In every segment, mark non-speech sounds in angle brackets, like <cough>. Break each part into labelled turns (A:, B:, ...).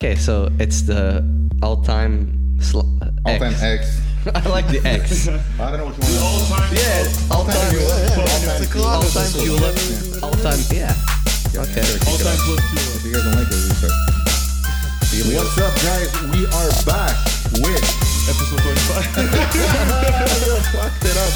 A: Okay, so it's the all-time sl-
B: All time
A: X.
B: X.
A: <laughs> I like the X.
B: I don't know what you want.
C: time.
A: yeah, all-time,
B: All
A: all-time
B: time
A: Tulip. All-time, yeah. Okay.
C: All time plus
B: If you guys don't like it, we start. What's up, guys? We are back with. <laughs>
C: Episode 25.
B: Fucked it up.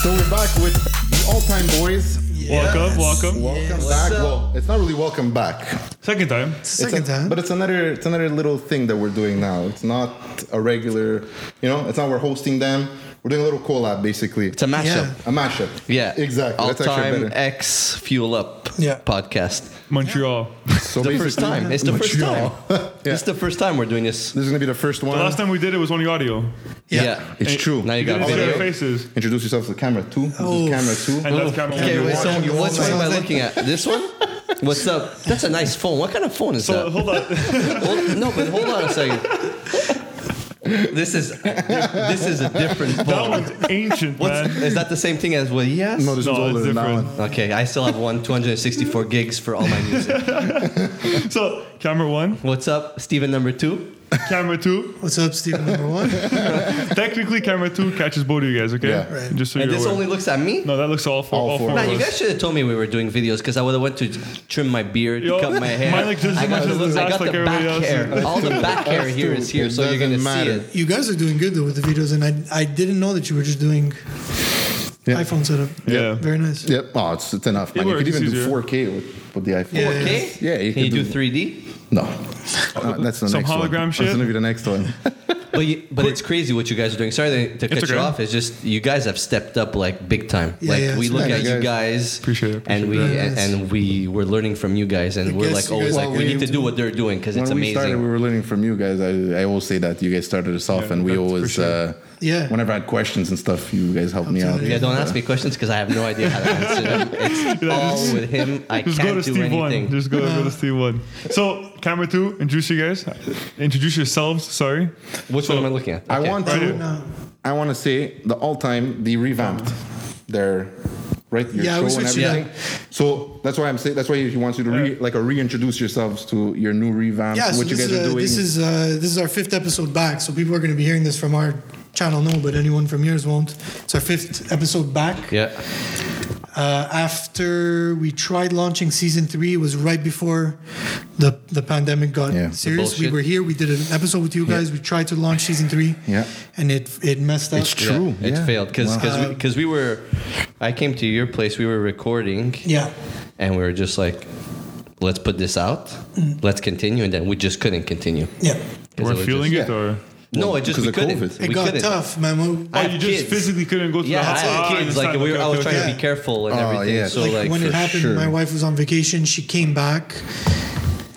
B: So we're back with the all time boys.
C: Welcome, welcome.
B: Welcome
A: What's
B: back.
A: up?
B: Well, it's not really welcome back.
C: Second time.
B: It's
D: Second
B: a-
D: time.
B: But it's another it's another little thing that we're doing now. It's not a regular, you know, it's not we're hosting them. We're doing a little collab basically.
A: It's a mashup.
B: a mashup.
A: Yeah.
B: Exactly. That's actually
A: All-time
B: better.
A: X Fuel Up
D: Yeah.
A: podcast.
C: Montreal.
B: So
A: The
B: basically,
A: first time. It's the first time.
B: Montreal.
A: It's the first time we're doing this.
B: This is gonna be the first one.
C: The last time we did it was only audio.
D: Yeah.
A: Yeah.
B: It's
C: Hey,
B: true.
A: now you
C: We
A: got
C: didn't see our
A: video.
C: faces.
B: Introduce yourself to the camera two.
D: Oh.
B: This is camera two.
C: And that's camera
A: Okay,
C: one.
A: wait, so
B: watching the
A: what's
B: whole
A: what am I
D: thing.
A: looking at? This one? What's up? That's a nice phone. What kind of phone is
C: So
A: that?
C: hold on.
A: Hold, no, but hold on a second. This is this is a different
C: That
A: phone.
C: one's ancient,
A: What's,
C: man.
A: is that the same thing as well? Yes.
B: No, this
C: No,
B: one's older
C: it's
B: than that
C: different.
B: one.
A: Okay, I still have one 264 gigs for all my music.
C: So camera one,
A: What's up, Steven number two?
C: camera two.
D: What's up, Stephen? Number one.
C: Technically, camera two catches both of you guys, okay?
B: Yeah.
D: Right.
C: Just so
A: And
C: you're
A: this
C: aware.
A: only looks at me?
C: no, that looks all four.
B: All
C: All,
B: four
C: four.
B: of
A: Nah, you
C: of us.
A: guys should have told me we were doing videos because I would have went to trim my beard,
C: Yo,
A: cut my hair.
C: mine looks just as
A: I got,
C: much
A: the-
C: as his
A: I
C: ass
A: got
C: like
A: the back
C: everybody else's.
A: hair. All the back hair here
B: true.
A: is here,
B: It
A: so you're gonna
B: doesn't matter.
A: see it.
D: <laughs> You guys are doing good though with the videos, and I I didn't know that you were just doing
B: Yeah.
D: iPhone setup.
C: Yeah.
D: Very nice.
B: Yep. Oh, it's, it's enough. Man. you
C: works,
B: could even
C: it's
B: do
C: easier.
B: 4K with, with the iPhone.
D: Yeah.
A: Okay.
B: Yeah, you
A: Can you
B: could
A: do
B: do-
A: 3D?
B: No. <laughs> Uh, that's the
C: Some
B: next one.
C: hologram shit?
B: That's gonna be the next one.
A: <laughs> But you, but it's crazy what you guys are doing. Sorry to, to cut
C: It's
A: you
C: okay.
A: off. It's just you guys have stepped up like big time.
D: Yeah,
A: like
D: yeah,
A: we
D: it's
A: look
B: nice.
A: at you guys,
C: Appreciate it,
A: and we
D: appreciate it.
A: and, and we were learning from you guys, and
D: I
A: we're
D: guess
A: like
D: you
A: always
D: guys
A: like
D: are
A: we
D: way
A: need to
D: too-
A: do what they're doing because it's
B: when we
A: amazing.
B: started, we were learning from you guys. I, I always say that you guys started us off,
C: Yeah,
B: and we
C: that's for
B: always,
C: sure.
B: uh,
D: Yeah.
B: Whenever I had questions and stuff, you guys helped me out.
D: Absolutely.
A: yeah, don't ask me questions because I have no idea how
B: <laughs>
A: to answer them. It's all with him. I
C: Just go
A: can't
C: to
A: do
C: Steve
A: anything.
C: one. Just go,
A: <laughs>
C: go to Steve one. So camera two, introduce you guys. Introduce yourselves. Sorry.
A: Which one am I looking at?
B: I Um,
A: Okay.
B: want
C: Right
B: to.
C: here.
D: No.
B: I want to say the all-time, the revamped, their right your
D: Yeah,
B: show
D: we
B: and
D: switched it
B: everything. So that's why I'm saying that's why he wants you to re, like uh, reintroduce yourselves to your new revamp,
D: Yeah. So
B: what you
D: this,
B: guys
D: is,
B: are
D: uh,
B: doing.
D: this is uh, this is our fifth episode back, so people are going to be hearing this from our channel no, but anyone from yours won't. It's our fifth episode back.
A: Yeah.
D: Uh, after we tried launching season three, it was right before the the pandemic got
B: Yeah. The
D: serious. We
A: bullshit.
D: were here. We did an episode with you guys. We tried to launch season three.
B: Yeah.
D: And it it messed up.
B: It's true.
A: Yeah, It
B: yeah.
A: failed because
B: Wow.
A: because we, 'cause we were. I came to your place. We were recording.
D: Yeah.
A: and we were just like, let's put this out, let's continue, and then we just couldn't continue.
D: Yeah.
A: Because
C: We're
A: it was
C: feeling
B: just-
C: it,
B: yeah.
C: or
A: just- no, it just we
B: Because of
A: couldn't.
B: COVID.
D: It
A: we
D: got
A: couldn't.
D: tough, man. We-
A: I
C: oh,
A: have
C: you just
A: kids.
C: physically couldn't go to
A: Yeah, I
C: the house.
A: had
C: Ah,
A: kids.
C: understand.
A: Like we were,
C: Okay,
A: I was
C: okay,
A: trying
C: okay.
A: to be careful and
B: Oh,
A: everything.
B: yeah.
A: So
D: like,
A: like,
D: when it
A: for
D: happened,
B: sure.
D: my wife was on vacation. She came back.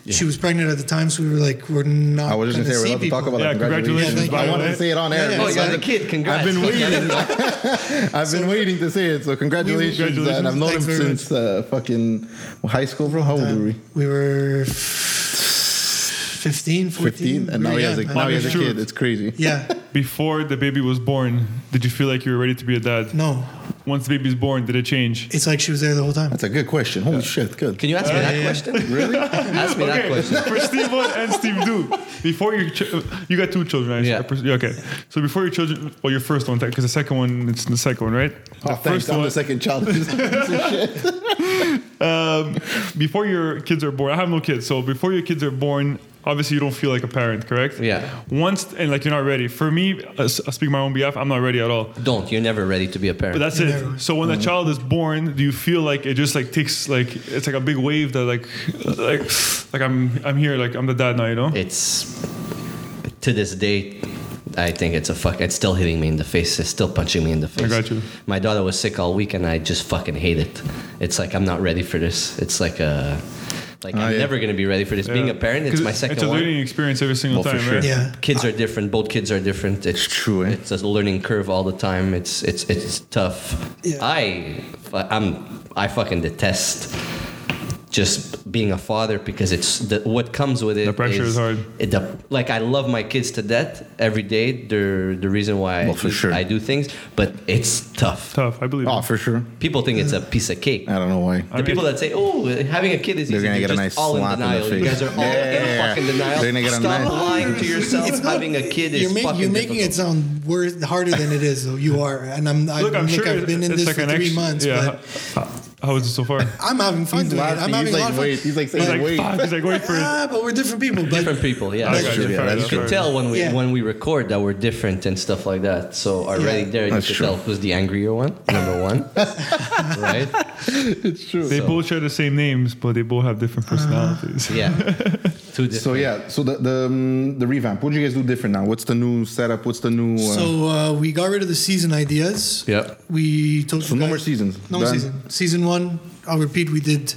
D: She was pregnant at the time, so we were like, we're not.
B: I was just gonna
D: gonna
B: say we're
D: see
B: allowed to talk about
D: people.
C: Yeah,
B: that.
C: congratulations,
D: by
B: I
D: the
B: wanted
C: way.
B: to say it on air.
D: Yeah, yeah,
A: Oh,
B: It's
A: you got a
B: like-
A: kid! Congrats.
B: I've
A: <laughs>
B: been waiting.
A: Congrats.
B: I've been waiting to say it, so congratulations.
C: Congratulations.
B: And I've known him
D: Thanks very much.
B: since uh, fucking high school, bro. How old were we?
D: We were 15, 14.
B: 15, and
D: We
B: now
D: were
B: he has a,
D: young, man.
B: now he has a
C: Sure.
B: kid. It's crazy.
D: Yeah.
C: Before the baby was born, did you feel like you were ready to be a dad?
D: No,
C: Once the baby's born, did it change?
D: it's like she was there the whole time.
B: That's a good question. Holy shit, good.
A: Can you ask me that question? Really? ask me that
C: Okay,
A: question.
C: <laughs> for Steve one and Steve two. Before your ch- you got two children, right?
A: Yeah.
C: Yeah, Okay. So before your children, well, your first one, because the second one, it's the second one, right?
B: Oh,
C: the
B: thanks.
C: first
B: I'm
C: one.
B: the second child. <laughs>
C: um, before your kids are born, I have no kids. So before your kids are born, obviously you don't feel like a parent, correct?
A: Yeah.
C: Once and like you're not ready. For me, I s- I speak my own behalf. I'm not ready at all.
A: Don't. You're never ready to be a
C: But
A: parent.
C: that's it. So
D: Mm-hmm.
C: when the child is born, do you feel like it just like takes like it's like a big wave that like like like I'm I'm here like I'm the dad now, you know?
A: it's to this day I think it's a fuck it's still hitting me in the face it's still punching me in the face
C: got you.
A: my daughter was sick all week and I just fucking hate it it's like I'm not ready for this it's like a like I'm
B: yeah.
A: never gonna be ready for this being a parent
C: 'Cause
A: it's my second
C: It's a
A: one
C: learning experience every single
B: Well, for
C: time,
B: sure.
C: right?
D: yeah.
A: kids are different both kids are different it's, <laughs>
B: true, eh?
A: it's a learning curve all the time it's it's it's tough
D: Yeah.
A: I fu- I'm I fucking detest just being a father because it's the, what comes with it.
C: The pressure is hard.
A: It, the, like I love my kids to death every day. They're the reason why I,
B: Well, for
A: do,
B: sure.
A: I do things, but it's tough.
C: Tough, I believe.
B: Oh,
C: it.
B: for sure.
A: People think it's a piece of cake.
B: I don't know why.
A: The people that say, "Oh, having a kid is
B: They're
A: easy,"
B: gonna
A: they're
B: get a
A: just
B: nice
A: all in
B: slap in the
A: denial. you
B: face.
A: guys are all
B: Yeah, yeah,
A: in
B: yeah.
A: fucking denial.
B: They're gonna get a
A: Stop
B: nice- <laughs>
A: lying to yourself. having a kid is
D: You're, make,
A: fucking
D: you're making it
A: difficult.
D: sound worse, harder than it is, though. You are, and I'm. I,
C: Look, I'm
D: like,
C: sure
D: I've been in
C: it's
D: this
C: like
D: for
C: an
D: three
C: ex-
D: months,
C: Yeah.
D: but
C: How was it so
D: <laughs>
C: far?
D: I'm having fun
B: He's
D: doing it. I'm
B: laughing.
D: having
B: He's
D: a lot
B: like,
D: of fun.
B: wait. He's like,
C: He's
B: saying,
C: like,
B: wait.
C: fuck. He's like, wait
D: <laughs>
C: for it.
D: Ah, but we're different people. But
A: different people. Yeah,
C: I
A: that's
C: got
A: true.
C: you.
B: yeah,
C: Fair
B: that's
C: enough,
B: true.
C: fair
A: Tell when we
D: Yeah.
A: when we record that we're different and stuff like that. So already
D: Yeah.
A: there you
B: That's
A: can
B: true.
A: tell who's the angrier one, number
B: <laughs>
A: one, right?
C: They both share the same names, but they both have
D: Uh-huh.
C: different personalities.
A: Yeah, two different.
B: So yeah, so the the, um, the revamp. What do you guys do different now? What's the new setup? What's the new? Uh, so
D: so uh, we got rid of the season ideas.
A: Yep.
D: We told you
B: no
D: guys-
B: more seasons.
D: No
B: Done.
D: season. Season one. I'll repeat. We did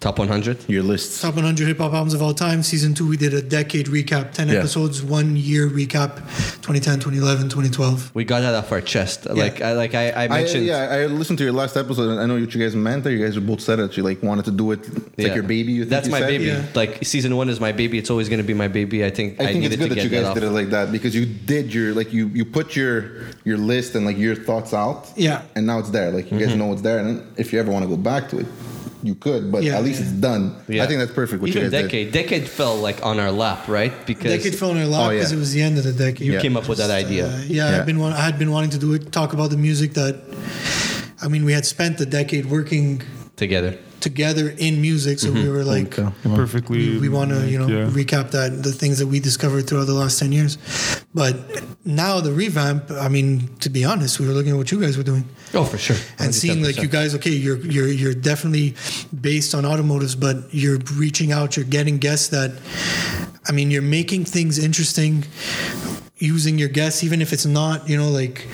A: top 100.
B: Your lists.
D: top 100 hip hop albums of all time. Season two. We did a decade recap, 10
B: Yeah.
D: episodes, one year recap, 2010, 2011, 2012.
A: We got that off our chest. Like I like I, I
B: I,
A: mentioned.
B: uh, yeah, I listened to your last episode, and I know what you guys meant. That you guys both said that you like wanted to do it. It's
A: Yeah.
B: like your baby. You think
A: That's
B: you
A: my
B: said.
A: baby.
D: Yeah.
A: Like season one is my baby. It's always gonna be my baby. I think I,
B: I think
A: needed
B: it's good
A: to
B: that
A: get
B: you
A: that
B: guys
A: off.
B: did it like that because you did your like you you put your your list and like your thoughts out.
D: Yeah.
B: And now it's there. Like you
A: Mm-hmm.
B: guys know it's there, and if you ever want to go back to it, you could. But
D: Yeah.
B: at least it's done.
A: Yeah.
B: I think that's perfect. What
A: Even
B: you guys did.
A: decade, decade fell like on our lap, right? Because
D: Decade fell in our lap
B: Oh, yeah.
D: because it was the end of the decade.
A: you came up with that idea.
D: Uh, yeah,
B: Yeah.
D: I've been wa- I had been wanting to do it. Talk about the music that, I mean, we had spent a decade working
A: together.
D: together in music, so
A: Mm-hmm.
D: we were like,
A: uh,
C: Perfectly.
D: we, want to you know
C: yeah.
D: recap that the things that we discovered throughout the last ten years. But now the revamp. I mean, to be honest, we were looking at what you guys were doing
A: Oh, for sure.
D: and seeing like you
A: 110%.
D: guys okay you're you're you're definitely based on automotives but you're reaching out you're getting guests that i mean you're making things interesting using your guests even if it's not you know like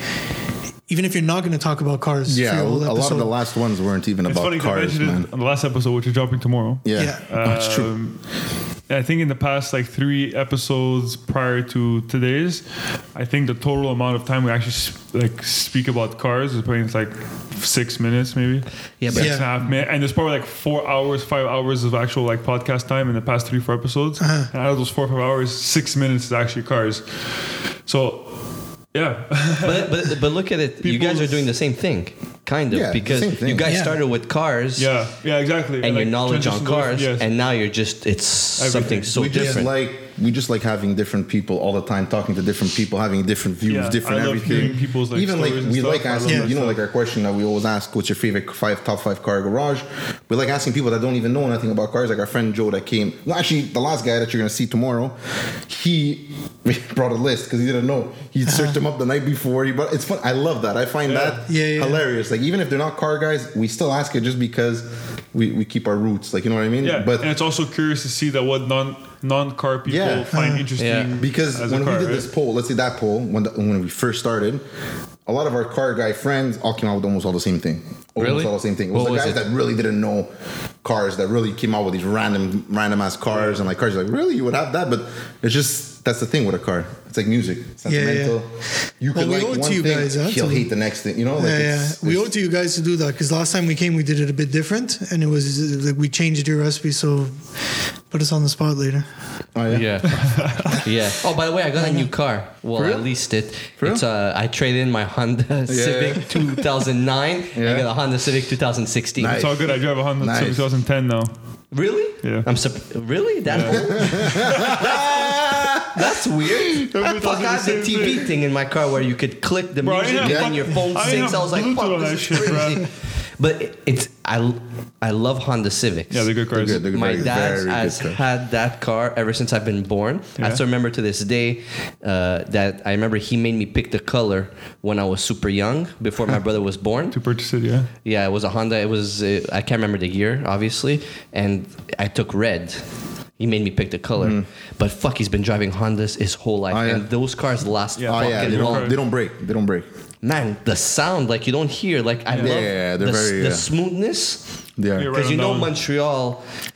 D: even if you're not going to talk about cars for
B: Yeah,
D: your
B: a
D: whole
B: lot of
D: episode.
B: the last ones weren't even
C: It's funny
B: about cars,
C: to mention
B: man.
C: it on the last episode, which is dropping tomorrow.
B: Yeah,
D: Yeah.
B: Oh, it's true.
C: Um, I think in the past like three episodes prior to today's, I think the total amount of time we actually s like speak about cars is probably like six minutes, maybe.
A: Yeah, but-
C: six
D: Yeah.
C: and a half minutes. And there's probably like four hours, five hours of actual like podcast time in the past three, four episodes.
B: Uh-huh.
C: And out of those four, five hours, six minutes is actually cars. So,
B: <laughs>
C: yeah,
A: but, but but look at it. you
C: People-
A: guys are doing the same thing, kind of,
B: Yeah, the
A: because
B: same thing.
A: you guys
D: Yeah.
A: started with cars
C: yeah, yeah, exactly.
A: and your
C: like,
A: knowledge on
C: transition to-
A: cars,
C: yes.
A: and now you're just it's something
C: Everything.
A: so
B: we just
A: different.
B: like we just like having different people all the time, talking to different people, having different views,
C: Yeah,
B: different
C: I love
B: everything.
C: hearing people's, like,
B: Even like
C: stories and
B: we
C: stuff.
B: like
C: I love
B: asking,
C: that
B: you know,
C: stuff.
B: like our question that we always ask, "What's your favorite five top five car garage?" We like asking people that don't even know nothing about cars, like our friend Joe that came. No, actually, the last guy that you're gonna see tomorrow, he <laughs> brought a list because he didn't know. He
C: Uh-huh.
B: searched them up the night before. He brought. It's fun. I love that. I find that
D: Yeah, yeah.
B: hilarious. Like even if they're not car guys, we still ask it just because we, we keep our roots. Like you know what I mean?
C: Yeah,
B: But
C: and it's also curious to see that what non non car people
B: Yeah.
C: find interesting.
A: <laughs> Yeah.
B: Because
C: as a
B: when
C: car,
B: we did
C: right?
B: this poll, let's say that poll, when, the, when we first started, a lot of our car guy friends all came out with almost all the same thing. Almost
A: Really?
B: all the same thing. It was
A: What
B: the
A: was
B: guys
A: it?
B: that really didn't know cars that really came out with these random random ass cars and like cars. You're like, really? You would have that? But it's just that's the thing with a car. It's like music. It's
D: yeah.
B: sentimental. You
D: Well,
B: could
D: we owe it
B: like
D: to
B: one
D: you
B: thing,
D: guys, huh,
B: he'll
D: to-
B: hate the next thing. You know? Like
D: yeah, yeah.
B: it's-
D: We
B: it's-
D: owe it to you guys to do that because last time we came, we did it a bit different, and it was uh, like we changed your recipe. So put us on the spot later.
B: oh, yeah. <laughs>
A: yeah, <laughs> yeah. Oh, by the way, I got a new car. Well, I
B: real?
A: leased it.
B: real?
A: It's uh, I traded in my Honda
B: <laughs> yeah.
A: Civic
B: <laughs>
A: 2009.
B: Yeah.
A: I got a Honda Civic 2016.
B: Nice.
C: It's all good. I drive a Honda
B: Nice.
C: Civic 2010 now.
A: Really?
C: Yeah.
A: I'm sup- really that
B: <laughs>
A: old? That's weird.
C: Everybody
A: Fuck,
C: does
A: I
C: the
A: had the
C: same
A: TV
C: thing.
A: thing in my car where you could click the
C: Bro, I
A: music
C: didn't have
A: and your
C: fuck-
A: phone
C: I didn't
A: syncs. I
C: have
A: was like,
C: Bluetooth
A: fuck,
C: on
A: this
C: that
A: is
C: shit, bro.
A: crazy. But it, it's I I love Honda Civics.
C: Yeah, they're good cars.
B: good, they're good.
A: my
B: Very,
A: dad
B: very good
A: has
B: car.
A: had that car ever since I've been born. I
C: Yeah.
A: still remember to this day uh, that I remember he made me pick the color when I was super young, before my brother was born.
C: To purchase it, yeah.
A: Yeah, it was a Honda. It was uh, I can't remember the year, obviously, and I took red. He made me pick the color, but fuck, he's been driving Hondas his whole life,
B: Hmm. Oh, yeah.
A: and those cars last
C: Yeah.
B: Oh,
A: fucking
B: yeah. They
A: long.
B: don't, they don't break. They don't break.
A: Man, the sound like you don't hear like I
B: Yeah,
A: love
B: yeah,
A: the,
B: they're very,
A: the
B: uh,
A: smoothness
B: They are.
C: You're
B: Right.
C: right.
A: Because you know
C: Down.
A: Montreal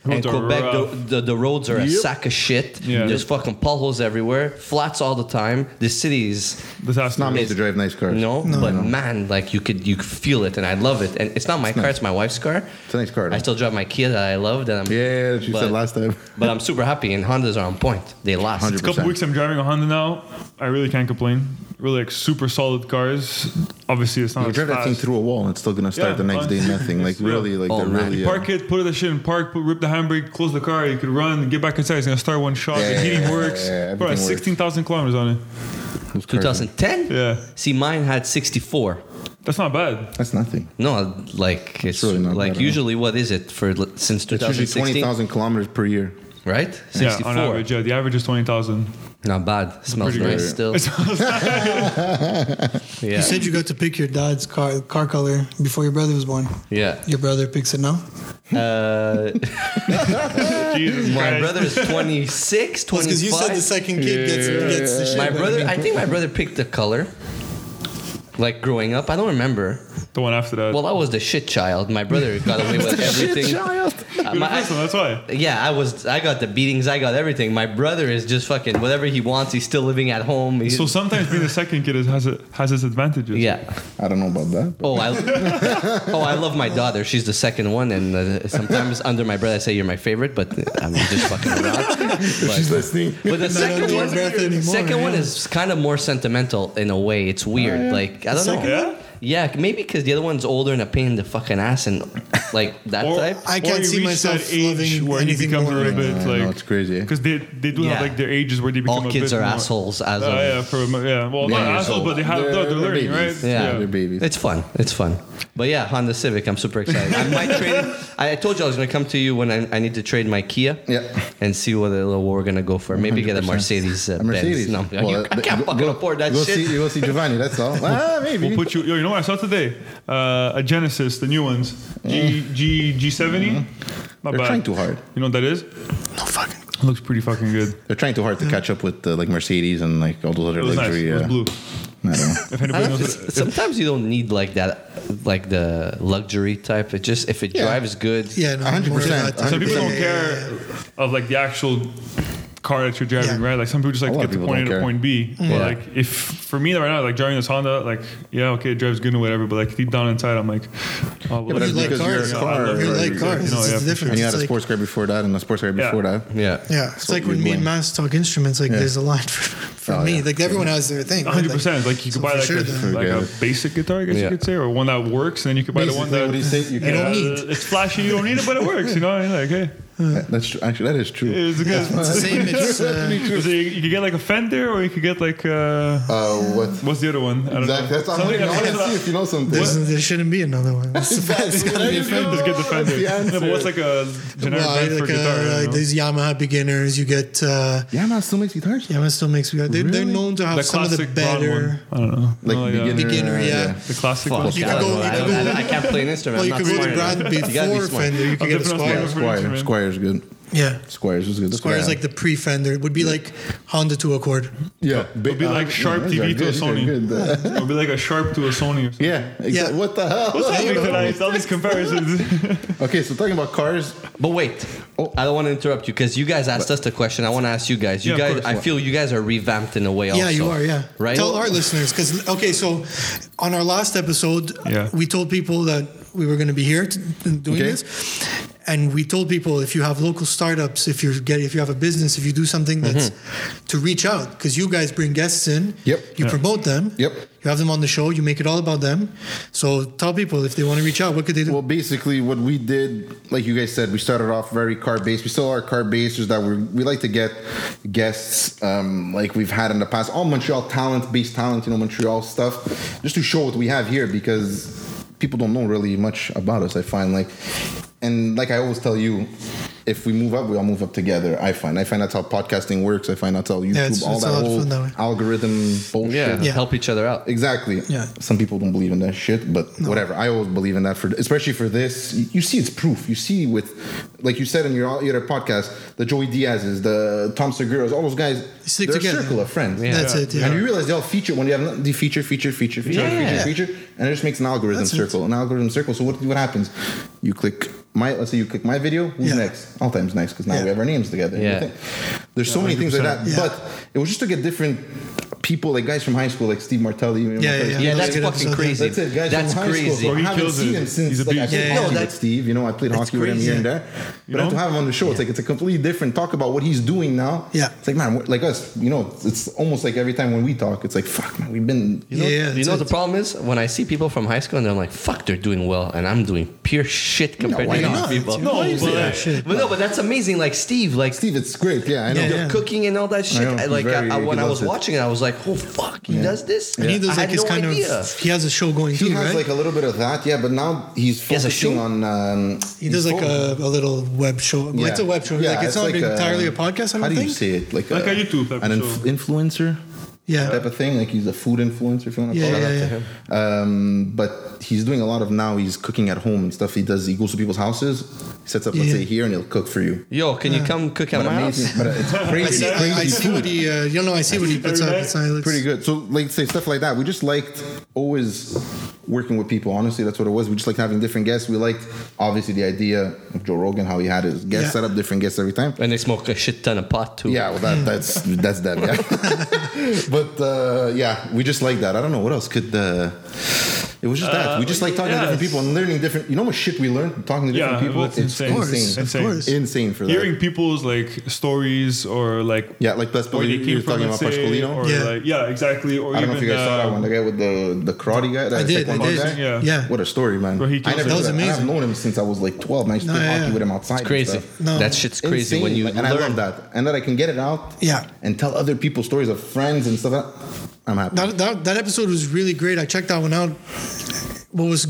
A: and
C: Roads are
A: Quebec, the,
C: rough.
A: the, the roads are a
B: Yep.
A: sack of shit.
C: Yeah.
A: There's fucking potholes everywhere, flats all the time. The cities,
C: Disaster.
B: It's not made
A: It's-
B: to drive nice cars.
A: no, but man, like you could you could feel it, and I love it. And it's not my car; it's my wife's car.
B: It's a nice car.
A: I still drive my Kia that I loved, and I'm
B: yeah, she
A: but-
B: said last time.
A: But I'm super happy, and Hondas are on point. They
B: <laughs>
A: last.
B: 100%.
C: A couple weeks I'm driving a Honda now. I really can't complain. Really like super solid cars. Obviously Oh, it's not
B: You
C: as
B: drive that thing
C: fast.
B: through a wall and it's still gonna start
C: Yeah,
B: the next
C: fine.
B: day nothing. Like
C: Yeah.
B: really, like
A: Oh,
B: they're
A: man.
B: really. uh,
C: Park it, put it in the shit in park, put, rip the handbrake, close the car. You could run, get back inside. It's gonna start one shot.
B: Yeah,
C: the heating
B: yeah,
C: works.
B: yeah, yeah,
C: Bro,
B: everything works.
C: sixteen thousand kilometers on it.
B: those cars are-
A: 2010.
C: Yeah,
A: See, mine had 64.
C: that's not bad.
B: That's nothing.
A: No, like it's
B: really not
A: like
B: bad at all.
A: usually what is it for li- since
B: It's usually
A: 2016,
B: thousand kilometers per year.
A: right?
C: Yeah,
A: 64.
C: on average, yeah, the average is twenty thousand. <laughs>
A: Not bad. smells
C: pretty
A: nice
B: good.
A: still. yeah.
D: You said you got to pick your dad's car car color before your brother was born.
A: yeah.
D: Your brother picks it now.
A: Uh,
C: Jesus
A: my
C: Christ.
A: brother's 26,
D: Because
A: 25.
D: you said the second kid gets, gets the shit.
A: my
D: but I
A: brother,
D: mean,
A: I
B: <laughs>
A: think my brother picked the color. Like growing up, I don't remember.
C: the one after that.
A: Well, I was the shit child. My
C: <laughs>
A: brother got away with everything. Uh,
C: You're the
A: my-
C: first one, that's why.
A: Yeah, I was. I got the beatings. I got everything. My brother is just fucking whatever he wants. He's still living at home. He's,
C: So sometimes being the second kid is, has it has its advantages.
A: yeah.
B: I don't know about that. but-
A: Oh, I. <laughs> oh, I love my daughter. She's the second one, and uh, sometimes under my breath I say you're my favorite, but uh, I'm just fucking
D: <laughs>
A: around.
B: she's
A: But-
B: listening.
A: But the
D: not
A: second
D: under your
A: one,
D: breath anymore,
A: second one
D: yeah.
A: is kind of more sentimental in a way. It's weird. Like I don't
D: Second
A: know.
C: Yeah.
A: Yeah, maybe because the other one's older and a pain in the fucking ass and like that
C: Or-
A: type.
D: I
C: or
D: can't
C: you
D: see
C: reach
D: myself
C: that age
D: loving
C: where you
D: anything
C: become
D: more
C: a little
D: than-
C: bit
B: I
C: like
B: know, it's crazy.
C: because they they do
A: Yeah.
C: have like their ages where they become
A: All
C: a
A: kids
C: bit
A: are
C: more-
A: assholes as
D: Oh,
C: Uh,
A: of
C: yeah, for yeah. Well, not
A: years
C: assholes,
A: old.
C: but they have they're, they're learning,
B: babies.
C: right?
A: Yeah.
B: they're babies.
A: It's fun. It's fun. But yeah, Honda Civic. I'm super excited. I might trade.
B: <laughs>
A: I told you I was gonna come to you when I, I need to trade my Kia.
B: Yeah.
A: And see what the what we're gonna go for. Maybe get a
B: 100%.
A: Mercedes. Uh,
B: A Mercedes.
A: Benz. No,
B: Well,
A: you, I
B: th-
A: can't
B: go-
A: fucking
B: go-
A: afford that
B: go
A: shit.
B: <laughs> See, go see Giovanni. That's
A: <laughs>
B: all. ah, maybe.
C: We'll put you. Yo, you know what I saw today? Uh, a Genesis, the new ones. G G G seventy.
A: Mm-hmm.
C: Not
B: They're
C: bad.
B: trying too hard.
C: You know what that is?
D: no fucking.
C: Looks pretty fucking good.
B: They're trying too hard to catch up with uh, like Mercedes and like all those other
C: It was
B: luxury.
C: nice. It was
B: uh,
C: blue.
B: I don't know.
C: <laughs> If
A: I
C: anybody
A: don't-
C: knows,
A: it's-
C: what,
A: <laughs> sometimes you don't need like that, like the luxury type. It just if it
B: Yeah.
A: drives good.
D: Yeah, no, more
B: 100%,
D: of that.
C: some people
D: Yeah,
C: don't
D: yeah,
C: care
D: yeah, yeah.
C: of like the actual car that you're driving,
D: Yeah.
C: right? Like some people just like
B: A
C: to
B: lot
C: get
B: of
C: to
B: people
C: point A
B: don't
C: to
B: care.
C: point B. But
A: Yeah.
C: like if for me right now, like driving this Honda, like yeah, okay, it drives good and whatever. But like deep down inside, I'm like, oh, well,
B: but
D: You
B: That's
D: like
B: because you're
D: cars.
B: a car
D: You like
B: driver.
D: cars.
C: No, yeah, for
D: It's just the
C: sure.
D: difference.
B: And you
D: It's
B: had a
D: like-
B: sports car before that and a sports car before
C: Yeah.
B: that.
A: Yeah.
D: Yeah, it's
B: what
D: like
B: you
D: when me and
B: blame.
D: Mass talk instruments. Like,
B: Yeah.
D: there's a line for, for
B: Oh,
D: me.
B: yeah.
D: Like everyone has their thing. right?
C: hundred percent. Like you
D: so
C: could buy
D: for
C: like,
D: sure
C: a,
D: then.
C: like
B: Yeah.
C: a basic guitar, I guess
A: Yeah.
C: you could say, or one that works, and then you could buy the one
B: Basically,
C: that
B: what do you say? You
C: <laughs> Yeah,
B: can't-
D: You don't need.
C: It's flashy, you don't need it, but it works. You know, and like hey,
B: That- That's true. Actually, that is true.
C: it's good.
D: It's the same.
C: <laughs>
D: It's, uh,
C: So you, you could get like a Fender, or you could get like uh,
B: Uh, what?
C: what's the other one? I don't
B: Zach,
C: know.
B: that's I'm
C: Somebody
B: like, I
C: got
B: want
C: Fender
B: to see if you know something.
D: there's, there shouldn't be another one. It's the best. It's gotta be a friend.
C: Let's get the Fender.
B: That's the
C: No, but what's
B: answer.
C: like a generic
D: Well,
C: brand for
D: like,
C: guitar?
D: uh,
C: you
D: like
C: know?
D: there's Yamaha beginners. You get uh,
B: Yeah, man, still makes guitars.
D: Yamaha still makes. They're, they're
B: Really?
D: known to have
C: the
D: some of the
C: classic brown one.
D: better.
C: I don't know.
B: Like
C: Oh, yeah.
B: beginner,
D: Beginner, yeah.
C: The classic
A: Fuck,
C: one.
A: I,
D: You
A: don't
D: could
A: know.
D: go- you
A: I,
D: could
A: don't,
D: go-
A: I, don't- I can't play an instrument.
D: Well, you
A: I'm
D: could
A: not
D: go to
A: smart enough.
D: brand
A: You gotta be
D: before
A: smart.
D: Fender. You could
C: I'm
D: get a
C: different on
B: Yeah,
D: Squire.
C: Squire.
B: Squire. Squire's good.
D: Yeah.
B: Squires was good. That's
D: Squire
B: what I
D: is like
B: had.
D: the pre Fender. It would be like Honda to Accord.
B: yeah.
C: It'd be like Sharp TV to a Sony.
D: <laughs>
B: Sony.
C: It would be like a Sharp to a Sony or something.
B: Yeah, exactly. What the hell?
C: What's
B: <laughs>
C: happening tonight? All these comparisons.
B: Okay, so talking about cars,
A: But wait,
B: Oh.
A: I don't want to interrupt you because you guys asked us the question. I want to ask you guys. You
C: Yeah, of
A: guys,
C: course.
A: I feel you guys are revamped in a way.
D: Yeah,
A: also,
D: you are. Yeah.
A: Right.
D: Tell our listeners because okay, so on our last episode,
C: Yeah.
D: we told people that we were going to be here t- doing
B: Okay.
D: this, and we told people if you have local startups, if you get, if you have a business, if you do something that's to reach out because you guys bring guests in.
B: Mm-hmm. Yep.
D: You promote them.
B: Yep.
D: You have them on the show. You make it all about them. So tell people if they want to reach out, what could they do?
B: well, basically what we did, like you guys said, we started off very car based. We still are car based, is that we we like to get guests um, like we've had in the past, all Montreal talent, based talent, you know, Montreal stuff, just to show what we have here because people don't know really much about us. I find like, and like I always tell you. If we move up, we all move up together. I find. I find that's how podcasting works. I find that's how YouTube,
D: it's-
B: all
D: it's a
B: that
D: lot of
B: whole
D: fun that way.
B: algorithm bullshit.
A: Yeah,
D: Yeah.
A: help each other out.
B: Exactly.
D: Yeah.
B: Some people don't believe in that shit, but whatever. I always believe in that for, especially for this. You see, it's proof. You see with, like you said in your other podcast, the Joey Diaz's, the Tom Segura's, all those guys.
D: Stick
B: they're
D: together.
B: a circle of friends.
D: That's it. Yeah.
B: And you realize they all feature when you have no- they feature, feature, feature, feature,
A: Yeah.
B: feature, feature, and it just makes an algorithm
D: That's it.
B: circle, an algorithm circle. So what what happens? You click my let's say you click my video, who's
D: Yeah.
B: next? All times next because now we
D: Yeah.
B: have our names together.
A: Yeah.
B: Everything. There's so many things like that.
D: 100%. Yeah.
B: But it was just to get different people, like guys from high school, like Steve Martelli. you know,
D: Yeah,
B: Martelli.
D: yeah,
A: Yeah,
D: Another
A: that's
D: good
A: fucking
D: episode, yeah.
A: crazy.
B: That's it, guys.
A: That's
B: from high
A: crazy.
B: School,
C: Bro,
B: I
C: he
B: haven't
C: kills
B: seen
C: it.
B: him since
C: He's a
B: like, I
C: beast.
B: played
D: Yeah,
B: hockey
A: no,
B: with
A: that's-
B: Steve. You know, I played
A: that's
B: hockey with him here and
A: crazy.
B: there.
C: You
B: but then
C: know?
B: to have him on the show, it's like it's a completely different talk about what he's doing now.
D: Yeah.
B: it's like man, we're- like us. You know, it's almost like every time when we talk, it's like fuck, man, we've been.
A: You know,
D: Yeah,
A: you
D: it's-
A: know what the
D: it's-
A: problem is? When I see people from high school and I'm like, fuck, they're doing well, and I'm doing pure shit compared to
B: why not?
A: these people.
D: <laughs>
C: No,
D: No, you
C: but
D: say
C: like-
D: that shit.
A: But no, but that's amazing. Like Steve, like
B: Steve, it's great. Yeah, I know.
D: Yeah,
A: the
D: yeah.
A: cooking and all that shit.
B: know,
A: I
B: he's
A: like I-
B: very-
A: I, when
B: he
A: I
B: loves
A: was
B: it.
A: watching it, I was like, oh fuck, he does this.
D: And he does
A: I had
D: like his
A: no
D: kind
A: idea.
D: of he has a show going
B: He
D: too,
B: has
D: right?
B: like a little bit of that, yeah, but now he's
A: He has a
B: focusing
A: show?
B: on. Um,
D: he does like a, a little web show. Well, it's a web show. like it's, not entirely a, podcast. I
B: um,
D: don't
B: how do
D: think.
B: you say it? Like, uh,
C: Like a YouTube type
B: an
C: of
B: inf-
C: show.
B: influencer
D: yeah.
B: type of thing. Like he's a food influencer, if you want to
D: Yeah,
B: call it
D: yeah,
B: that.
D: yeah.
B: Um, but he's doing a lot of now. He's cooking at home and stuff. He does. He goes to people's houses. He sets up, let's
D: Yeah.
B: say, here, and he'll cook for you.
A: Yo, can you come cook at
B: But
A: my
B: amazing.
A: house?
B: But it's
D: <laughs> I
B: crazy.
D: see. I, I see what he. Uh, you know, I see what he puts up. It's, it's
B: pretty good. So like say stuff like that. We just liked always working with people. Honestly, that's what it was. We just liked having different guests. We liked obviously the idea of Joe Rogan, how he had his guests
D: Yeah.
B: set up different guests every time.
A: And they smoke a shit ton of pot too.
B: Yeah, well that that's that's that.
C: <laughs>
B: Yeah. but uh, yeah, we just like that. I don't know what else could. Uh, it was just that we just like talking to different
C: Uh, yes.
B: people and learning different. You know how much shit we learned talking to different
C: Yeah,
B: people.
C: it's insane.
D: Of course,
B: insane.
D: of course.
B: Insane for that.
C: Hearing people's like stories or like
B: yeah, like that's
C: where
B: probably
C: they
B: you
C: came
B: were
C: from,
B: talking about
C: let's say,
B: Pasqualino.
C: or
D: Yeah.
C: like yeah, exactly. Or
B: I don't know
C: even uh,
B: if you guys saw that one, the guy with the, the karate guy. That
D: I did. I
B: taekwondo
D: did.
B: guy.
D: Yeah.
C: Yeah.
B: What a story, man!
C: Bro, he
B: I
C: kills
B: never
C: it. That
D: was
B: I've
D: amazing.
B: known him since I was like 12. And I used to
D: No,
B: play
D: yeah,
B: hockey
D: yeah.
B: with him outside.
A: It's crazy.
D: No.
A: That shit's crazy when you
B: and
A: learn.
B: I love that, and that I can get it out.
D: Yeah.
B: and tell other people stories of friends and stuff. I'm happy.
D: That, that that episode was really great. I checked that one out. What was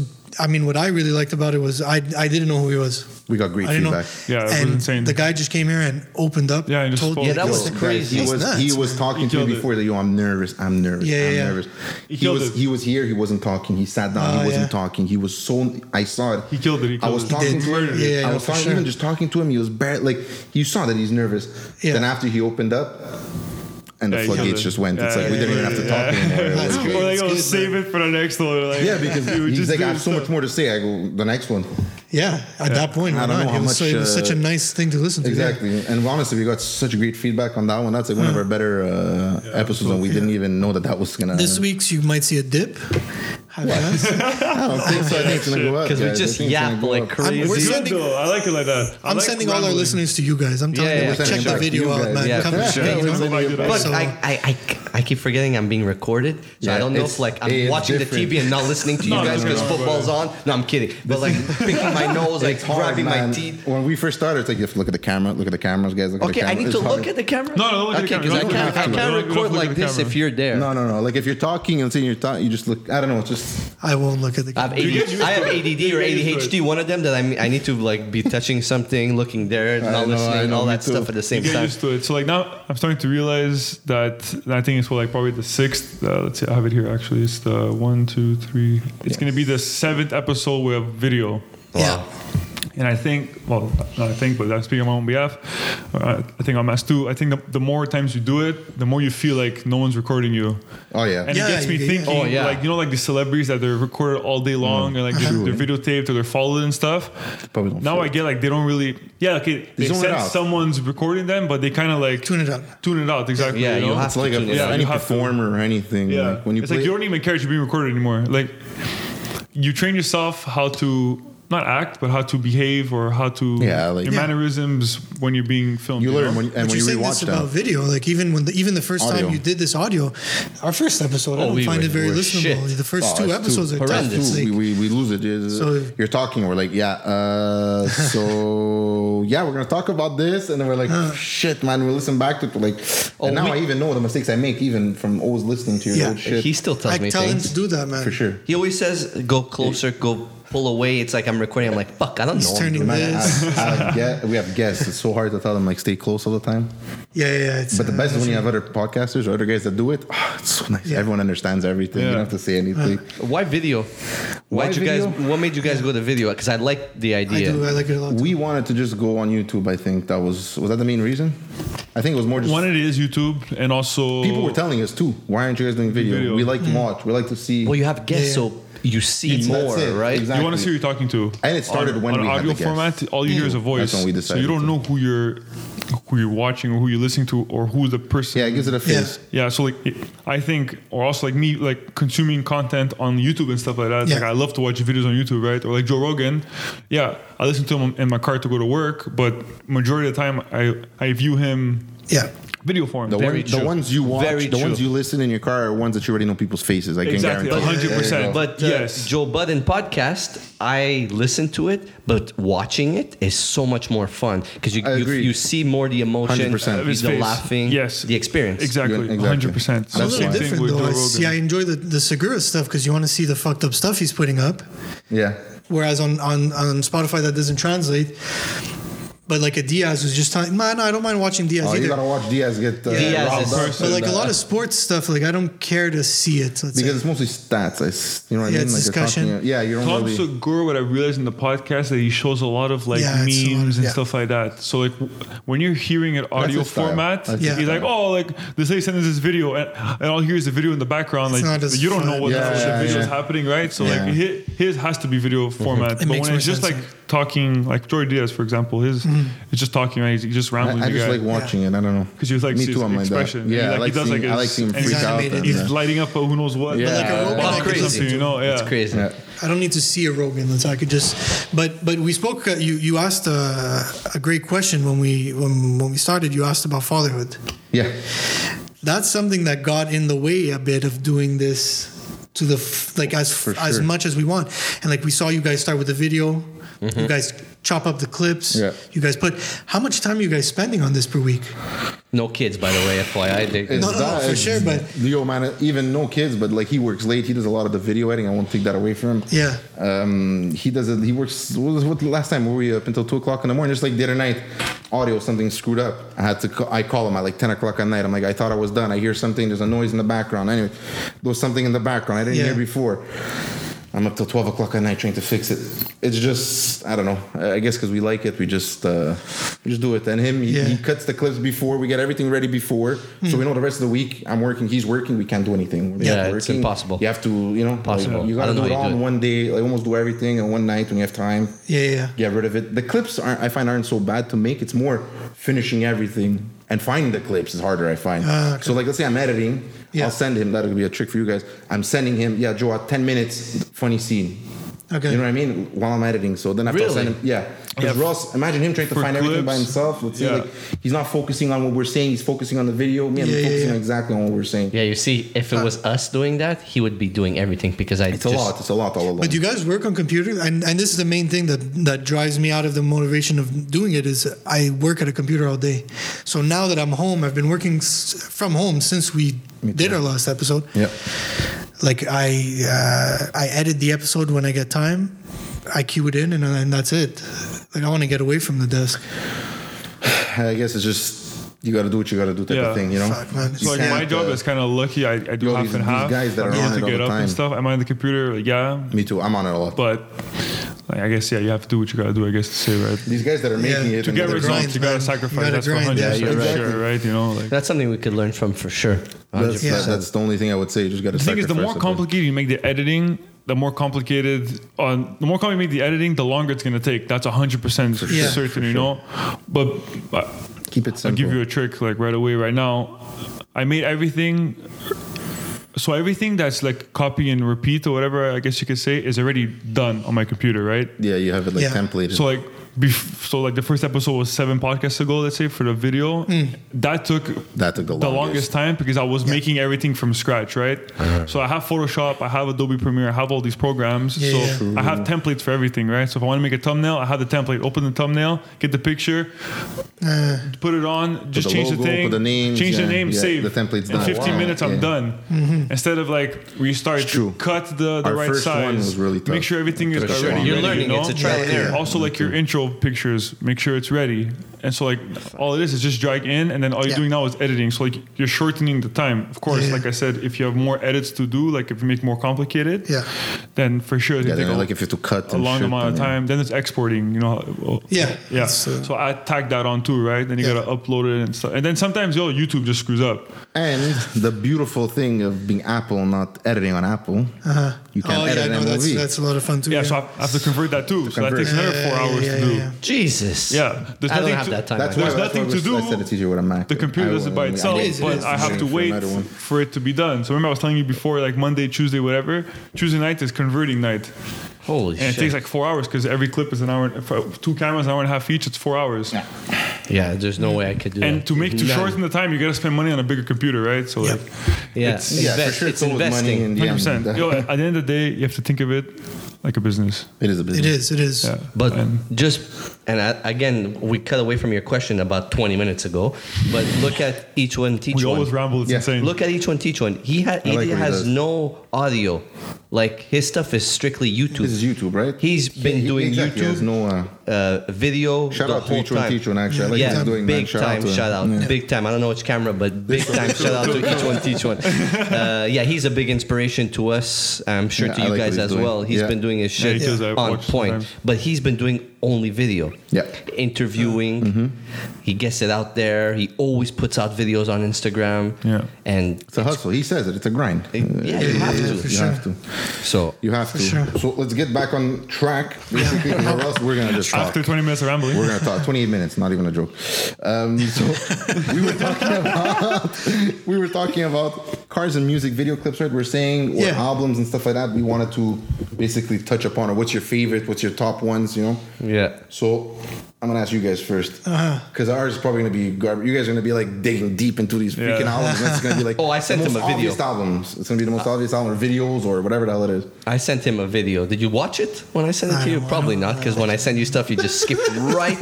D: I mean? What I really liked about it was I I didn't know who he was.
B: we got great
D: I didn't
B: feedback.
D: know.
C: Yeah, it was
D: and
C: insane.
D: The guy just came here and opened up.
C: Yeah, and just
D: told
C: spoke.
A: Yeah, that
D: like,
A: was
D: listen,
B: Guys,
A: crazy.
B: he
D: That's
B: was
D: nuts,
B: he was talking
C: He
B: to
C: killed
B: me
C: it.
B: before that. Yo, I'm nervous. I'm nervous.
D: Yeah, yeah,
B: I'm
D: yeah.
B: nervous.
C: He
B: He,
C: killed
B: was
C: it.
B: he was here. He wasn't talking. He sat down.
D: Oh,
B: he wasn't
D: yeah.
B: talking. He was so. I saw it.
C: He killed it, he
B: I
C: killed
B: was
C: it. He
B: talking
D: did.
B: to him.
D: Yeah, yeah,
B: I
D: yeah,
B: was
D: for
B: talking,
D: sure.
B: even just talking to him. He was bare like you saw that he's nervous.
D: Yeah.
B: Then after he opened up, and the
C: Yeah, he killed
B: floodgates
C: it.
B: just went. it's
C: Yeah,
B: like we
C: yeah,
B: didn't
C: yeah,
B: even have to
C: yeah.
B: talk anymore. It
C: <laughs>
B: was
D: That's
B: great.
D: great.
C: Or like,
D: It's
C: oh,
D: good,
C: save
D: man.
C: it for the next one. Like,
B: Yeah, because
C: you
B: he's
C: just
B: like, I
C: do
B: have so much
C: stuff.
B: more to say. I go the next one.
D: Yeah, at that point,
B: I
D: why
B: don't know
D: not?
B: how
D: it, was,
B: much,
D: so- it was such a
B: uh,
D: nice thing to listen to. yeah.
B: Exactly. And honestly, we got such great feedback on that one. That's like one of our better uh, episodes, and we didn't even know that that was gonna.
D: This <laughs> week's you might see a dip. Have that.
B: I don't think so. I think it's gonna go up
A: 'Cause we
B: guys. I
A: just
B: think it's gonna
A: yap
B: go
A: like
B: up.
A: crazy.
D: I'm- we're
C: It's good
D: sending-
C: though. I like it like that. I
D: I'm
C: like
D: sending all our
C: rambling.
D: listeners to you guys. I'm telling
A: Yeah,
D: you,
A: yeah,
D: like,
A: we're
D: check
B: sending
D: the
B: back to
D: video
B: you
D: out,
B: guys.
D: man.
A: Yeah,
D: Come
A: for
D: and
A: sure.
D: check it
C: Yeah,
D: out.
C: we'll back it up.
A: But
D: So-
A: I, I, I, I keep forgetting I'm being recorded, so
B: Yeah,
A: I don't know
B: it's-
A: if like I'm
B: it's
A: watching
B: different.
A: the TV and not listening to you
C: <laughs> No,
A: guys
C: no,
A: because
C: no, no,
A: football's on. No, I'm kidding. But like picking my nose, like
B: <laughs> It's hard,
A: grabbing my
B: man.
A: teeth.
B: When we first started, it's like you have to look at the camera, look at the cameras, guys. Look at the
A: Okay, I
B: camera.
A: need
B: It's
A: to
B: hard.
A: look at the camera.
C: No, no, don't look at the
A: okay,
C: camera.
A: because I
C: Don't look at
A: can't,
C: the
A: I
C: camera.
A: canera
C: Don't- don't
A: record
C: look at
A: like
C: the
A: this
C: camera.
A: if you're there.
B: No, no, no. Like if you're talking and saying you're talking, you just look. I don't know. It's just
D: I won't look at the.
A: I have,
C: You get
A: AD,
C: used
A: I have
C: to it.
A: ADD or
C: You get used to
A: ADHD. One of them that I'm, I need to like be touching something, looking there,
B: know, I
A: not listening,
B: know,
A: all
B: me
A: that
B: too.
A: stuff at the same
C: You get
A: time.
C: used to it. So like now, I'm starting to realize that and I think it's what, like probably the sixth. Uh, let's see, I have it here actually. It's the one, two, three. It's gonna be the seventh episode with video.
D: yeah.
C: And I think, well, not I think, but I'm speaking on my own behalf. Uh, I think I'm asked too. I think the, the more times you do it, the more you feel like no one's recording you.
B: oh yeah.
C: And
D: Yeah,
C: it gets me
D: yeah, yeah.
C: thinking,
A: Oh, yeah.
C: like, you know, like the celebrities that they're recorded all day long and like they're, they're videotaped or they're followed and stuff.
B: Mm. Probably don't
C: now
B: feel
C: I
B: it.
C: get like they don't really, yeah, okay, they
B: zone it
C: sense
B: out.
C: someone's recording them, but they kind of like
D: Tune it up.
C: tune it out. Exactly.
A: Yeah, you
C: know?
A: have
B: It's like a,
A: Yeah,
B: yeah,
C: you
B: any
C: have to.
B: performer or anything.
C: Yeah.
B: Like when you
C: it's
B: play,
C: like you don't even care if you're being recorded anymore. Like you train yourself how to not act, but how to behave or how to
B: Yeah, like-
C: your
B: Yeah.
C: mannerisms when you're being filmed.
B: you learn
C: know?
B: when you, and when
D: but you're
B: you
D: saying this
B: rewatch
D: about
B: them.
D: video, like even when the, even the first
B: Audio.
D: time you did this audio, our first episode, I
A: Oh,
D: don't
A: we
D: find
A: were-
D: it very
A: we were
D: listenable.
A: shit.
D: The first
B: two
D: two episodes are tough.
A: horrendous.
D: It's
B: we,
D: like,
B: we, we lose it. It's-
D: So-
B: you're talking. We're like, yeah.
D: <laughs>
B: Uh, so yeah, we're gonna talk about this, and then we're like,
D: Uh.
B: shit, man. We listen back to it. We're like,
A: Oh,
B: and now
A: we-
B: I even know the mistakes I make, even from always listening to your
D: Yeah.
B: old shit.
A: He still tells
D: I
A: me
D: tell him
A: things.
D: to do that, man.
B: for sure.
A: He always says, "Go closer, go pull away." It's like I'm recording. I'm like, "Fuck, I don't
D: He's
A: know."
D: turning
B: Man, I,
D: this.
B: I have gue- we have guests. It's so hard to tell them like stay close all the time.
D: Yeah, yeah. yeah, It's,
B: But the
D: uh,
B: best is when you have other podcasters or other guys that do it. Oh, it's so nice.
D: Yeah. Uh.
B: Everyone understands everything. You
C: Yeah.
B: don't have to say anything.
A: Why video?
B: Why
A: Why would you guys?
B: video?
A: What made you guys go to video? Because I like the
D: I
A: idea.
D: do. I like it a lot.
B: We wanted to just go on YouTube. I think that was was that the main reason. I think it was more just
C: One, it is YouTube, and also
B: people were telling us too. Why aren't you guys doing video?
C: Video.
B: We like to watch. We like to see.
A: well, you have guests,
D: Yeah.
A: so you see
B: It's- that's
A: more,
B: it,
A: right?
B: exactly.
C: You want to see who you're talking to.
B: And it started
C: on,
B: when
C: on
B: we had
C: audio
B: the guest.
C: format. All you hear is a voice.
B: That's when we
C: so you
B: decided
C: don't
B: to.
C: know who you're who you're watching or who you're listening to or who the person
B: Yeah, it gives it a face.
C: Yeah, so like I think, or also like me, like consuming content on YouTube and stuff like that.
D: Yeah.
C: Like I love to watch videos on YouTube, right? Or like Joe Rogan. Yeah, I listen to him in my car to go to work, but majority of the time I I view him
D: Yeah.
C: video form.
B: The,
A: Very
B: one, the
A: true.
B: ones you watch,
A: Very
B: the ones
A: true.
B: you listen in your car are ones that you already know people's faces. I can
C: Exactly,
B: guarantee.
C: hundred percent.
A: But uh,
C: yes,
A: Joe Budden podcast, I listen to it, but watching it is so much more fun because you,
B: I
A: you
B: agree.
A: you see more the emotion,
B: 100%.
A: the
B: Of his
C: face.
A: laughing,
C: Yes.
A: the experience.
C: exactly,
B: Exactly.
C: hundred percent.
B: That's
D: It's a little
B: why.
D: different though. I see, I enjoy the, the Segura stuff because you want to see the fucked up stuff he's putting up.
B: Yeah.
D: Whereas on, on, on Spotify, that doesn't translate. But like a Diaz was just telling, man, I don't mind watching Diaz
B: Oh,
D: either.
B: you gotta watch Diaz get uh,
A: Diaz
B: riled
A: is-
B: up
C: But
D: but
B: and,
D: like a
B: uh,
D: lot of sports stuff, like I don't care to see it. Let's
B: because
D: say.
B: it's mostly stats. I, s- you know what
D: Yeah,
B: I mean?
D: it's
B: like you're
D: discussion.
B: talking- yeah, you don't
C: Tom
B: really.
C: Segura, what I realized in the podcast that he shows a lot of like
D: Yeah, it's a lot
C: memes
D: of-
C: and
D: yeah.
C: stuff like that. So like w- when you're hearing it audio
B: his style.
C: format,
B: That's
D: his
C: he's like,
B: style.
C: oh, like this lady sent us this video, and, and all here is the video in the background.
D: It's
C: like
D: not as
C: you don't know
D: fun.
C: what
B: Yeah,
C: the fuck
B: yeah,
C: video is
B: yeah.
C: happening, right? So
B: Yeah.
C: like his, his has to be video format. but
D: makes
C: when
D: more
C: it's just
D: sense, Hmm.
C: like talking, like Jory Diaz, for example, his it's just talking, right? He's just
B: I,
C: rambling.
B: I
C: the
B: just
C: guy.
B: like watching it. I don't know.
C: Because you like
B: me
C: his
B: too. I'm like that.
C: expression.
B: Yeah,
C: he,
B: I like
C: he does
B: seeing,
C: like
B: I like
C: his-
B: seeing
C: and
B: freak out.
D: animated.
B: and,
C: He's
B: uh,
C: lighting up a who knows what.
B: Yeah.
D: like a
B: Uh,
D: robot,
A: Oh,
D: I could
A: crazy.
D: listen to.
C: You know, yeah.
A: It's crazy.
B: yeah.
D: I don't need to see a Rogan. That's I could just. But but we spoke. Uh, you you asked uh, a great question when we when when we started. You asked about fatherhood.
B: Yeah.
D: That's something that got in the way a bit of doing this to the f- like as
B: For
D: as
B: sure.
D: much as we want. And like we saw you guys start with the video. You guys chop up the clips.
B: Mm-hmm. Yeah.
D: You guys put how much time are you guys spending on this per week?
A: No kids, by the way, FYI. They,
B: It's
D: No, no, no, for
B: it's-
D: sure, but-
B: Leo, man, even no kids, but like he works late. He does a lot of the video editing. I won't take that away from him.
D: Yeah.
B: Um, he does it. He works. What was what last time? Were we up until two o'clock in the morning? Just like the other night, audio something screwed up. I had to. Ca- I call him at like ten o'clock at night. I'm like, I thought I was done. I hear something. There's a noise in the background. Anyway, there was something in the background I didn't
D: Yeah.
B: hear before. I'm up till twelve o'clock at night trying to fix it. It's just I don't know. I I guess because we like it, we just uh, we just do it. And him, he,
D: Yeah.
B: he cuts the clips before we get everything ready before, so we know the rest of the week I'm working, he's working. We can't do anything. We're
A: Hmm. Yeah,
B: not
A: it's
B: working.
A: impossible.
B: You have to, you know,
A: Impossible.
B: like, you
A: I
B: gotta
A: don't
B: do
A: know
B: it
A: how
B: all
A: you
B: in
A: do it.
B: one day. Like almost do everything in one night when you have time.
D: Yeah. Yeah.
B: Get rid of it. The clips aren't. I find aren't so bad to make. It's more finishing everything and finding the clips is harder. I find.
D: Ah, okay.
B: So like, let's say I'm editing.
D: Yeah.
B: I'll send him. That'll be a trick for you guys. I'm sending him. Yeah, Joe, at 10 minutes, funny scene.
D: Okay.
B: You know what I mean? While I'm editing, so then I have to
A: Really?
B: send him. Yeah, because
C: Yeah.
B: Ross, imagine him trying to
C: For
B: find everything by
C: clips.
B: himself. Let's say
C: Yeah.
B: like he's not focusing on what we're saying. He's focusing on the video. Me, I'm
D: Yeah, yeah,
B: focusing
D: yeah.
B: exactly on what we're saying.
A: yeah, you see, if it was us doing that, he would be doing everything because I
B: It's a lot. It's a lot all along.
D: But do you guys work on computers? And, and this is the main thing that, that drives me out of the motivation of doing it is I work at a computer all day. So now that I'm home, I've been working s- from home since we did our last episode.
B: yeah.
D: Like I uh, I edit the episode when I get time. I cue it in and, uh, and that's it. Like I want to get away from the desk.
B: I guess it's just you got to do what you got to do type
C: Yeah.
B: of thing. You know.
D: Fuck, man.
B: You
C: So like
B: can't,
C: my job
B: uh,
C: is kind of lucky. I, I do
B: yo,
C: half
B: these-
C: and
B: these
C: half.
B: guys that
C: I'm
B: are
C: able
B: on it
C: to
B: all
C: get
B: the
C: up
B: time.
C: and stuff. Am I on the computer? Like, yeah,
B: Me too. I'm on it a lot.
C: but like, I guess yeah, you have to do what you gotta do. I guess to say right.
B: These guys that are making it
D: To
C: To
B: and
C: get
B: that are-
D: Another
C: results,
D: grind,
C: you gotta
D: man.
C: sacrifice.
D: You gotta
C: that's
D: grind,
C: one hundred
B: yeah,
C: percent
B: yeah,
C: sure,
B: exactly.
C: right? You know, like
A: That's something we could learn from for sure.
B: That's,
A: 100%.
B: that- that's the only thing I would say. You just got to.
C: the thing is, the more complicated you make the editing, the more complicated on the more complicated you make the editing, the longer it's gonna take. That's hundred percent
D: sure,
C: certain, you know. But uh,
B: Keep it
C: I'll
B: simple.
C: give you a trick like right away, right now. I made everything. So everything that's like copy and repeat or whatever I guess you could say is already done on my computer, right?
B: yeah, you have it like
D: Yeah.
B: templated.
C: So like, bef- so like the first episode was seven podcasts ago, let's say for the video. That took
B: That took the
C: the
B: longest.
C: longest time because I was making everything from scratch, right? So I have Photoshop, I have Adobe Premiere, I have all these programs.
D: Yeah,
C: so
D: yeah.
C: I have templates for everything, right? So if I want to make a thumbnail, I have the template. Open the thumbnail, get the picture,
D: Uh,
C: put it on, just
B: the
C: change
B: logo,
C: the thing,
B: put the names,
C: change
B: yeah,
C: the name,
B: yeah,
C: save
B: the template's
C: In
B: done.
C: 15
B: Wow,
C: minutes, I'm
B: yeah.
C: done.
D: Mm-hmm.
C: Instead of like restart,
B: true.
C: cut the, the
B: Our
C: right
B: first
C: size.
B: one was really tough.
C: Make sure everything is
B: For sure.
C: already
A: You're
C: ready,
A: learning,
C: you know?
B: Mm-hmm.
A: it's a trial
D: and error.
C: Also, like your intro pictures, make sure it's ready. And so like all it is is just drag in, and then all you're
D: Yeah.
C: doing now is editing. So like you're shortening the time. Of course,
D: Yeah.
C: like I said, if you have more edits to do, like if you make more complicated,
D: Yeah.
C: then for sure it's
B: Yeah,
C: gonna
B: then,
C: take a-
B: like if you have to cut
C: a
B: and
C: long
B: shit,
C: amount of
B: then, yeah.
C: time. Then it's exporting, you know.
D: Yeah,
C: Yeah.
D: it's, uh,
C: so I tag that on too, right? Then you
D: Yeah.
C: gotta upload it and stuff. And then sometimes yo, YouTube just screws up.
B: And the beautiful thing of being Apple, not editing on Apple, you can
D: oh yeah,
B: edit
D: no,
B: an
D: that's
B: movie.
D: that's a lot of fun too.
C: Yeah, so I I have to convert that too. so that
B: convert.
C: takes another four
D: Yeah,
C: hours
D: yeah,
C: to do.
D: yeah, yeah.
A: Jesus.
C: Yeah, there's
A: I don't
C: nothing
A: have
C: to-
A: that time.
B: that's
A: right
B: why
A: now.
B: that's
C: There's
B: why
C: nothing
B: I
C: to
B: was-
C: do.
B: I said it's easier with a Mac.
C: The computer
B: I
C: does it by
B: will-
C: itself,
A: It is, it
C: but
A: is.
C: I have to
B: For
C: wait
B: another one.
C: for it to be done. So remember, I was telling you before, like Monday, Tuesday, whatever. Tuesday night is converting night,
A: Holy
C: and
A: shit.
C: it takes like four hours because every clip is an hour. and- for Two cameras, an hour and a half each. It's four hours.
A: yeah, there's no way I could do that.
C: And to make to
A: None.
C: shorten the time, you gotta spend money on a bigger computer, right? So
D: Yeah.
C: like,
A: yeah,
C: it's-
B: Yeah, for
A: invest-
B: sure.
A: it's
B: always
A: investing.
B: Money in the
C: hundred
B: end.
C: percent.
B: That-
C: Yo, at the end of the day, you have to think of it like a business.
B: It is a
D: It
B: business.
D: is. It is.
C: Yeah.
A: But
C: And-
A: just and I, again, we cut away from your question about 20 minutes ago. But look at each one, teach
C: we
A: one.
C: always ramble. It's
B: Yeah.
C: insane.
A: Look at each one, teach one. He, ha- he
B: like what he
A: has
B: does.
A: no audio. Like his stuff is strictly YouTube.
B: This is YouTube, right?
A: He's been
B: He-
A: doing
B: exactly,
A: YouTube
B: There's no uh,
A: uh, video
B: shout
A: the
B: out to
A: whole
B: each one,
A: time.
B: teach one. Actually, I like what
A: yeah,
B: he's doing. man.
A: big time
B: to him.
A: shout out,
B: Yeah.
A: big time. I don't know which camera, but big time
B: <laughs>
A: shout out to each one, teach one. Uh, yeah, he's a big inspiration to us. I'm sure
B: Yeah,
A: to
B: I
A: you
B: like what
A: guys
B: he's
A: as
B: doing.
A: well. He's
B: Yeah.
A: been doing his
C: Yeah, he
A: shit
C: does. I've
A: on
C: watched
A: point,
C: sometimes.
A: but he's been doing only video.
B: Yeah. Mm-hmm.
A: interviewing. He gets it out there. He always puts out videos on Instagram.
C: Yeah.
A: and
B: It's a hustle. He says it. It's a grind.
A: It- yeah, you have to.
D: for
B: You
D: sure.
B: have to.
A: so
B: You have to.
D: sure.
B: So let's get back on track, basically, 'cause or else we're gonna just talk.
C: After 20 minutes of rambling,
B: We're gonna talk 28 minutes, not even a joke. Um, so we were talking <laughs> about we were talking about cars and music video clips, right? We're saying or
D: Yeah.
B: albums and stuff like that. We wanted to basically touch upon or what's your favorite, what's your top ones, you know?
A: yeah.
B: So I'm gonna ask you guys first because ours is probably gonna be garbage. You guys are gonna be like digging deep into these freaking
C: Yeah.
B: albums. It's gonna be like
A: <laughs> Oh, I
B: the
A: sent him
B: most
A: a video.
B: obvious albums. It's gonna be the most obvious album or videos or whatever the hell it is.
A: I sent him a video. Did you watch it when I sent it
D: I
A: to you?
D: don't- I
A: Probably
D: don't-
A: not, because when I send you stuff, you just skip
B: <laughs>
A: right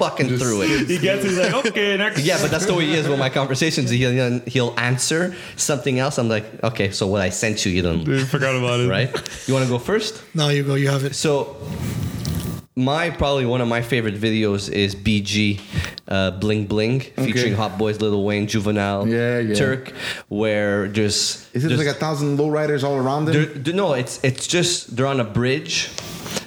A: fucking through it.
C: he gets. He's like,
A: <laughs>
C: okay, next.
A: Yeah, but that's the way he is with my conversations. He'll he'll answer something else. I'm like, okay, so what I sent you, you don't
C: Dude, forgot about it.
A: <laughs> right? You want to go first?
D: Now you go. You have it.
A: So my probably one of my favorite videos is BG uh, Bling Bling featuring Hot Boys, Little Wayne, Juvenile,
B: Yeah, yeah.
A: Turk, where just
B: Is it
A: just-
B: like a thousand lowriders all around it?
A: There- there- no, it's it's just they're on a bridge.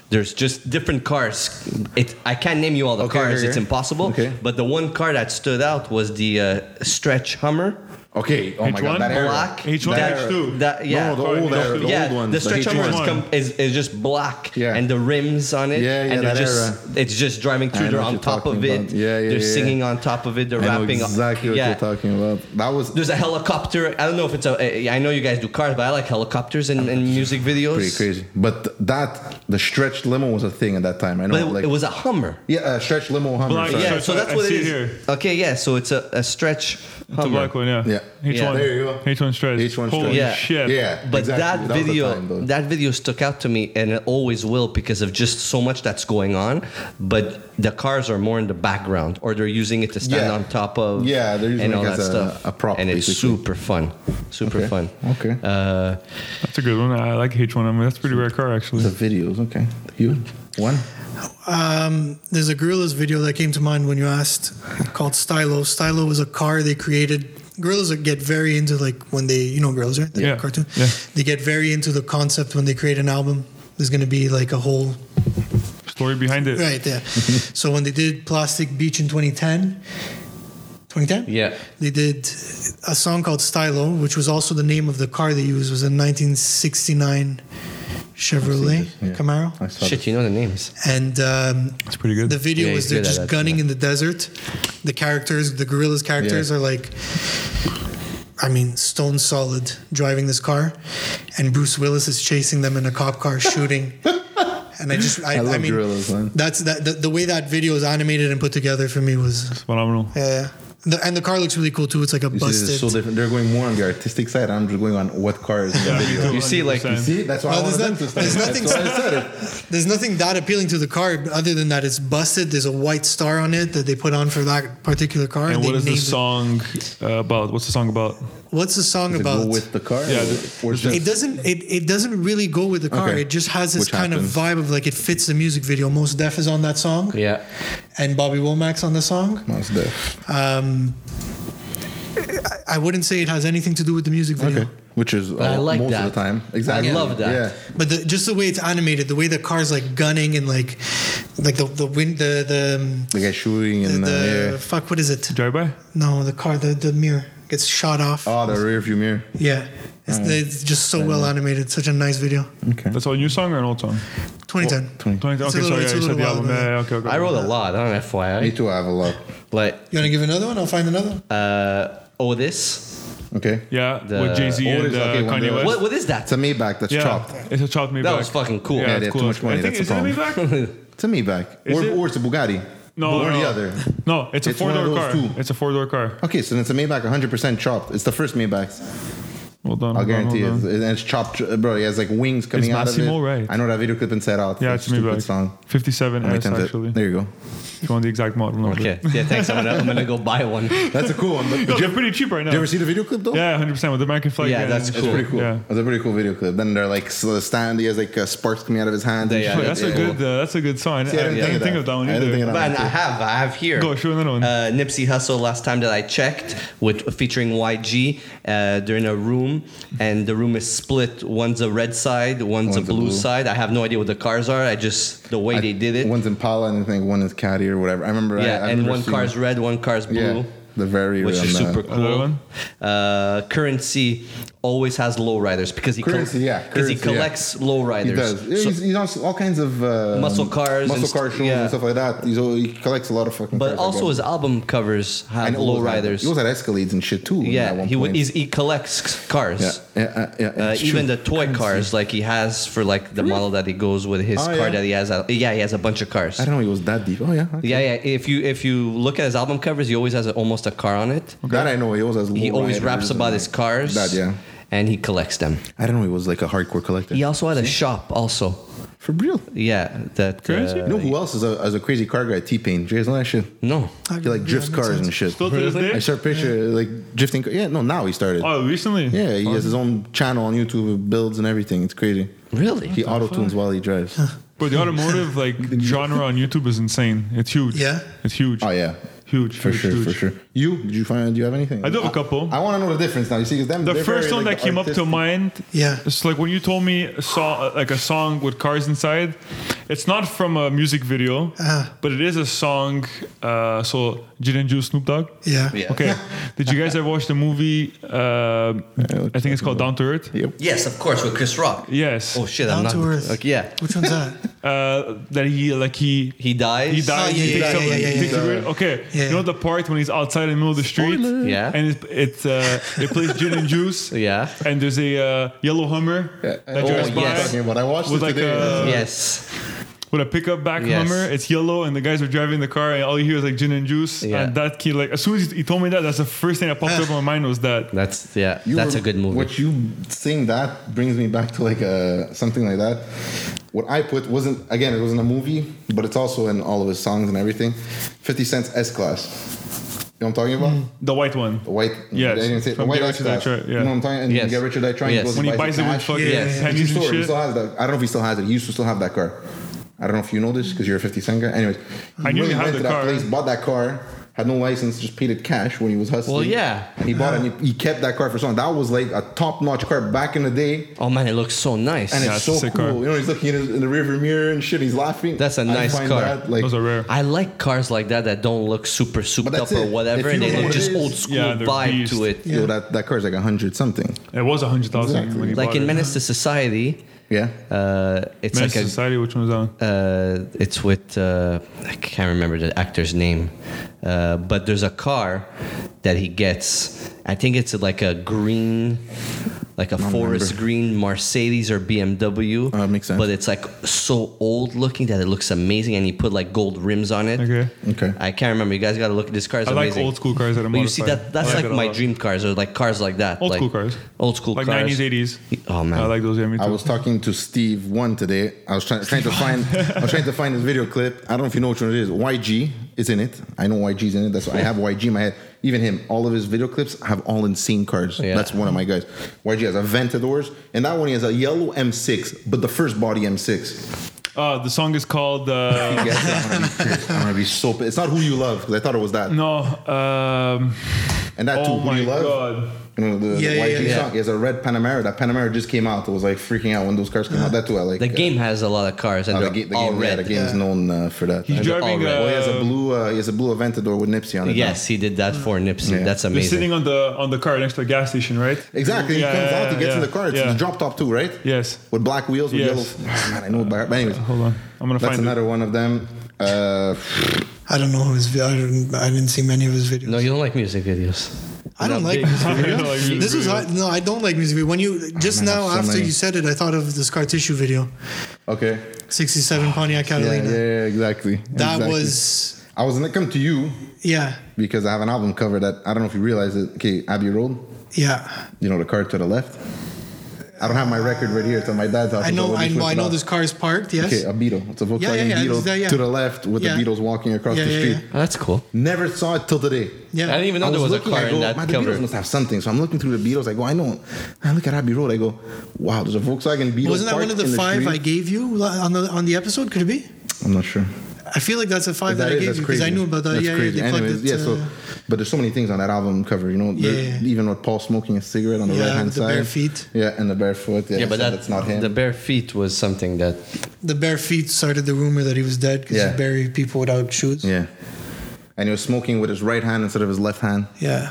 A: There's just different cars. It I can't name you all the
B: Okay,
A: cars.
B: okay,
A: It's
B: okay.
A: impossible.
B: Okay.
A: But the one car that stood out was the uh, stretch Hummer,
B: Okay. Oh my
C: H1?
B: god. That era.
A: black.
C: H1,
A: that-
C: H2.
A: That, yeah.
B: No, the old era, the
A: yeah,
B: old ones.
A: the stretch
B: H1.
A: Hummer is,
C: H1.
A: com- is, is just black,
B: Yeah.
A: and the rims on it,
B: Yeah, yeah,
A: and they're
B: that
A: just
B: era.
A: it's just driving through.
B: I
A: They're on
B: know what you're
A: top of
B: talking
A: it.
B: about. Yeah, yeah,
A: They're
B: yeah.
A: singing on top of it. They're
B: I know
A: rapping.
B: exactly what
A: yeah.
B: you're talking about. That was
A: There's a helicopter. I don't know if it's a. I know you guys do cars, but I like helicopters and, and music videos.
B: pretty crazy. But th- that the stretched limo was a thing at that time. I know.
A: But it,
B: like,
A: it was a Hummer.
B: yeah, uh, stretched limo Hummer.
C: Black-
B: sorry.
A: Yeah,
C: Sorry,
A: so
C: sorry,
A: that's
C: I
A: what it
C: see
A: is.
C: here.
A: Okay, yeah, so it's a, a stretch
C: The
A: Hummer.
C: black one, yeah.
B: Yeah.
C: H1.
A: Yeah,
B: there you go.
C: H1 stress.
B: H1
C: Holy
B: stress.
A: Yeah.
C: shit.
B: Yeah,
A: But
B: exactly.
A: that,
B: was the
A: video,
B: time, though.
A: that video stuck out to me, and it always will because of just so much that's going on. But the cars are more in the background, or they're using it to stand
B: Yeah.
A: on top of,
B: Yeah, they're using
A: and
B: it
A: all
B: as
A: that
B: a-
A: stuff,
B: a prop,
A: and it's
B: basically.
A: super fun, super
B: Okay.
A: fun.
B: Okay.
A: Uh,
C: That's a good one. I like H1. I mean, that's a pretty rare car, actually.
B: the videos. Okay, you one.
D: Um, there's a Gorillas video that came to mind when you asked called Stylo. Stylo was a car they created. Gorillas get very into like when they, you know, Gorillas, right? The
C: Yeah.
D: Cartoon.
C: Yeah.
D: They get very into the concept when they create an album. There's going to be like a whole
C: Story behind it.
D: right there.
B: Mm-hmm.
D: so when they did Plastic Beach in 2010, 2010,
A: yeah,
D: they did a song called Stylo, which was also the name of the car they used. It was a 1969 Chevrolet
B: Yeah.
D: Camaro,
B: I saw
A: shit, you know the names.
D: and um,
C: It's pretty good.
D: the video
A: Yeah,
D: was
A: he's
D: they're
A: good at
D: just
A: that,
D: gunning
A: yeah.
D: in the desert. The characters, the gorillas characters,
B: Yeah.
D: are like, I mean, stone solid driving this car, and Bruce Willis is chasing them in a cop
B: <laughs>
D: car shooting. And I just, I,
B: I
D: I,
B: love
D: mean,
B: gorillas, man.
D: that's that. The, the way that video is animated and put together for me was,
C: It's phenomenal.
D: yeah. The, and the car looks really cool too. It's like a
B: You see, this
D: busted.
B: is so different. They're going more on the artistic side. I'm just going on what cars. in the
C: Yeah, me
B: video.
C: too,
A: You see, like,
C: 100%.
B: See, that's why
D: No,
B: I wanted
D: there's
B: them
D: not-
B: to start.
D: there's
B: That's
D: nothing-
B: why I said it.
D: There's nothing that appealing to the car other than that it's busted. There's a white star on it that they put on for that particular car.
C: And
D: they
C: what is the
D: named it-
C: song uh, about? What's the song about?
D: what's the song
B: Does it go
D: about?
B: with the car?
C: Yeah,
B: or-
C: the-
B: or is
D: it doesn't it, it doesn't really go with the car.
B: Okay.
D: It just has this
B: Which
D: kind
B: happens.
D: of vibe of like it fits the music video. Most Def is on that song.
A: Yeah.
D: And Bobby Womack's on the song.
B: Mos Def.
D: Um I- I wouldn't say it has anything to do with the music video.
B: Okay. Which is
A: I
B: uh,
A: like
B: most
A: that.
B: of the time.
A: I
B: Exactly.
A: love that.
B: Yeah.
D: But the, just the way it's animated, the way the car's like gunning and like like the the wind the the um,
B: The guy shooting
D: the,
B: and uh,
D: the
B: yeah.
D: fuck what is it?
C: Drive by?
D: No, the car the, the mirror gets shot off.
B: Oh, the rear view mirror.
D: Yeah. It's, it's just so well animated. Such a nice video.
B: Okay.
C: That's all new song or an old song?
D: 2010.
C: 20, okay,
D: It's a little-
C: sorry, yeah,
D: it's a
C: you said
D: little
C: the
D: while
C: album.
D: ago.
C: Yeah, yeah, okay, okay.
A: I wrote a lot on
B: Me
A: FYI.
B: too, I have a lot.
A: Like
D: You want to give another one? I'll find another one.
A: uh oh this.
B: Okay.
C: Yeah,
A: The-
C: with Jay Z
B: Oh,
C: and
B: it's
C: uh,
B: okay, when
C: Kanye
B: the-
C: West.
A: What what is that?
B: It's a Maybach that's
C: yeah,
B: chopped.
C: It's a chopped Maybach.
A: That was fucking cool.
C: Yeah,
A: Yeah,
C: it's
B: they have
C: cool.
B: too much money,
C: I think,
B: that's
C: is
B: the
C: it a Maybach?
B: It's a Maybach.
C: Is
B: or,
C: it-
B: or it's a Bugatti.
C: No,
B: One or
C: no.
B: the other.
C: no, it's a
B: It's
C: four
B: one of
C: door
B: those
C: car.
B: two.
C: It's a four door car.
B: Okay, so it's a Maybach 100% chopped. It's the first Maybach.
C: Hold on,
B: I'll
C: hold on,
B: guarantee
C: hold
B: it.
C: on.
B: It's- And it's chopped, uh, bro. It has like wings coming
C: It's
B: out
C: Massimo,
B: of it.
C: right?
B: I know that video clip inside out.
C: Yeah,
B: That
C: it's a
B: stupid
C: Maybach.
B: song.
C: Fifty-seven
B: Let me
C: S
B: tempt it.
C: actually.
B: There you go.
C: If you want the exact model number.
A: Okay. Yeah, thanks. I'm gonna, I'm gonna go buy one.
B: That's a cool one. But did
C: Yo,
B: you,
C: <laughs> they're pretty cheap right now.
B: did you ever see the video clip though?
C: yeah, hundred percent with the American flag.
A: Yeah,
C: and-
A: that's
B: That's
A: Cool.
B: pretty cool.
C: Yeah.
B: That's a pretty cool video clip. Then they're like so stand. He has like uh, sparks coming out of his hand. and
A: Yeah,
B: shit.
C: Oh, that's a
B: Yeah.
C: good. Uh, that's a good song.
B: See,
C: I, didn't think, of that one
B: I
C: either.
B: didn't think of that
A: Man,
B: one.
A: I have, I have here.
C: Go, show another one.
A: Uh, Nipsey Hussle last time that I checked with featuring YG. Uh, they're in a room and the room is split. One's a red side, one's, a
B: One's a
A: blue,
B: blue.
A: side. I have no idea what the cars are. I just the way
B: I-
A: they did it.
B: One's Impala and I think one is Caddy or whatever. I remember. I-
A: yeah,
B: I,
A: and
B: remember
A: one
B: seeing-
A: car's red, one car's blue.
B: Yeah, the very
A: Which
B: real
A: is
B: man.
A: super
C: Another
A: cool.
C: one?
A: Uh, currency always has lowriders because he col-
B: Currency, yeah,
A: because he
B: Currency, yeah.
A: collects
B: He
A: lowriders.
B: does.
A: So-
B: he's, he's on s- all kinds of uh,
A: Muscle cars
B: muscle
A: and
B: car
A: st-
B: shows
A: yeah.
B: and stuff like that. He's, all- he collects a lot of fucking.
A: but
B: cars,
A: also
B: I
A: his album covers have
B: And he always had-
A: lowriders.
B: He was at Escalades and shit too. at
A: Yeah,
B: one
A: he would,
B: point.
A: he's, he collects cars.
B: yeah, yeah, yeah, yeah,
A: Uh,
B: it's
A: even
B: true.
A: the toy cars, like he has for like the model that he goes with his
B: Oh,
A: car
B: yeah.
A: that he has. uh, Yeah, he has a bunch of cars.
B: I don't know. He was that deep. Oh yeah. okay.
A: Yeah, yeah. If you if you look at his album covers, he always has a, almost a car on it.
B: That Oh, I know. He always has.
A: He
B: low
A: always
B: riders
A: raps
B: and,
A: about
B: like,
A: his cars.
B: That yeah.
A: And he collects them.
B: I don't know. He was like a hardcore collector.
A: He also had a shop, also.
B: For real.
A: Yeah, that. uh,
C: Crazy.
B: You know who else is a, is a crazy car guy? T Pain. Do you guys know that shit?
A: No.
B: He like drifts
D: Yeah, makes
B: cars
D: sense.
B: and shit.
C: Still to this
B: I
C: day.
B: start picture like drifting. ca- Yeah, no, now he started.
C: Oh, recently.
B: yeah, he has his own channel on YouTube, builds and everything. It's crazy.
A: Really?
B: He auto tunes while he drives.
C: But the automotive like genre on YouTube is insane. It's huge.
D: Yeah?
C: It's huge.
B: oh yeah,
C: Huge.
B: for
C: huge,
B: sure,
C: huge.
B: for sure. You did you find? Do you have anything?
C: I do have a couple.
B: I want to know the difference now. You see, because them
C: The
B: they're
C: first
B: very,
C: one
B: like,
C: that came up to
B: artistic.
C: mind
D: Yeah.
C: It's like when you told me a song, like a song with cars inside. It's not from a music video,
D: Ah.
C: but it is a song. Uh, so Gin and Juice, Snoop Dogg.
D: Yeah.
A: Yeah.
B: <laughs>
C: Okay. Did you guys ever watch the movie? Uh, I think it's called Down to Earth.
B: Yep.
A: Yes, of course, with Chris Rock.
C: Yes.
A: Oh shit! I'm
D: Down
A: not.
D: to earth.
A: Like, yeah,
D: Which one's
B: <laughs>
D: that?
C: Uh, that he like he
A: he dies.
C: he dies.
D: yeah,
C: he
D: yeah,
C: takes
D: yeah,
C: up-
D: yeah,
C: he
D: yeah,
C: takes
B: yeah.
C: a real- Okay.
D: Yeah.
C: You know the part when he's outside in the middle of the street.
B: Spoiler.
A: Yeah.
C: And it's it's uh, they plays Gin and
A: <laughs>
C: Juice.
A: Yeah.
C: And there's a uh, yellow Hummer that
B: oh,
C: drives by.
A: yes.
B: talking about. I watched
C: With
B: it
C: like
B: today.
C: a-
A: yes.
C: with a pickup back
A: Yes.
C: Hummer. It's yellow, and the guys are driving the car, and all you hear is like gin and juice.
A: Yeah.
C: And that kid, like, as soon as he told me that, that's the first thing that popped up in my mind was that.
A: That's yeah.
B: You
A: that's
B: were-
A: a good movie.
B: What you saying that brings me back to like a something like that. What I put wasn't again, it wasn't a movie, but it's also in all of his songs and everything. Fifty Cent's S Class. You know what I'm talking about?
C: The white one.
B: The white,
C: Yes,
B: I didn't say, the
C: from
B: white
C: Get
B: S
C: Rich or Die
B: Class.
C: Try-
B: You
C: yeah.
B: know what I'm talking? And
A: Yes.
B: get rich or die trying.
A: Yes.
B: goes
C: When
B: and
C: he buys it with
B: cash.
C: fucking
A: Yes.
B: It's
C: pennies
B: his
C: and
B: store. He
C: shit.
B: still has that. I don't know if he still has it. He used to still have that car. I don't know if you know this because you're a 50 cent guy. Anyways,
C: I knew he had
B: went
C: the
B: to that
C: car.
B: Place, bought that car, had no license, just paid it cash when he was hustling.
A: Well, yeah.
B: And he bought it. And he, he kept that car for so long. That was like a top-notch car back in the day.
A: oh man, it looks so nice.
B: And
C: Yeah,
B: it's
C: it's a
B: so cool.
C: sick car.
B: You know, he's looking in, his, in the rearview mirror and shit. He's laughing.
A: That's a
B: I
A: nice
B: find
A: car.
B: That, like,
C: Those are rare.
A: I like cars like that that don't look super souped
B: But
A: up
B: that's
A: or
B: it.
A: whatever, and
B: If you
A: they
B: know
A: look
B: what it
A: just
B: is-
A: old school
C: Yeah, they're
A: vibe
C: beast.
A: to it.
B: Yo, that that car's like a hundred something.
C: It was a hundred thousand
B: Exactly.
C: when he
A: Like
C: bought
A: in
C: it.
A: Menace to Society,
B: Yeah.
A: uh, it's
C: Menace
A: like a
C: Society, which one was on?
A: uh, it's with uh, I can't remember the actor's name, uh, but there's a car that he gets. I think it's like a green, like a forest green Mercedes or BMW.
B: Uh, makes sense.
A: But it's like so old looking that it looks amazing, and he put like gold rims on it.
C: Okay.
B: Okay.
A: I can't remember. You guys got to look at this car. It's
C: I like
A: amazing.
C: old school cars that are
A: But you see
C: modified.
A: that that's
C: I like
A: like
C: it a
A: my
C: lot.
A: dream cars or like cars like that.
C: Old
A: like,
C: school cars.
A: Old school
C: Like
A: cars.
C: nineties, eighties.
A: Oh man.
C: I like those. Yeah, me too.
B: I was talking to Steve one today. I was trying, trying to find I was trying to find his video clip. I don't know if you know which one it is. YG is in it. I know YG's in it. That's why I have YG in my head. Even him, all of his video clips have all insane cars.
A: Yeah.
B: That's one of my guys. YG has a Ventadors, and that one he has a yellow M6, but the first body
C: <laughs>
B: M6.
C: Uh, the song is called uh,
B: Yes, I'm gonna be pissed. I'm gonna be so pissed. It's not who you love because I thought it was that,
C: no. Um,
B: and that
C: oh
B: too. Who
C: my
B: you love?
C: god.
B: You know, the,
D: Yeah,
B: the
D: yeah,
B: YG
D: yeah.
B: song. He has a red Panamera. That Panamera just came out. It was like freaking out when those cars came out. That too, I like.
A: The
B: uh,
A: game has a lot of cars and
B: Uh, the,
A: they're
B: ga- the
A: all
B: game, yeah,
A: red.
B: the game is known uh, for that.
C: He's
B: And they're
C: driving,
B: all red. well, he has a
C: uh,
B: blue. Uh, he has a blue Aventador with Nipsey on it. now.
A: Yes, he did that for Nipsey.
B: Yeah.
A: That's
C: They're
A: amazing.
C: sitting on the on the car next to a gas station, right?
B: Exactly.
C: Yeah,
B: he comes
C: yeah,
B: out. He gets
C: yeah,
B: in the car. It's
C: yeah.
B: the drop top too, right?
C: Yes.
B: With black wheels, with
C: Yes.
B: yellow. Oh, <laughs> man, I know. it by heart. But
C: <laughs>
B: anyways,
C: Hold on. I'm gonna
B: that's
C: find
B: another one of them. Uh,
D: I don't know his. vi- I didn't. I didn't see many of his videos.
A: no, you don't like music videos.
D: I don't
A: No,
D: like.
A: big-
D: Music
C: I don't
D: videos.
C: like music
D: this is
C: videos.
D: no. I don't like music. Video. When you just
B: Oh, man,
D: now
B: there's so
D: after
B: many.
D: you said it, I thought of the scar tissue video,
B: okay.
D: sixty-seven
B: <sighs>
D: Pontiac
B: Yeah, yeah,
D: Catalina.
B: yeah, exactly.
D: That
B: Exactly.
D: was
B: I was gonna come to you
D: yeah,
B: because I have an album cover that I don't know if you realize it. Okay, Abbey Road.
D: yeah.
B: You know the card to the left. I don't have my record right here. It's on my dad's house.
D: I know. I know. I know
B: this.
D: this car is parked. Yes.
B: Okay, um, a Beetle. It's a Volkswagen
D: Yeah, yeah, yeah,
B: Beetle
D: it's there, yeah.
B: to the left with
D: Yeah.
B: the Beatles walking across
D: Yeah,
B: the
D: yeah,
B: street.
D: yeah.
A: Oh, that's cool.
B: Never saw it till today.
A: I didn't even know there was, a car
B: I
A: in
B: go,
A: that
B: "Man, the
A: cover.
B: Beatles must have something. So I'm looking through the Beatles. I go, I know. I look at Abbey Road. I go, wow, there's a Volkswagen Beetle.
D: Wasn't that one
B: parked
D: of the
B: in
D: five I
B: street."
D: gave you li- on the on the episode? Could it be?
B: I'm not sure.
D: I feel like that's a five
B: If
D: that,
B: that
D: I
B: is,
D: gave you
B: that's
D: because
B: crazy.
D: I knew about that.
B: That's
D: yeah,
B: crazy.
D: yeah, they plugged
B: Anyways,
D: it.
B: yeah. So,
D: uh,
B: but there's so many things on that album cover. You know, There-
D: Yeah.
B: even with Paul smoking a cigarette on the
D: Yeah,
B: right hand
D: with the
B: side.
D: bare feet.
B: Yeah, and the barefoot. Yeah,
A: Yeah, but
B: so
A: that,
B: that's not him.
A: The bare feet was something that
D: the bare feet started the rumor that he was dead because
B: Yeah.
D: he buried people without shoes.
B: yeah. And he was smoking with his right hand instead of his left hand.
D: Yeah.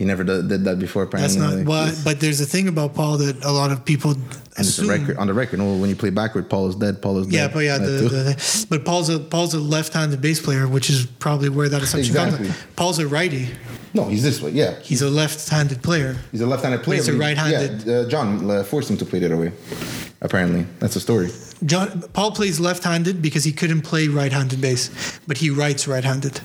B: He never did, did that before. Apparently,
D: That's not.
B: Like,
D: Well, but there's a thing about Paul that a lot of people
B: And it's a
D: assume.
B: record on the record. No, when you play backward, Paul is dead. Paul is
D: Yeah,
B: dead.
D: but yeah,
B: That
D: the,
B: too.
D: the, but Paul's a Paul's a left-handed bass player, which is probably where that assumption comes.
B: Exactly.
D: from. Paul's a righty.
B: no, he's this way. Yeah,
D: He's a left-handed player.
B: he's a left-handed player.
D: he's a
B: but he-
D: right-handed.
B: Yeah, uh, John uh, forced him to play the other way. Apparently, that's the story.
D: John Paul plays left-handed because he couldn't play right-handed bass, but he writes right-handed.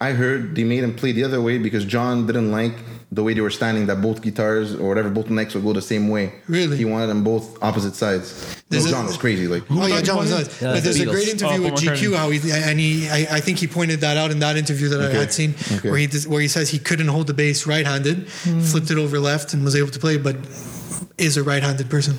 B: I heard they made him play the other way because John didn't like the way they were standing. That both guitars or whatever, both necks would go the same way.
D: Really?
B: He wanted them both opposite sides. No,
D: There's a-
B: John was crazy. Like
D: oh yeah,
C: that
D: John was
C: one?
D: nuts.
A: Yeah,
D: but
A: the
D: there's a
A: Beatles.
D: great interview
C: Oh,
D: with
C: Paul
D: GQ
C: McCartney.
D: how he and he I, I think he pointed that out in that interview that I
B: Okay.
D: had seen
B: Okay.
D: where he dis- where he says he couldn't hold the bass right-handed,
A: Hmm.
D: flipped it over left and was able to play, but is a right-handed person.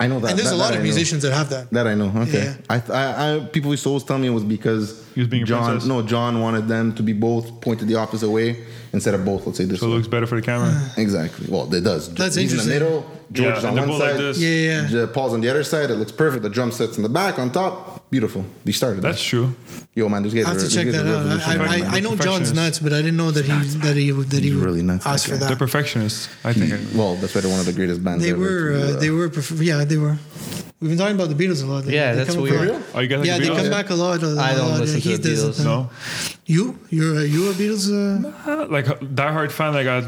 B: I know that.
D: And there's
B: that-
D: a lot
B: that I
D: of
B: know.
D: musicians that have that.
B: That I know. Okay.
D: Yeah.
B: I, I, I people used to always tell me it was because
C: He was being a
B: John.
C: princess.
B: No, John wanted them to be both pointed the opposite way instead of both. Let's say this.
C: So it
B: way.
C: looks better for the
B: <sighs>
C: camera.
B: Exactly. Well, it does.
D: That's
B: He's
D: interesting.
B: in the middle. George
C: Yeah,
B: is
C: and
B: on
C: they're
B: one
C: both like
B: side.
C: this.
D: Yeah, yeah, yeah.
B: The Paul's on the other side. It looks perfect. The drum sets in the back, on top. Beautiful. They started.
C: That's
B: that.
C: true.
B: Yo, man, these guys
D: I have
B: are
D: to check
B: these guys
D: that
B: are
D: out. I,
B: revolutionary.
D: I, I know John's nuts, but I didn't know that he that he that he
B: He's
D: would
B: really nuts,
D: asked
B: that Hmm.
D: for
B: guy.
C: They're
D: that.
C: perfectionists. I think.
B: well, that's why they're one of the greatest bands.
D: They
B: ever
D: were
B: to,
D: uh, they were prefer- yeah they were. We've been talking about the Beatles a lot. lately.
A: Yeah,
D: They
A: that's
D: come up
A: weird.
D: a lot.
C: Oh, you guys like
D: yeah,
C: the
D: they
C: Beatles?
D: come back a lot. I
A: I don't listen to the Beatles.
C: No.
D: You you're a, you a Beatles? Uh,
C: Uh, Like diehard fan, like I,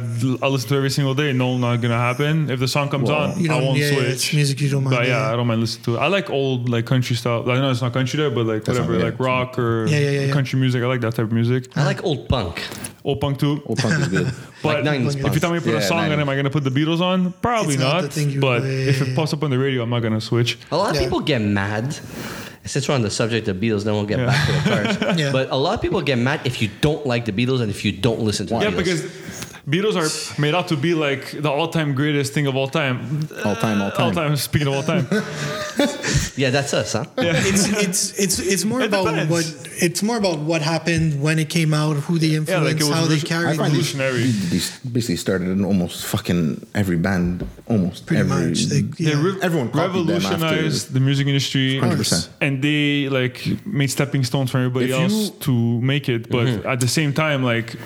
C: I listen to every single day. No, not gonna happen. If the song comes
B: Well,
C: on,
D: you
C: I
D: don't-
C: won't
D: yeah, yeah, it's
C: switch.
D: music you don't mind,
C: But yeah,
D: yeah.
C: I don't mind listening to. it. I like old like country stuff. I know it's not country there, but like
B: That's
C: whatever,
B: not- yeah.
C: like rock or
D: Yeah, yeah, yeah, yeah.
C: country music. I like that type of music.
A: I like old punk.
C: Old punk too.
B: Old punk is
C: <laughs>
B: good.
A: Like
C: But
A: 90s
C: if
A: punk.
C: you tell me to put
B: Yeah,
C: a song on,
B: 90s.
C: am I gonna put the Beatles on? Probably
D: It's
C: not.
D: not the thing you-
C: but
D: yeah,
C: if
D: yeah,
C: it pops up on the radio, I'm not gonna switch.
A: A lot of
D: Yeah.
A: people get mad. Since we're on the subject of Beatles, then we'll get back to the
C: <laughs>
A: cars.
D: Yeah.
A: But a lot of people get mad if you don't like the Beatles and if you don't listen to the
C: Yeah,
A: Beatles.
C: because Beatles are made out to be like the all-time greatest thing of all time.
B: All time, all
C: All
B: time.
C: time. Speaking of all
D: <laughs>
C: time,
A: yeah, that's us, huh?
D: it's it's it's it's more
C: It
D: about
C: depends.
D: what it's more about what happened when it came out, who they
C: yeah, like
D: influenced,
C: it was
D: how they
C: revolu-
D: carried.
B: find
D: it.
B: these-
C: revolutionary.
B: They basically started in almost fucking every band, almost
D: Pretty
B: every,
D: much, they, yeah.
C: They re-
B: Everyone copied them after-
C: revolutionized the music industry,
B: 100%.
C: and they like made stepping stones for everybody
B: If you- Mm-hmm.
C: else to make it. But at the same time, like,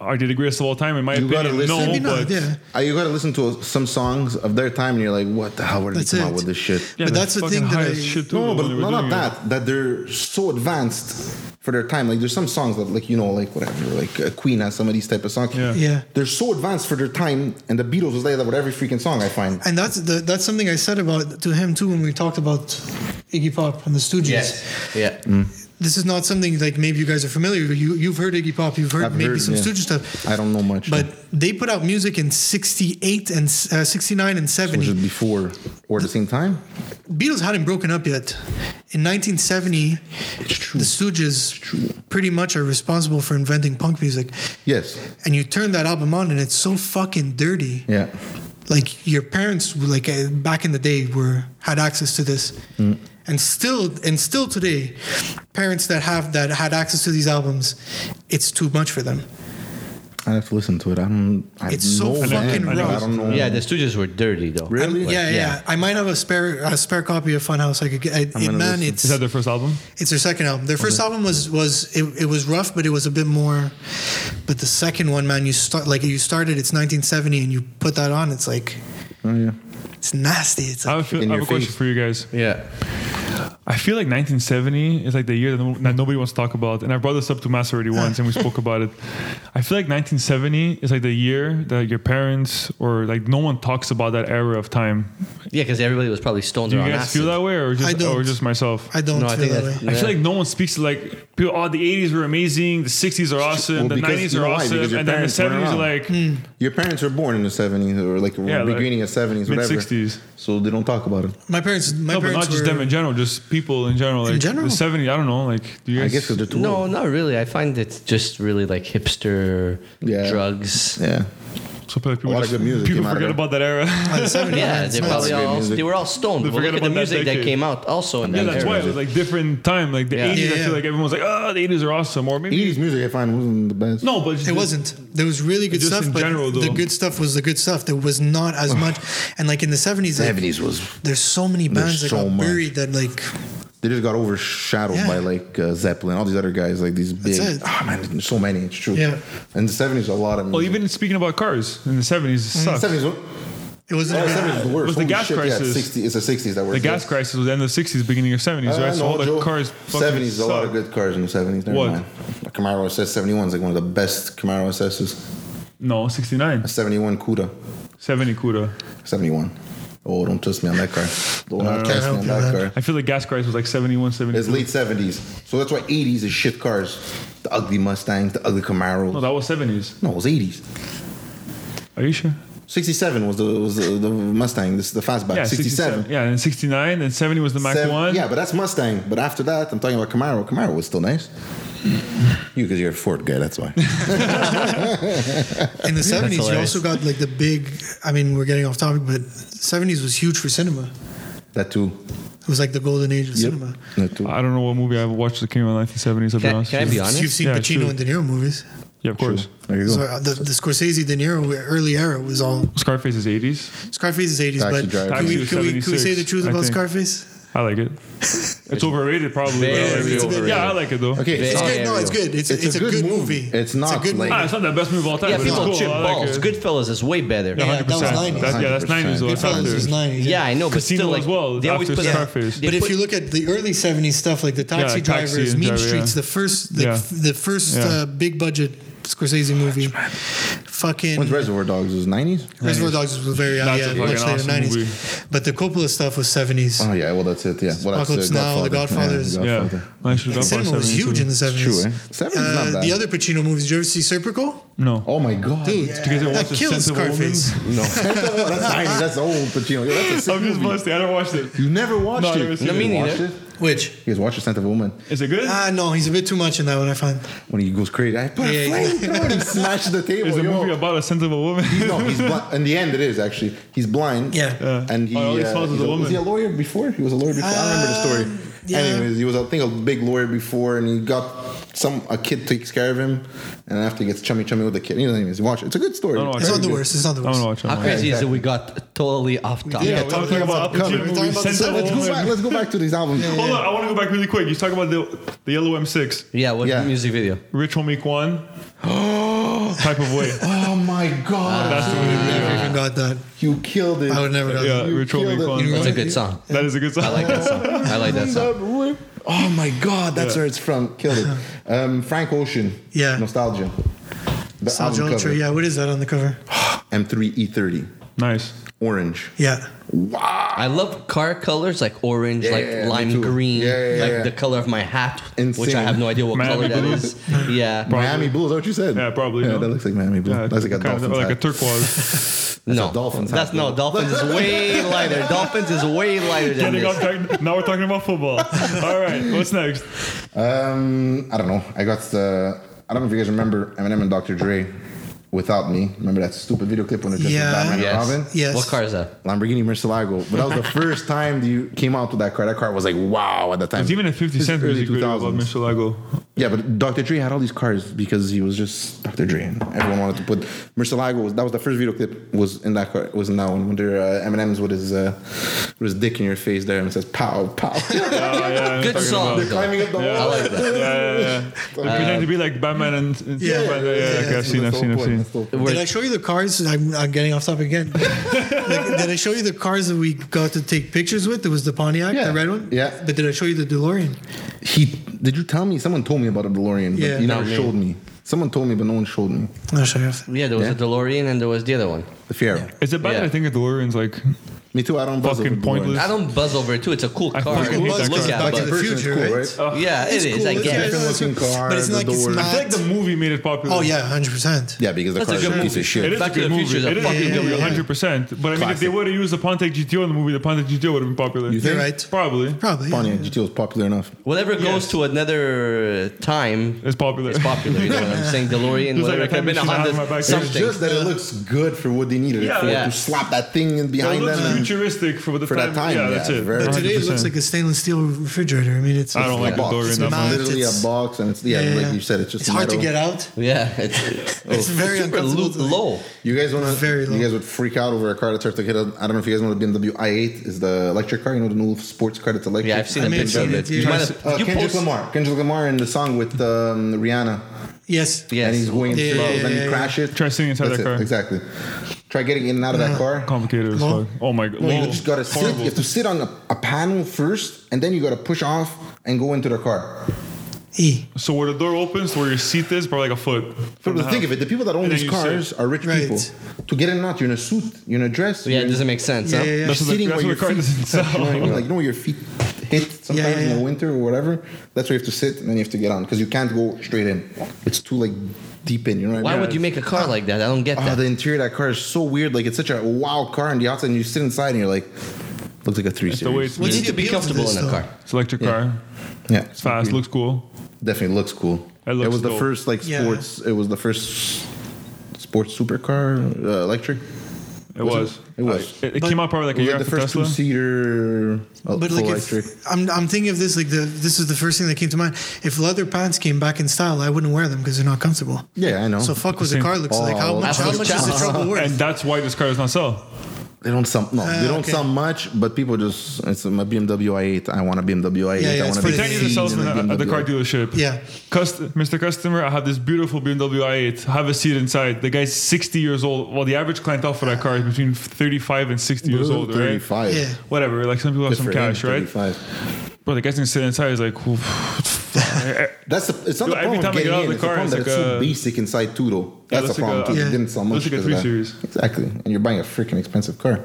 C: are they the greatest of all time? In my
B: You gotta
C: opinion,
B: listen.
C: no.
D: Maybe not,
C: but
D: yeah.
B: Uh, you gotta listen to some songs of their time, and you're like, "What the hell? Where did
D: That's
B: they come
D: it.
B: out with this shit?"
C: Yeah,
D: But
C: they're
D: that's the
C: fucking
D: thing that
C: high
D: I-
C: as shit too
B: No, no,
C: when
B: but
C: they were
B: no, not
C: doing it.
B: that. That they're so advanced for their time. Like, there's some songs that, like, you know, like whatever, like uh, Queen has some of these type of songs.
C: Yeah.
D: Yeah.
B: They're so advanced for their time, and the Beatles was like that with every freaking song I find.
D: And that's the, that's something I said about to him too when we talked about Iggy Pop and the Stooges.
A: Yeah.
B: Mm-hmm.
D: This is not something like maybe you guys are familiar. with. You you've heard Iggy Pop, you've heard
B: I've
D: maybe
B: heard,
D: some
B: yeah.
D: Stooges stuff,
B: I don't know much,
D: but they put out music in '68 and uh, '69 and
B: which is
D: '70.
B: before Or at the same time?
D: Beatles hadn't broken up yet. In 1970, the Stooges pretty much are responsible for inventing punk music.
B: Yes.
D: And you turn that album on, and it's so fucking dirty.
B: Yeah.
D: Like your parents, were, like uh, back in the day, were had access to this,
B: Mm.
D: and still, and still today, parents that have that had access to these albums, it's too much for them.
B: I have to listen to it. I don't. I
D: It's so
B: know,
D: fucking
B: man.
D: rough.
B: I don't know.
A: Yeah, the Stooges were dirty though.
B: Really?
A: Like,
D: yeah, yeah, I might have a spare a spare copy of Funhouse. I could get. I, it,
B: gonna
D: man,
B: listen.
D: it's
C: Is that their first album?
D: It's their second album. Their first album was was it, it was rough, but it was a bit more. But the second one, man, you start like you started. It's 1970, and you put that on. It's like
B: Oh, yeah.
D: it's nasty. It's
C: I
D: like,
C: have, a feel-
B: in
C: I have
B: your
C: a question
B: face.
C: for you guys.
A: Yeah.
C: I feel like 1970 is like the year that, no- that nobody wants to talk about, and I brought this up to Mass already once, and we spoke about it. I feel like 1970 is like the year that your parents or like no one talks about that era of time.
A: Yeah, because everybody was probably stoned
C: Do
A: or
C: you
A: on
C: guys
A: acid.
C: feel that way, or just
D: I don't.
C: or just myself?
D: I don't
A: No, I
D: feel
A: think
D: that
A: that's-
D: way.
C: I
A: Yeah.
C: feel like no one speaks to like people. Oh, the '80s were amazing. The '60s are awesome.
B: Well,
C: the
B: because-
C: '90s
B: you
C: are
B: know why?
C: awesome,
B: Because your
C: and then the
B: parents weren't
C: '70s
B: around.
C: are like
D: Hmm.
B: Your parents were born in the 70s or like
C: Yeah, like
B: beginning of 70s, whatever.
C: mid-sixties.
B: So they don't talk about it.
D: My parents, my
C: no, but
D: parents
C: not just
D: were.
C: them
D: <laughs>
C: in general, just people in general. Like
D: general?
C: the '70s. I don't know. Like, do you
B: I
C: guys?
B: guess 'cause they're too
A: No,
B: old.
A: not really. I find it's just really like hipster
B: Yeah.
C: <laughs>
A: drugs.
B: Yeah.
C: so people
B: A lot of
C: just-
B: good music
C: People
B: came out of
C: forget
B: it.
C: about that era. <laughs>
D: by the 70s,
A: Yeah,
D: man,
A: they
D: it's
A: probably
D: nuts.
B: great
A: all
B: music.
A: they were all stoned.
C: They
A: Well, look
C: forget
A: at the
C: about that
A: music that
C: decade.
A: came out also in
C: Yeah,
A: that
C: that's
A: era.
C: why it was like different time. Like the
A: Yeah.
C: 80s, I
D: Yeah, yeah.
C: feel like everyone was like, oh, the 80s are awesome. Or maybe.
B: 80s music, I find, wasn't the best.
C: No, but just-
D: It wasn't. There was really good
C: Just
D: stuff,
C: in
D: but
C: general,
D: the
C: though.
D: good stuff was the good stuff. There was not as much, and like in the 70s, like,
B: 70s was.
D: there's so many bands that
B: so
D: got
B: much.
D: buried that like
B: They just got overshadowed
D: Yeah.
B: by like uh, Zeppelin, all these other guys, like these big.
D: it.
B: Ah, man, there's so many. It's true.
D: Yeah.
B: And the 70s, a lot of music.
C: Well, even speaking about cars in the 70s, it
A: Mm-hmm.
C: sucks.
B: 70s, was-
D: it wasn't.
B: oh, 70s was the worst.
C: Was the
B: Holy
C: gas
B: shit, yeah,
C: crisis.
B: 60, it's the 60s that were
C: The gas crisis was the end of the 60s, beginning of 70s,
B: I
C: right?
B: know,
C: So all the
B: Uh, Joe.
C: cars fucking
B: 70s, a lot of
C: suck.
B: good cars in the 70s. Never
C: What?
B: Mind. The Camaro SS 71 is like one of the best Camaro SSs.
C: No, 69.
B: A 71 Cuda.
C: 70 CUDA.
B: 71. Oh, don't twist me on that car. Don't cast me
D: help
B: on
D: you,
B: that
D: man.
B: car.
C: I feel like gas crisis was like 71, 72.
B: It's late 70s. So that's why 80s is shit cars. The ugly Mustangs, the ugly Camaros. No,
C: No, that was 70s.
B: it was 80s.
C: Are you sure?
B: 67 was the was the, the Mustang, this the fastback.
C: Yeah,
B: 67.
C: Yeah, and 69, and 70 was the Mac
B: Seven-
C: 1.
B: Yeah, but that's Mustang. But after that, I'm talking about Camaro. Camaro was still nice. You, because you're a Ford guy, that's why.
D: in the seventies, you
A: hilarious.
D: also got like the big. I mean, we're getting off topic, but seventies was huge for cinema.
B: that too.
D: It was like the golden age of
B: Yep.
D: cinema.
B: That too.
C: I don't know what movie I've watched that came out in the 1970s, I'll be
A: Can-
C: honest.
A: can I
C: with
A: be
C: you.
A: honest?
D: You've seen
C: Yeah,
D: Pacino
C: true.
D: and De Niro movies.
C: Yeah, of course.
B: There you go.
D: So uh, the, the Scorsese De Niro early era was all
C: Scarface is 80s.
D: Scarface is eighties,
B: Taxi
D: but
B: Driver.
D: can
C: Taxi
D: we,
C: was
D: can, we, can we say
C: 76,
D: the truth
C: I
D: about
C: think.
D: Scarface?
C: I like it. <laughs> It's overrated, probably. but I
A: Very
C: like it.
A: overrated.
C: Yeah, I like it though.
B: Okay,
A: Very-
D: It's
A: Oh,
D: good.
A: yeah,
D: no,
A: yeah.
D: it's good. It's, it's, a good, movie.
B: It's not
D: a good
B: like-
D: movie.
C: Ah, it's not the best movie of all time.
A: Yeah,
C: but it's
A: people
C: cool.
A: chip
C: I like
A: balls.
C: it.
A: Goodfellas is way better.
D: Yeah,
A: Yeah,
D: that was
C: 100%.
D: 90s.
C: That- yeah, that's 90s. Though. That's
D: Goodfellas
C: after.
D: was nineties.
A: I know, but
C: Casino
A: still like
C: as well,
A: they always
C: after
A: put that-
C: Scarface.
A: they
D: But if
A: put-
D: you look at the early '70s stuff, like the Taxi
C: Taxi
D: Drivers,
C: and
D: Mean
C: Driver, yeah.
D: Streets, the first, the,
C: Yeah.
D: the first
C: Yeah.
D: uh, big budget Scorsese movie, fucking
B: When's Reservoir Dogs? It was 90s?
D: Reservoir Dogs was very out,
C: That's a
D: yeah,
C: fucking
D: much later
C: awesome
D: '90s.
C: movie.
D: But the Coppola stuff was '70s.
B: Oh yeah, well that's it. Yeah, well, that's
D: Apocalypse Now, The Godfathers.
B: Yeah,
C: Yeah, I should
D: Like,
C: drop
D: cinema
C: by
D: was
C: 70
D: huge in the
C: too.
D: '70s.
B: True, eh? 70s is not
D: Uh,
B: bad.
D: the other Pacino movies. Did you ever see Serpico?
C: No,
B: Oh my god,
D: Dude,
C: you guys ever
D: that
C: watch The
D: kills
C: Scent of a Woman?
D: Scarface.
B: No, <laughs> that's 90s. That's old Pacino. Yo, that's a sick
C: I'm just
B: movie.
C: busting. I don't watch it.
B: You never watched
C: No, I never
B: it.
C: seen No, it.
A: me
B: You
A: neither.
B: watched it?
D: Which?
B: You guys watched The Scent of a Woman
C: Is it good?
D: Ah, no, he's a bit too much in that one. I find.
B: when he goes crazy. I put
D: Yeah,
B: a
D: yeah.
B: flamethrower and
D: <laughs>
B: he smashed the table.
C: is the
B: yo.
C: movie about a sensible woman?
B: <laughs> no,
C: <laughs>
B: he's blind. In the end, it is actually. He's blind.
D: Yeah.
C: Yeah.
B: And he,
C: Oh, he
B: uh,
C: smells
B: he's
C: as a
B: a-
C: woman.
B: Was he a lawyer before? He was a lawyer before. I remember the story.
D: Um, yeah.
B: Anyways, he was, I think, a big lawyer before, and he got some a kid takes care of him, and after he gets chummy chummy with the kid. You know, anyways, watch it. It's a good story.
C: I don't watch
D: It's
C: it.
D: not the worst. It's not the
C: I
D: worst.
C: don't watch it.
A: how
C: I'm
A: crazy
B: Yeah,
A: is it? We got totally off topic.
C: Yeah,
B: Yeah,
C: we're
B: talking
C: talking
B: about
C: about Al
B: cover.
C: Pacino
D: We're talking
C: movies,
D: about
C: Sense
D: the
C: of a
D: Sense
B: Let's
D: of a
B: go
C: Woman.
B: back. Let's go back to these albums.
C: Hold on, I want to go back really quick. You talk about the the yellow M6,
A: Yeah, what
B: Yeah.
A: music video?
C: Rich Homie Kwan,
B: <gasps>
C: type of way.
B: Oh my god,
C: That's the movie.
D: Never even got that.
B: you killed it.
D: I would never got
C: Yeah,
D: that.
B: You
C: Rich Homie
B: killed it.
C: Kwan.
B: You
A: That's a good song.
C: That is a good song.
A: I like that song. I like
D: <laughs>
A: that
B: <laughs>
A: song.
B: Oh my god, that's
C: Yeah.
B: where it's from. Killed it. Um, Frank Ocean.
D: Yeah.
B: Nostalgia. The
D: Sal
B: album cover.
D: Jolter, yeah. What is that on the cover?
B: M3 E30.
C: <laughs> Nice.
B: Orange.
D: Yeah.
B: Wow.
A: I love car colors like orange,
B: Yeah,
A: like
B: yeah, me too.
A: lime green,
B: Yeah, yeah,
A: like
B: yeah.
A: the color of my hat, which I
B: Insane.
A: have no idea what
C: Miami
A: color that
C: blue.
A: is. Yeah.
C: <laughs>
B: Miami Blue, is that what you said?
C: Yeah, probably,
B: Yeah,
C: no?
B: that looks like Miami Blue.
C: Yeah,
B: That's like a
C: kind
B: dolphin
C: of like a
B: hat.
C: turquoise.
B: That's
A: no,
B: what dolphins
A: That's
B: have.
A: no dolphins is
B: <laughs>
A: way lighter. Dolphins is way lighter than
C: Getting
A: this.
C: off track. Now we're talking about football. All right, what's next?
B: Um, I don't know. I got the. I don't know if you guys remember Eminem and Dr. Dre. Without me, remember that stupid video clip when they just
D: Yeah.
B: Batman
A: Yes.
B: and Robin?
D: Yes.
A: What car is that?
B: Lamborghini Murcielago. But that was the first time that you came out with that car. That car was like wow at the time.
C: It's even a 50
B: This
C: Cent
B: early
C: music video about
B: 2000s.
C: Michelago.
B: Yeah, but Dr. Dre had all these cars because he was just Dr. Dre, and everyone wanted to put Murcielago. Was, that was the first video clip was in that car. Was in that one when there uh, Eminem's with his uh, with his dick in your face there and it says pow <laughs> pow.
C: Yeah, yeah, I'm
A: Good
C: talking
A: song.
B: They're
A: though.
B: climbing up the
C: Yeah.
A: I
B: wall.
A: like that.
C: about-
B: <laughs>
C: Yeah, yeah, <laughs> yeah. They pretend to be like Batman and, and
D: Yeah,
C: Superman. yeah, yeah,
D: yeah,
C: okay, I've
B: That's
C: seen,
B: the
C: I've
B: whole
C: seen, I've
B: point,
C: seen.
B: that's the whole point.
A: We're-
D: Did I show you the cars? I'm, I'm getting off topic
C: <laughs>
D: again. Like, did I show you the cars that we got to take pictures with? There was the Pontiac,
B: Yeah.
D: the red one.
B: Yeah.
D: But did I show you the DeLorean?
B: He did you tell me? Someone told me about a DeLorean, but
D: Yeah.
B: you never
A: Not me.
B: showed me. Someone told me, but no one showed me
D: I'll show you. after.
A: Yeah, there was
B: Yeah.
A: a DeLorean and there was the other one.
B: the Fiero.
C: Is it bad
A: Yeah.
C: that I think the DeLorean's like
B: Me too. I don't buzz
C: Fucking
B: over DeLoreans.
C: pointless.
A: I don't buzz over it too. It's a cool
C: I
A: car.
C: fucking hate
A: Look
C: that car.
A: at,
B: Like
A: but
B: the
D: Future,
B: person is cool,
D: right?
B: right?
A: yeah, it is.
D: cool.
A: I
D: It's
A: guess.
D: got a nice
B: Different
D: look.
B: looking car,
D: but it's
B: the
D: not like it's
B: doors. I
D: mad.
C: I feel like the movie made it popular.
D: oh yeah, hundred percent.
B: Yeah, because the
A: That's a
B: car is a
A: good
B: piece
A: movie.
B: of
C: It
B: shit.
C: is
A: Back
C: a
A: to
C: good
A: the
C: movie.
A: Future is a
C: It is a
A: fucking
C: good
A: good
C: movie,
A: movie.
C: 100%. But I mean, if they
B: Classic.
C: would have used the Pontiac GTO in the movie, the Pontiac GTO would have been popular.
B: You
D: You're
B: think?
D: right.
C: Probably.
D: Probably.
B: Funny, GT was popular enough.
A: Whatever goes
C: Yes.
A: to another time
C: It's popular.
A: is popular. You know what I'm saying? DeLorean,
C: Just like
A: whatever.
C: the
A: it could have been a
C: time machine I have in my
A: Honda
C: back.
B: It's
A: something.
B: just that it looks good for what they needed it
C: Yeah.
B: for.
A: Yeah.
B: To slap that thing in
C: It
B: behind
C: looks
B: them. and-
C: futuristic for the
B: For
C: time.
B: that time,
C: Yeah,
B: yeah,
C: that's it.
B: very
D: But today it
C: 100%.
D: looks like a stainless steel refrigerator. I mean, it's.
C: I don't like
B: a
C: the
B: box.
C: DeLorean
B: It's
C: that much.
D: mad.
B: literally
D: It's-
B: a box, and it's yeah, like you said, it's just
D: It's hard to
B: metal.
D: get out.
A: Yeah, it's,
D: It's very
A: super
D: uncomfortable.
A: lo-
D: to-
A: low.
B: You guys want to?
D: Very low.
B: You guys would freak out over a car that starts to hit. A, I don't know if you guys know the BMW i8 is the electric car. You know the new sports car that's electric.
A: Yeah, I've seen
D: I
A: a
D: mean,
A: picture of
D: yeah,
A: it.
D: yeah.
A: You might
D: Uh,
A: have,
B: Uh,
A: you
B: Kendrick
A: post-
B: Lamar. Kendrick Lamar in the song with um, Rihanna,
D: Yes.
A: Yes.
B: and he's going
D: Yeah,
B: through,
D: yeah,
B: and
D: yeah,
B: he
D: yeah.
B: crashes.
C: Try sitting inside
B: That's
C: that
B: it,
C: car. Uh,
B: Exactly. Try getting in and out of that car.
C: Complicated as
D: Well-
C: fuck. Oh my god.
B: No,
C: Whoa.
B: you just gotta sit. You have to sit on a, a panel first, and then you gotta push off and go into the car.
D: E.
C: So where the door opens, to where your seat is, probably like a foot. foot
B: But
C: and a
B: think
C: half.
B: of it: the people that own
C: And then
B: these
C: you sit.
B: cars are rich
D: Right.
B: people. To get in and out, you're in a suit, you're in a dress.
A: Yeah,
B: you're
A: it
B: in-
A: doesn't make sense.
D: Yeah,
A: huh?
D: yeah, yeah.
C: That's what the,
B: Sitting
C: that's
B: where
C: what the
B: your
C: car
B: feet <laughs>
C: doesn't
B: You know what I mean?
C: sell.
B: Like you know where your feet hit sometimes
D: Yeah, yeah,
B: in the
D: yeah.
B: winter or whatever. That's where you have to sit, and then you have to get on because you can't go straight in. It's too like deep in. You know what I
A: Why
B: mean?
A: would you make a car like that? I don't get
B: Oh, the
A: that.
B: interior of that car is so weird. Like it's such a wild car on the outside, and you sit inside, and you're like, looks like a three
C: the way
B: series.
C: it's
A: You
D: What's
A: need
D: the
A: to be
D: appeal to
A: comfortable
D: this,
A: in a
D: though?
A: car.
C: It's electric
B: Yeah.
C: car.
B: Yeah,
C: It's fast. Looks cool.
B: definitely looks cool.
C: It
B: It,
C: looks
B: was
C: dope.
B: the first like
D: Yeah.
B: sports. It was the first sports supercar uh, electric.
C: It was.
B: It was.
C: It, it
D: But-
C: came out probably like a
B: It was
C: year
B: like the
C: after
B: first
C: Tesla.
B: two seater
D: But like,
B: Oh, electric.
D: if, I'm I'm thinking of this like the this is the first thing that came to mind. If leather pants came back in style, I wouldn't wear them because they're not comfortable.
B: yeah, I know.
D: So fuck what the
C: Same-
D: car looks like. How
B: Oh,
D: much? How
A: Apple's
D: much is the
A: challenge.
D: trouble
C: And
D: worth?
C: that's why this car does not sell.
B: They don't sell. No,
D: Ah,
B: they don't
D: okay.
B: sell much. But people just. It's my BMW i8. I want a BMW i8.
D: Yeah, yeah,
B: I
D: it's
B: want
D: pretty-
C: Pretend you're the
D: Seats
C: salesman at, at the car dealership.
D: Yeah.
C: Cust- Mr. Customer, I have this beautiful BMW i8. Have a seat inside. The guy's 60 years old. Well, the average clientele for that car is between 35 and 60 years old, right?
B: Thirty-five.
D: Yeah.
C: Whatever. Like some people have
B: Good
C: some
B: for
C: cash,
B: him,
C: right?
B: 35.
C: Bro, the guy's gonna sit inside. He's like, "Oof."
B: That's the, it's not
C: Dude,
B: the
C: every
B: problem.
C: time I
B: of
C: get
B: getting
C: out of
B: in,
C: the
B: it's the
C: car,
B: problem
C: it's
B: that
C: like
B: it's so
C: a-
B: basic inside too, though. That's
C: looks
B: the
C: like
B: problem.
C: a-
B: because
D: yeah.
B: It didn't sell much.
C: Looks like a
B: because of that.
C: 3 Series.
B: Exactly, and you're buying a freaking expensive car.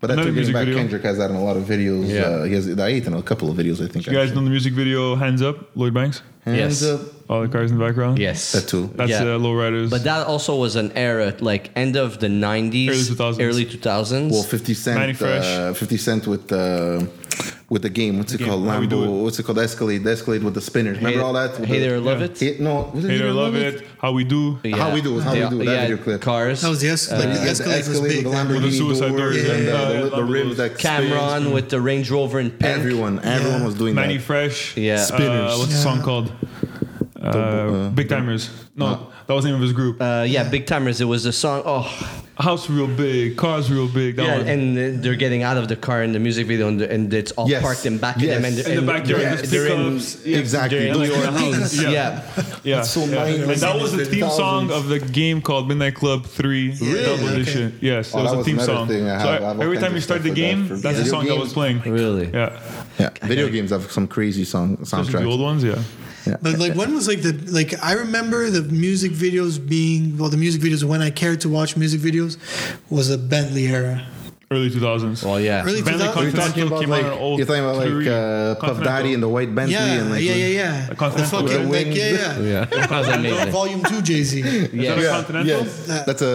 B: But that's
C: Another
B: what getting
C: music
B: back.
C: video.
B: Kendrick has that in a lot of videos.
A: Yeah.
B: Uh, he has the i8 in a couple of videos, I think.
C: you guys
B: actually.
C: know the music video "Hands Up," Lloyd Banks.
A: Yes.
B: Hands up.
C: All the cars in the background.
A: Yes.
B: That too.
C: That's
A: Yeah.
C: uh, lowriders.
A: But that also was an era, like end of the 90s,
C: Early 2000s.
A: early 2000s.
B: Well, Fifty
C: Manny
B: Cent.
C: Fresh.
B: Uh, Fifty Cent with uh, with the game. What's it
C: game,
B: called?
C: how we do
B: Lambo.
C: it.
B: What's it called? Escalade. The Escalade with the spinners. Remember
A: Hey-
B: all that? With
A: Hey
B: the-
A: there, love
C: Yeah.
A: it.
B: Hate- no, was it
C: Hater
B: Hate
C: love it. How we do.
B: How we do it, how we
A: Yeah,
B: do it, that
A: yeah,
B: video clip.
A: Cars.
D: That was the
B: Like
D: Escalade. Like,
B: the,
D: the
B: Uh, Escalade,
D: Escalade was
B: with
D: big.
B: the
D: then.
B: Lamborghini
C: With the suicide
B: doors
C: doors,
B: and uh,
C: yeah, yeah,
B: the,
C: yeah.
B: the, the rims that
A: Cameron with the Range Rover and
B: spin.
A: pink.
B: Everyone, everyone
D: Yeah.
B: was doing
C: Manny
B: that.
C: Fresh.
A: Yeah.
C: Uh,
B: Spinners.
C: what's the song
D: Yeah.
C: called? Uh,
B: uh,
C: Big Timers. No, that was the name of his group.
A: Uh, yeah, big timers. It was the song. Oh,
C: House real big, cars real big. That
A: yeah,
C: one.
A: and uh, they're getting out of the car in the music video, and, and it's all
B: Yes.
A: parked in back of them,
B: Yes.
A: and,
B: In
C: in the
A: and
C: backyard,
A: they're-
C: there's
A: they're in-
C: pickups. Yeah,
B: exactly.
C: they're in, like,
B: Those
C: the house.
A: yeah.
C: Yeah, yeah.
B: That's so
C: yeah.
B: minor.
C: And that was the theme song of the game called Midnight Club Three Double
D: Okay.
C: Edition.
B: Oh,
C: Yes, that
B: that
C: was a
B: was
C: theme
B: another
C: song.
B: thing I have.
C: So
B: I have all
C: every
B: kinds
C: time you
B: of
C: start the
B: stuff like that
C: game,
B: for
C: that's the
B: video
C: song that was
B: games.
C: playing.
A: Really?
C: Yeah.
B: Yeah, video games have some crazy song
C: Those are the old
B: soundtracks.
C: ones. Yeah.
D: But like when was like the like I remember the music videos being well the music videos when I cared to watch music videos was a Bentley era.
C: early 2000s.
A: Well, yeah.
D: Early
B: You're
C: Bentley
D: 2000s? It's
B: talking
C: Continental
B: about
C: came
B: like
C: out in old
B: you're talking about like uh, Puff Daddy and the white Bentley
D: Yeah,
B: and like
D: yeah, yeah,
B: yeah.
D: yeah.
C: A
D: The
C: continental
D: fucking,
B: wing.
D: like, yeah, yeah.
A: Yeah. That was amazing.
D: Volume 2 Jay
B: <laughs>
D: Z.
C: Is that
A: Yeah.
C: a continental?
B: Yes. that's a,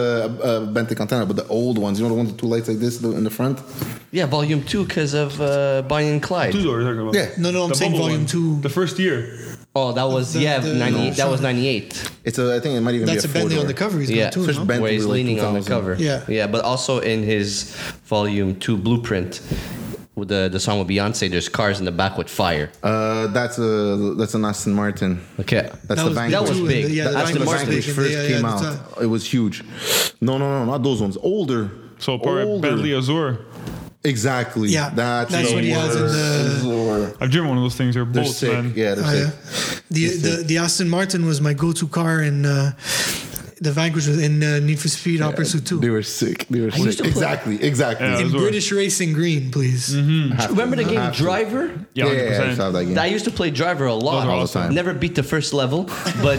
B: a Bentley Continental, but the old ones. You know the ones with two lights like this in the front.
A: Yeah, volume two because of uh, Bonnie and Clyde.
C: Two doors you're talking about.
B: Yeah.
D: No, no, I'm
C: The
D: saying
C: bubble
D: volume
C: one.
D: 2.
C: The first year.
A: Oh, that was
D: The-
A: yeah,
D: the-
A: ninety.
D: no.
A: That was ninety eight.
B: It's a. I think it might even
D: That's a
B: be a,
D: Bentley
B: four
D: on the cover. He's
A: Yeah,
D: got two
B: First
D: no?
B: Bentley
A: Where he's
B: was like
A: leaning on the
B: 2000.
A: cover.
D: Yeah.
A: yeah, but also in his volume two blueprint with the the song with Beyonce. There's cars in the back with fire.
B: Uh, that's a that's an Aston Martin.
A: Okay,
B: That's the
D: big
B: Vanquish.
A: That was
D: too, and
A: big.
D: the- yeah,
A: That-
D: the
A: that's the
B: Aston
D: Vanquish
A: Martin
B: Martin
D: was
A: big.
B: which
D: big, and
B: first
D: the- yeah,
B: came
D: the time.
B: out. It was huge. No, no, no, not those ones. Older.
C: So probably
B: Older.
C: Bentley Azure.
B: Exactly.
D: Yeah,
B: That's,
D: that's
B: the
D: what he has in
B: worst.
D: the-
B: Or-
C: I've driven one of those things. They're
B: They're
C: bolts,
B: sick.
C: man.
B: Yeah, they're
D: Oh,
B: sick.
D: yeah. The, the the Aston Martin was my go-to car in uh, the Vanquish was in uh, Need for Speed Hot Pursuit 2.
B: They were sick. They were
A: used
B: sick.
A: to play-
B: Exactly. Exactly.
C: Yeah.
D: in
C: those were-
D: British Racing Green, please.
C: Mm-hmm.
B: Have to.
A: Remember the game
B: Have to.
A: Driver?
C: Yeah,
B: Yeah, yeah, yeah, I
C: 100%.
B: used to have that game.
A: I used to play Driver a lot.
C: Those are
A: all
B: awesome. time.
A: Never beat the first level, but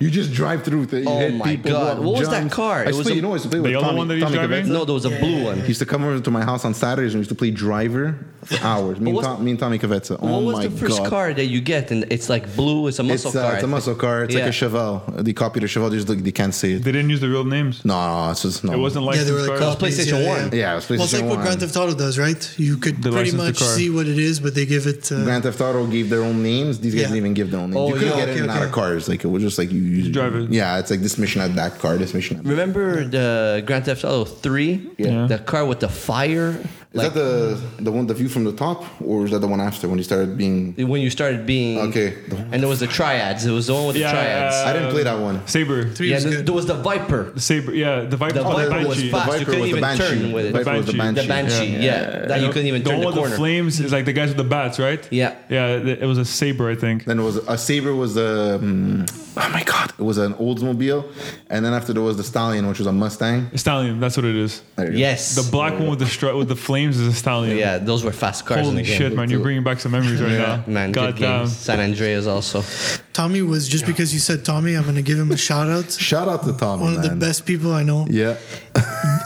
B: You just drive through. The, you
A: Oh
B: hit
A: my
B: people,
A: God.
B: walk,
A: What was that
B: jumps.
A: car?
B: I
A: It was
B: play,
A: a-
B: you know, I used to play with
C: The yellow
B: Tommy,
C: one that he's
B: Tommy
C: driving?
B: Cavazza.
A: no, there was a blue one.
B: He used to come over to my house on Saturdays and we used to play driver for hours. Me, and,
A: What was-
B: Tom, me and Tommy Cavezza. Oh
A: What was
B: my
A: the first
B: God.
A: car that you get? And it's like blue. It's a muscle
B: it's, uh,
A: car. I
B: it's a
A: think.
B: muscle car. It's
A: Yeah.
B: like a Chevelle. They copied a Chevelle. They just like they can't say it.
C: They didn't use the real names.
B: No, no, it's just no.
C: It wasn't like
D: Yeah, they were like
A: That was
D: copies,
A: PlayStation
D: yeah,
A: One.
D: Yeah.
B: Yeah, it was PlayStation
D: Well, it's like what
B: 1.
D: Grand Theft Auto does, right? You could
C: They
D: pretty
C: licensed the
D: much
C: car.
D: see what it is, but they give it. Uh,
B: Grand Theft Auto gave their own names. These guys
D: Yeah.
B: didn't even give their own names.
A: Oh,
B: you couldn't
A: yeah,
B: get in
D: okay,
B: and out of
D: okay.
B: cars. Like it was just like you, you
C: drive it.
B: Yeah, it's like this mission at that car. This mission. At that.
A: Remember the Grand Theft Auto Three?
C: Yeah.
A: The car with the fire.
B: Is that the the one the view from the top, or is that the one after when you started being?
A: when you started being
B: Okay.
A: and there was the triads. It was the one with
C: Yeah,
A: the triads.
C: yeah,
B: I didn't play that one.
C: Saber.
D: three
A: Yeah,
D: was
A: th-
D: good.
A: there was the Viper.
C: The Saber. Yeah, the Viper.
A: The
C: oh,
A: Viper was
C: Banshee.
A: fast. You
B: Viper
A: couldn't
B: was the
A: even
B: Banshee.
A: turn with it.
B: The Viper was the
C: Banshee.
A: The
B: Banshee.
A: Banshee, yeah, that you couldn't even
C: the
A: turn
C: one
A: the
C: with
A: corner.
C: the flames is like the guys with the bats, right?
A: Yeah.
C: Yeah, th- it was a saber, I think.
B: Then it was a saber was a um, oh my god it was an Oldsmobile, and then after there was the stallion which was a Mustang.
C: Stallion, that's what it is.
B: There you go.
A: yes,
C: The black one with the stri- with the flames is a stallion.
A: Yeah, those were fast cars. in
C: Holy
A: the game.
C: shit, man! You're bringing back some memories right now.
A: Man, good
C: Goddamn.
A: games. San Andreas also.
D: Tommy was just because you said Tommy, I'm going to give him a shout out.
B: <laughs> Shout out to Tommy,
D: One of the
B: Oh, man.
D: best people I know.
B: Yeah.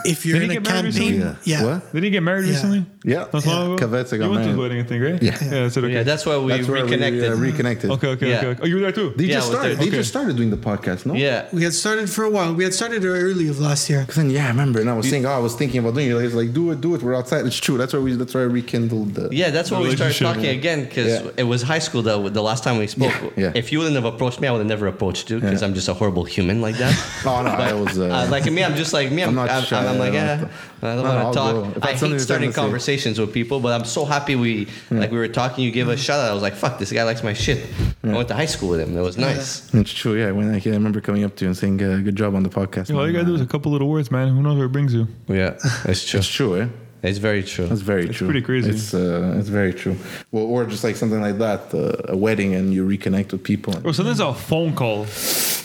D: If you're
C: Did
D: in
C: he
D: a
C: get married recently?
D: campaign, yeah.
B: What?
C: Did he get married
D: Yeah.
C: recently?
B: Yeah.
C: Not long ago.
B: Cavetza got
C: you went to his
B: married.
C: wedding, I think, right?
B: Yeah.
C: Yeah, that's it. Okay.
A: Yeah, that's why we
B: That's where
A: reconnected.
B: We, uh, reconnected.
C: okay, okay,
A: Yeah.
C: okay, okay. Oh, you were there too.
B: They
A: Yeah,
B: just
A: I was
B: started.
A: there.
B: They just started doing the podcast. No.
A: yeah,
D: We had started for a while. We had started early of last year.
B: Then yeah, I remember, and I was saying, oh, I was thinking about doing it. It's like, do it, do it. We're outside. It's true. That's where we. That's where I rekindled the.
A: yeah. That's why we started
C: Relationship.
A: talking again because
B: Yeah.
A: it was high school though. The last time we spoke,
B: Yeah.
A: if you wouldn't have approached me, I would have never approached you because
B: Yeah.
A: I'm just a horrible human like
B: <laughs>
A: that.
B: Oh no, I was. Uh,
A: Uh, like me, I'm just like me. I'm,
B: I'm
A: I'm,
B: not
A: I'm,
B: shy,
A: I'm like,
B: I
A: eh,
B: don't-
A: I don't
B: No,
A: want
B: I'll
A: to
B: go. If
A: talk. I
B: that's something
A: hate
B: you're
A: starting
B: trying to say.
A: conversations with people, but I'm so happy we like we were talking. You
B: Mm.
A: gave a shout out. I was like, fuck, this guy likes my shit. I went to high school with him. That was nice.
B: it's true. Yeah, when I, I remember coming up to you and saying, uh, "Good job on the podcast."
C: All you gotta do is a couple little words, man. Who knows where it brings you?
A: Yeah, it's true.
B: It's true, eh?
A: <laughs> It's very true.
B: That's very true.
C: pretty crazy.
B: It's uh, it's very true. Well, or just like something like that, uh, a wedding, and you reconnect with people.
C: Or sometimes a phone call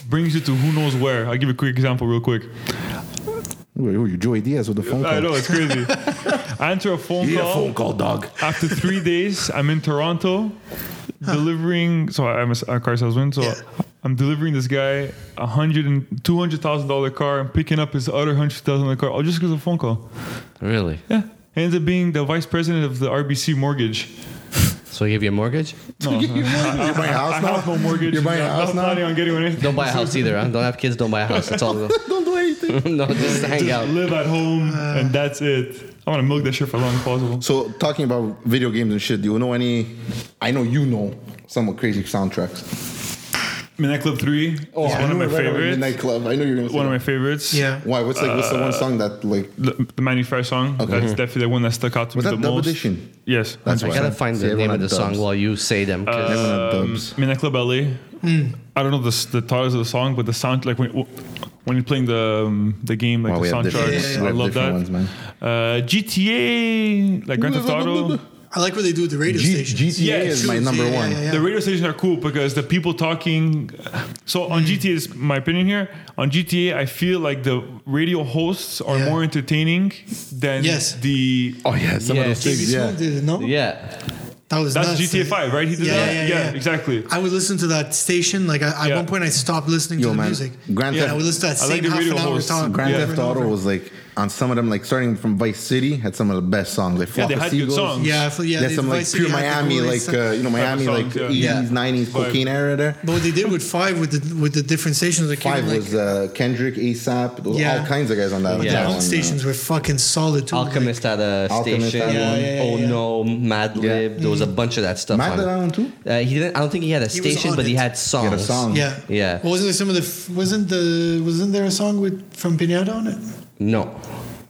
C: brings you to who knows where. I'll give you a quick example, real quick.
B: Ooh, ooh, you Joey Diaz with the phone call.
C: I know it's <laughs> crazy. I answer a phone
B: You need a
C: call.
B: phone call, dog.
C: After three days, I'm in Toronto delivering. So I'm a, s- a car salesman. So I'm delivering this guy a hundred and two hundred thousand dollar car. I'm picking up his other hundred thousand dollar car. Oh, just because of a phone call.
A: really.
C: Yeah. Ends up being the vice president of the RBC Mortgage.
A: So I give you a mortgage?
B: You're buying a
C: I
B: house now.
C: have no Oh, mortgage.
B: You're buying a
C: I'm
B: house
C: not
B: now.
C: planning on getting one.
A: Don't buy a house either. Huh? Don't have kids. Don't buy a house.
B: <laughs>
A: It's all. <laughs>
B: Don't do anything.
A: no, just hang
C: Just
A: out.
C: live at home, and that's it. I want to milk that shit for as long as possible.
B: So talking about video games and shit, do you know any? I know you know some of crazy soundtracks.
C: Midnight Club Three is
B: Oh, I
C: one of
B: knew
C: my
B: it right away,
C: favorites.
B: Midnight Club. I know you're gonna. Say
C: one of
B: that.
C: my Uh, favorites.
D: Yeah.
B: Why? What's like? What's the one song that like?
C: The, the Manny Fresh song.
B: Okay. Mm-hmm.
C: That's definitely the one that stuck out to
B: Was
C: me
B: that
C: the
B: Dub
C: most.
B: Edition?
C: Yes.
B: That's
A: I
B: why.
A: gotta find
B: See,
A: the name
B: everyone
A: of the
B: had
A: song
B: dubs.
A: while you say them. 'cause-
D: Uh,
B: Everyone had
C: Um,
B: dubs.
C: Midnight Club LA. I don't know the, s- the titles of the song, but the sound like when when you're playing the um, the game, like
B: Wow,
C: the
B: we have
C: soundtracks.
B: different- we
C: I
B: have
C: love
B: different ones,
C: that.
B: man.
C: Uh, GTA, like Grand Theft Auto.
D: I like what they do with the radio
B: G-
D: stations.
B: GTA is my
D: Shoes,
B: number
D: yeah, yeah,
B: one.
D: yeah, yeah.
C: The radio stations are cool because the people talking. So on GTA, is my opinion here. On GTA, I feel like the radio hosts are
D: Yeah.
C: more entertaining than
D: Yes.
C: the.
B: Oh yeah, some of
A: Yes.
B: those
D: Stevie
B: things.
D: Smoke
B: Yeah.
D: did it, no?
A: yeah.
D: That was
C: That's
D: nuts.
C: GTA Five, right? He did
D: Yeah,
C: that.
D: yeah, yeah.
C: exactly.
D: I would listen to that station. Like I, at
C: Yeah.
D: one point, I stopped listening
B: Yo,
D: to the
B: man,
D: music.
B: Grand
D: yeah,
B: Theft-
D: I would listen to that
C: I
D: same
C: like the
D: half an
C: radio
D: hour
C: hosts.
D: talk.
B: Grand
D: over
B: Theft
D: and
B: Auto
D: over.
B: was like on some of them, like starting from Vice City, had some of the best songs. Like
C: Yeah,
B: Flock
C: they
B: of
C: had good
B: Seagulls.
C: songs.
D: Yeah, I feel- yeah.
B: they had
D: the
B: some like
D: Vice City
B: pure
D: had the
B: Miami,
D: coolest
B: like
D: stuff.
B: uh, you know Miami,
C: songs,
B: like
C: yeah.
B: eighties,
A: Yeah.
B: nineties
C: Vibe.
B: cocaine era there.
D: But what they did with five with the with the different stations that came
B: Five
D: in, like
B: was uh, Kendrick, ASAP, those-
D: Yeah.
B: all kinds of guys on that.
D: but
A: Yeah.
B: that
D: the
B: one, uh,
D: punk stations were fucking solid too.
A: Alchemist at a
B: Alchemist
A: station.
B: had
D: Yeah, one. yeah, yeah,
A: oh
D: yeah.
A: no, Mad Lib. There was a bunch of that stuff.
B: Mm. Mad
A: on
B: Lib
A: it.
B: had one too?
A: Uh, he didn't. I don't think he had a
D: was
A: station,
D: on
A: but he
D: it.
A: had songs.
B: had a song.
D: Yeah.
A: Yeah.
D: Well, wasn't there some of the f- wasn't the wasn't there a song with from Pinata on it?
A: No.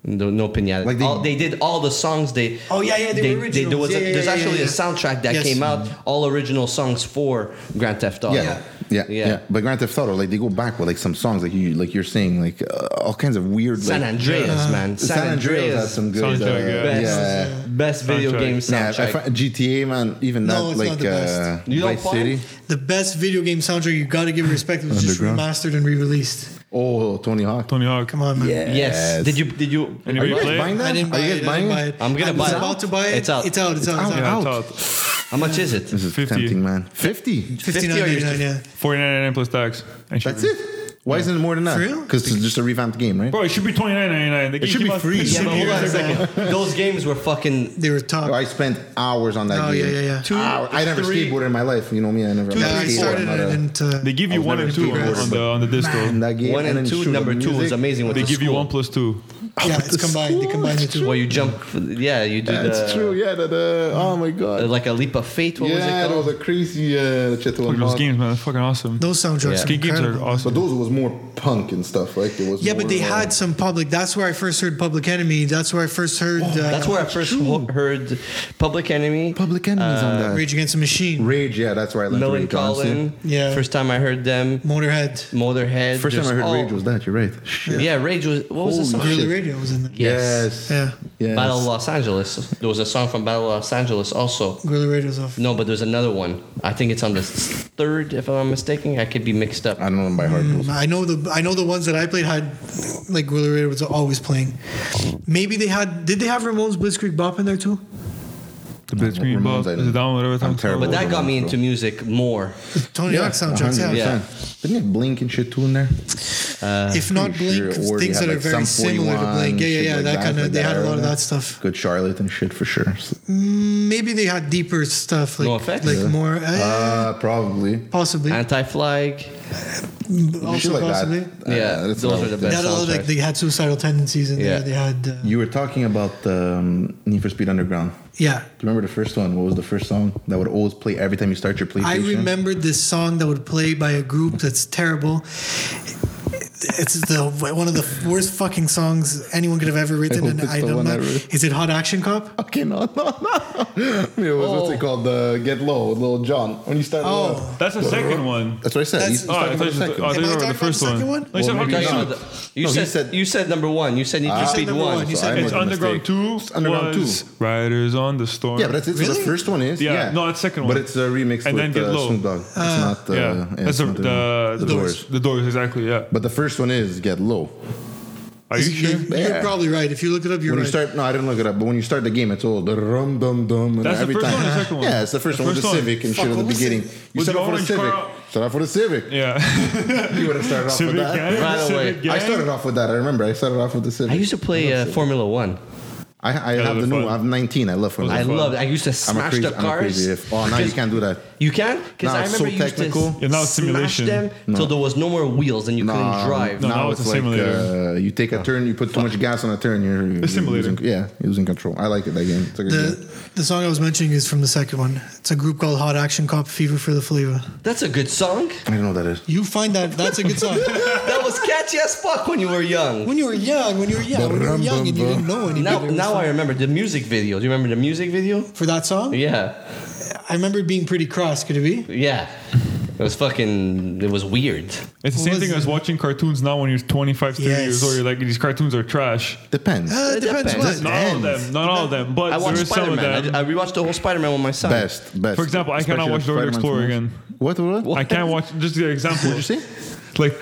A: No, no pinata.
B: Like
A: Like
B: they-
A: they, they did all the songs. They
D: Oh, yeah, yeah, they were
A: there was
D: originals.
A: a,
D: Yeah, yeah,
A: there's
D: yeah,
A: actually
D: yeah,
A: a soundtrack that
D: Yes.
A: came out all original songs for Grand Theft Auto.
B: Yeah. Yeah, yeah,
A: Oh, Yeah.
B: But Grand Theft Auto, like they go back with like some songs, like you, like you're saying, like uh, all kinds of weird. Like, uh,
A: San Andreas, man. San, Andreas,
B: has some good.
C: Soundtrack,
B: uh, yeah.
C: yeah.
A: best, best video
C: Soundtrack.
A: game
B: Yeah,
A: soundtrack.
B: I find GTA man, even
D: No,
B: that
D: it's not
B: like
D: the best.
B: uh,
A: You don't
B: Vice
A: find-
B: City.
D: The best video game soundtrack you gotta give respect was just
B: Underground.
D: remastered and re-released.
B: Oh, Tony Hawk.
C: Tony Hawk.
D: Come on, man.
A: yes. Did you? Did you?
B: Are
C: Anybody
B: you guys
C: play?
B: buying
C: it?
B: that?
D: I didn't buy
B: Are you
D: it.
B: guys
D: I
B: buying
D: didn't
B: it?
D: buy it.
A: I'm gonna
D: I
A: buy
D: was
A: it.
D: about to buy it.
A: It's out.
D: It's out. It's out. It's out.
C: Yeah,
B: Out.
C: it's out.
A: How much is it?
B: This is
C: 50.
B: tempting, man. Fifty.
D: 59.99. Yeah.
C: 49.99 plus tax. And
B: That's
C: shipping.
B: it. Why isn't it more than that?
D: For real?
B: Because it's just a revamped game, right?
C: Bro, it should be 29.99. They
B: should
C: came
B: be
C: out-
B: free.
C: It
B: Yeah,
A: Yeah,
C: should
A: but
C: be
A: hold on a
C: free.
A: second. Those games were fucking.
D: They were top.
B: I spent hours on that
D: Oh,
B: game.
D: yeah, yeah, yeah.
B: Two, hours. I never
A: three-
B: skateboarded in my life. You know me. I never.
D: Yeah, I
B: skateboarded.
D: started
B: I'm
D: it
B: not a-
D: and uh,
C: They give
B: I
C: you
B: was
C: one
B: never
C: and two
B: a
C: on,
B: skateboarder,
C: on the on the
B: in
C: disco.
B: that game.
A: One and two.
B: shoot, the
A: Number two was
B: music.
A: amazing. With
C: They
A: the
C: give you
A: school.
C: one plus two.
D: yeah, it's combined. They combined the two.
A: Well, you jump. Yeah, you do.
B: Yeah,
A: the, uh,
B: it's true. Yeah. The, the, oh my god.
A: Like a leap of faith. What was it
B: yeah,
A: called?
B: it was a crazy. Uh, shit that
C: Fuck
B: was
C: those
B: mod-
C: games, man. That's fucking awesome.
D: Those soundtracks
A: Yeah.
D: are
C: Skate games are
D: incredible.
B: But
C: awesome.
B: those was more punk and stuff, right? There was
D: Yeah, but
B: more,
D: they
B: uh,
D: had some public. That's where I first heard Public Enemy. That's where I first heard. uh,
A: That's where I first ho- heard Public Enemy,
B: Public Enemies
A: Uh,
B: on that. Rage.
D: Rage Against the Machine,
B: yeah, that's where I learned
A: Millen
B: Rage. honestly.
A: Collin.
D: Yeah.
A: First time I heard them,
D: Motorhead,
A: Motorhead.
B: First time I
A: just
B: heard
A: all-
B: Rage was that. You're right.
A: Yeah, Rage was. What was the
B: Holy
A: song?
B: shit.
D: Early Radio was in there.
A: Yes.
D: Yeah,
B: Yes.
A: Battle of Los Angeles. There was a song from Battle of Los Angeles also.
D: Gorilla Radio's off.
A: No, but there's another one. I think it's on the s- third, if I'm not mistaken. I could be mixed up.
B: I don't know by heart. those.
D: I know the I know the ones that I played had like Gorilla Radio was always playing. Maybe they had did they have Ramones Blitzkrieg Bop in there too?
C: The bit screen,
B: Ramones,
C: but
B: I
C: is
B: know.
C: it down whatever
B: I'm
C: time?
B: terrible.
A: But that got me into music more.
D: Tony Hawk soundtracks, yeah.
B: 100%.
A: Yeah.
B: Didn't it blink and shit too in there?
D: If not
B: Uh, Pretty sure
D: Blink,
B: it already
D: things
B: had,
D: that are
B: like,
D: very
B: some
D: similar to
B: 41,
D: Blink. Yeah, yeah,
B: shit
D: yeah.
B: like
D: that
B: that,
D: kind of
B: like
D: they
B: that
D: had a lot of
B: era.
D: that stuff.
B: Good Charlotte and shit for sure.
D: Maybe they had deeper stuff like
A: No Effects?
D: like
A: Yeah.
D: more uh,
B: Uh, probably.
D: possibly Mm,
A: Anti Flag.
D: also
B: shit like
D: possibly.
B: that. Uh,
A: Yeah,
B: that's
A: those
B: what I
A: are
B: was
A: the
B: thinking.
D: They
A: best.
D: had a lot of, like
A: soundtrack.
D: they had suicidal tendencies in there.
A: Yeah.
D: They had uh,
B: You were talking about um, Need for Speed Underground. Do
D: yeah.
B: you remember the first one? What was the first song that would always play every time you start your PlayStation?
D: I remembered this song that would play by a group that's terrible. It's the one of the worst fucking songs anyone could have ever written,
B: hope
D: and
B: <laughs> it's
D: I
B: the
D: don't
B: one
D: know.
B: I wrote.
D: Is it Hot Action Cop?
B: <laughs> Okay, no, no, no. It was, What's
A: Oh.
B: it called? The Get Low, Little John. When you start.
D: Oh.
B: uh,
C: That's the second one.
B: that's what I said.
D: That's-
B: He's
C: Oh, I
B: talking
C: thought
B: about the
C: you said-
B: second
C: oh, I
B: one.
C: thought you
D: Am I
C: were
D: talking
C: the
D: about the
C: first
D: second
C: one.
D: one?
C: No, you
B: Well,
C: said
B: maybe
C: Hawkeye
B: not.
C: Shot.
A: No,
B: No,
A: you
B: he
A: said,
B: said-
A: you said number one. You said Need
B: Ah.
A: for Speed
D: said number
A: one.
D: one. You said-
B: I
C: It's
B: made a
C: underground
B: mistake.
C: two.
B: It's Underground
C: was
B: two.
C: Riders on the storm.
B: Yeah, but that's it. So
D: Really?
B: the first one is.
C: Yeah,
B: Yeah.
C: no, that's second
B: But
C: one.
B: it's a remix
C: And
B: with
C: then Get
B: uh,
C: Low.
B: Snoop Dogg. it's
D: Ah.
B: not. Uh,
C: yeah, that's
B: it's
C: the,
B: not
C: the, the doors. The doors, exactly. Yeah.
B: But the first one is Get Low.
C: Are you sure?
D: You're, you're
B: Yeah.
D: probably right. If you look it up, you're
B: When you
D: right.
B: start, no, I didn't look it up. But when you start the game, it's all the rum dum dum. and
C: That's the
B: every
C: first
B: time.
C: one or the second one?
B: <laughs> Yeah, it's the first
C: The
B: one
C: first
B: with the
C: one.
B: Civic and
D: Fuck,
B: shit at
D: what
B: the
D: was
B: beginning.
D: it?
B: You
C: With
B: set
C: the
B: up for the
C: orange
B: Civic.
C: car.
B: Set up for the Civic.
C: Yeah. <laughs>
B: You would have started off with
C: Civic gang.
B: that.
A: Right
C: Civic
A: away.
C: gang.
B: I started off with that. I remember. I started off with the Civic.
A: I used to play uh, Formula One.
B: I, I
C: Yeah,
B: have the
C: those are
B: new.
C: fun.
B: I have 19. I love Formula.
A: I
C: fun.
A: loved. I used to
B: I'm
A: smash
B: a crazy.
A: the
B: I'm a
A: cars.
B: crazy. If, oh, now you
A: Just-
B: can't do that.
A: You can? Because
B: Now
A: I
B: it's
A: remember
B: so
A: you used
B: technical.
A: to
C: Yeah, now it's
A: smash
C: simulation.
A: them till there was no more wheels and you couldn't drive.
B: No,
C: No,
B: now
C: now
B: it's,
C: it's a
B: like
C: simulator.
B: uh, you take a turn, you put too much gas on a turn, you're, you're
C: simulator.
B: Losing, yeah, you're losing control. I like it that game. It's a good game.
D: the the song I was mentioning is from the second one. It's a group called Hot Action Cop, Fever for the Flavor.
A: That's a good song.
B: I don't know what that is.
D: You find that that's a good
A: <laughs>
D: song.
A: That was catchy as fuck when you were young.
D: when you were young, when you were young, when you were young, and you didn't know anything.
A: Now, now I remember the music video. Do you remember the music video?
D: for that song,
A: Yeah,
D: I remember it being pretty cross. Could it be?
A: yeah. It was fucking. It was weird.
C: It's the
D: What
C: same
D: was
C: thing as
D: it?
C: watching cartoons now when you're 25, 30 years
D: Yes.
C: old. You're like, these cartoons are trash.
B: Depends.
D: Uh, it depends.
A: depends.
D: what.
C: Not all of them. Not all of them. But
A: I
C: there
A: watched
C: is some
A: Spider
C: of
A: Man.
C: them.
A: I, I rewatched the whole Spider Man with my son.
B: best, best.
C: For example, I
B: Especially
C: cannot watch
B: the
C: Dora the
B: Spider-Man
C: Explorer
B: films. What?
C: again.
B: What?
C: I can't watch. Just the example.
B: Did you see?
C: Like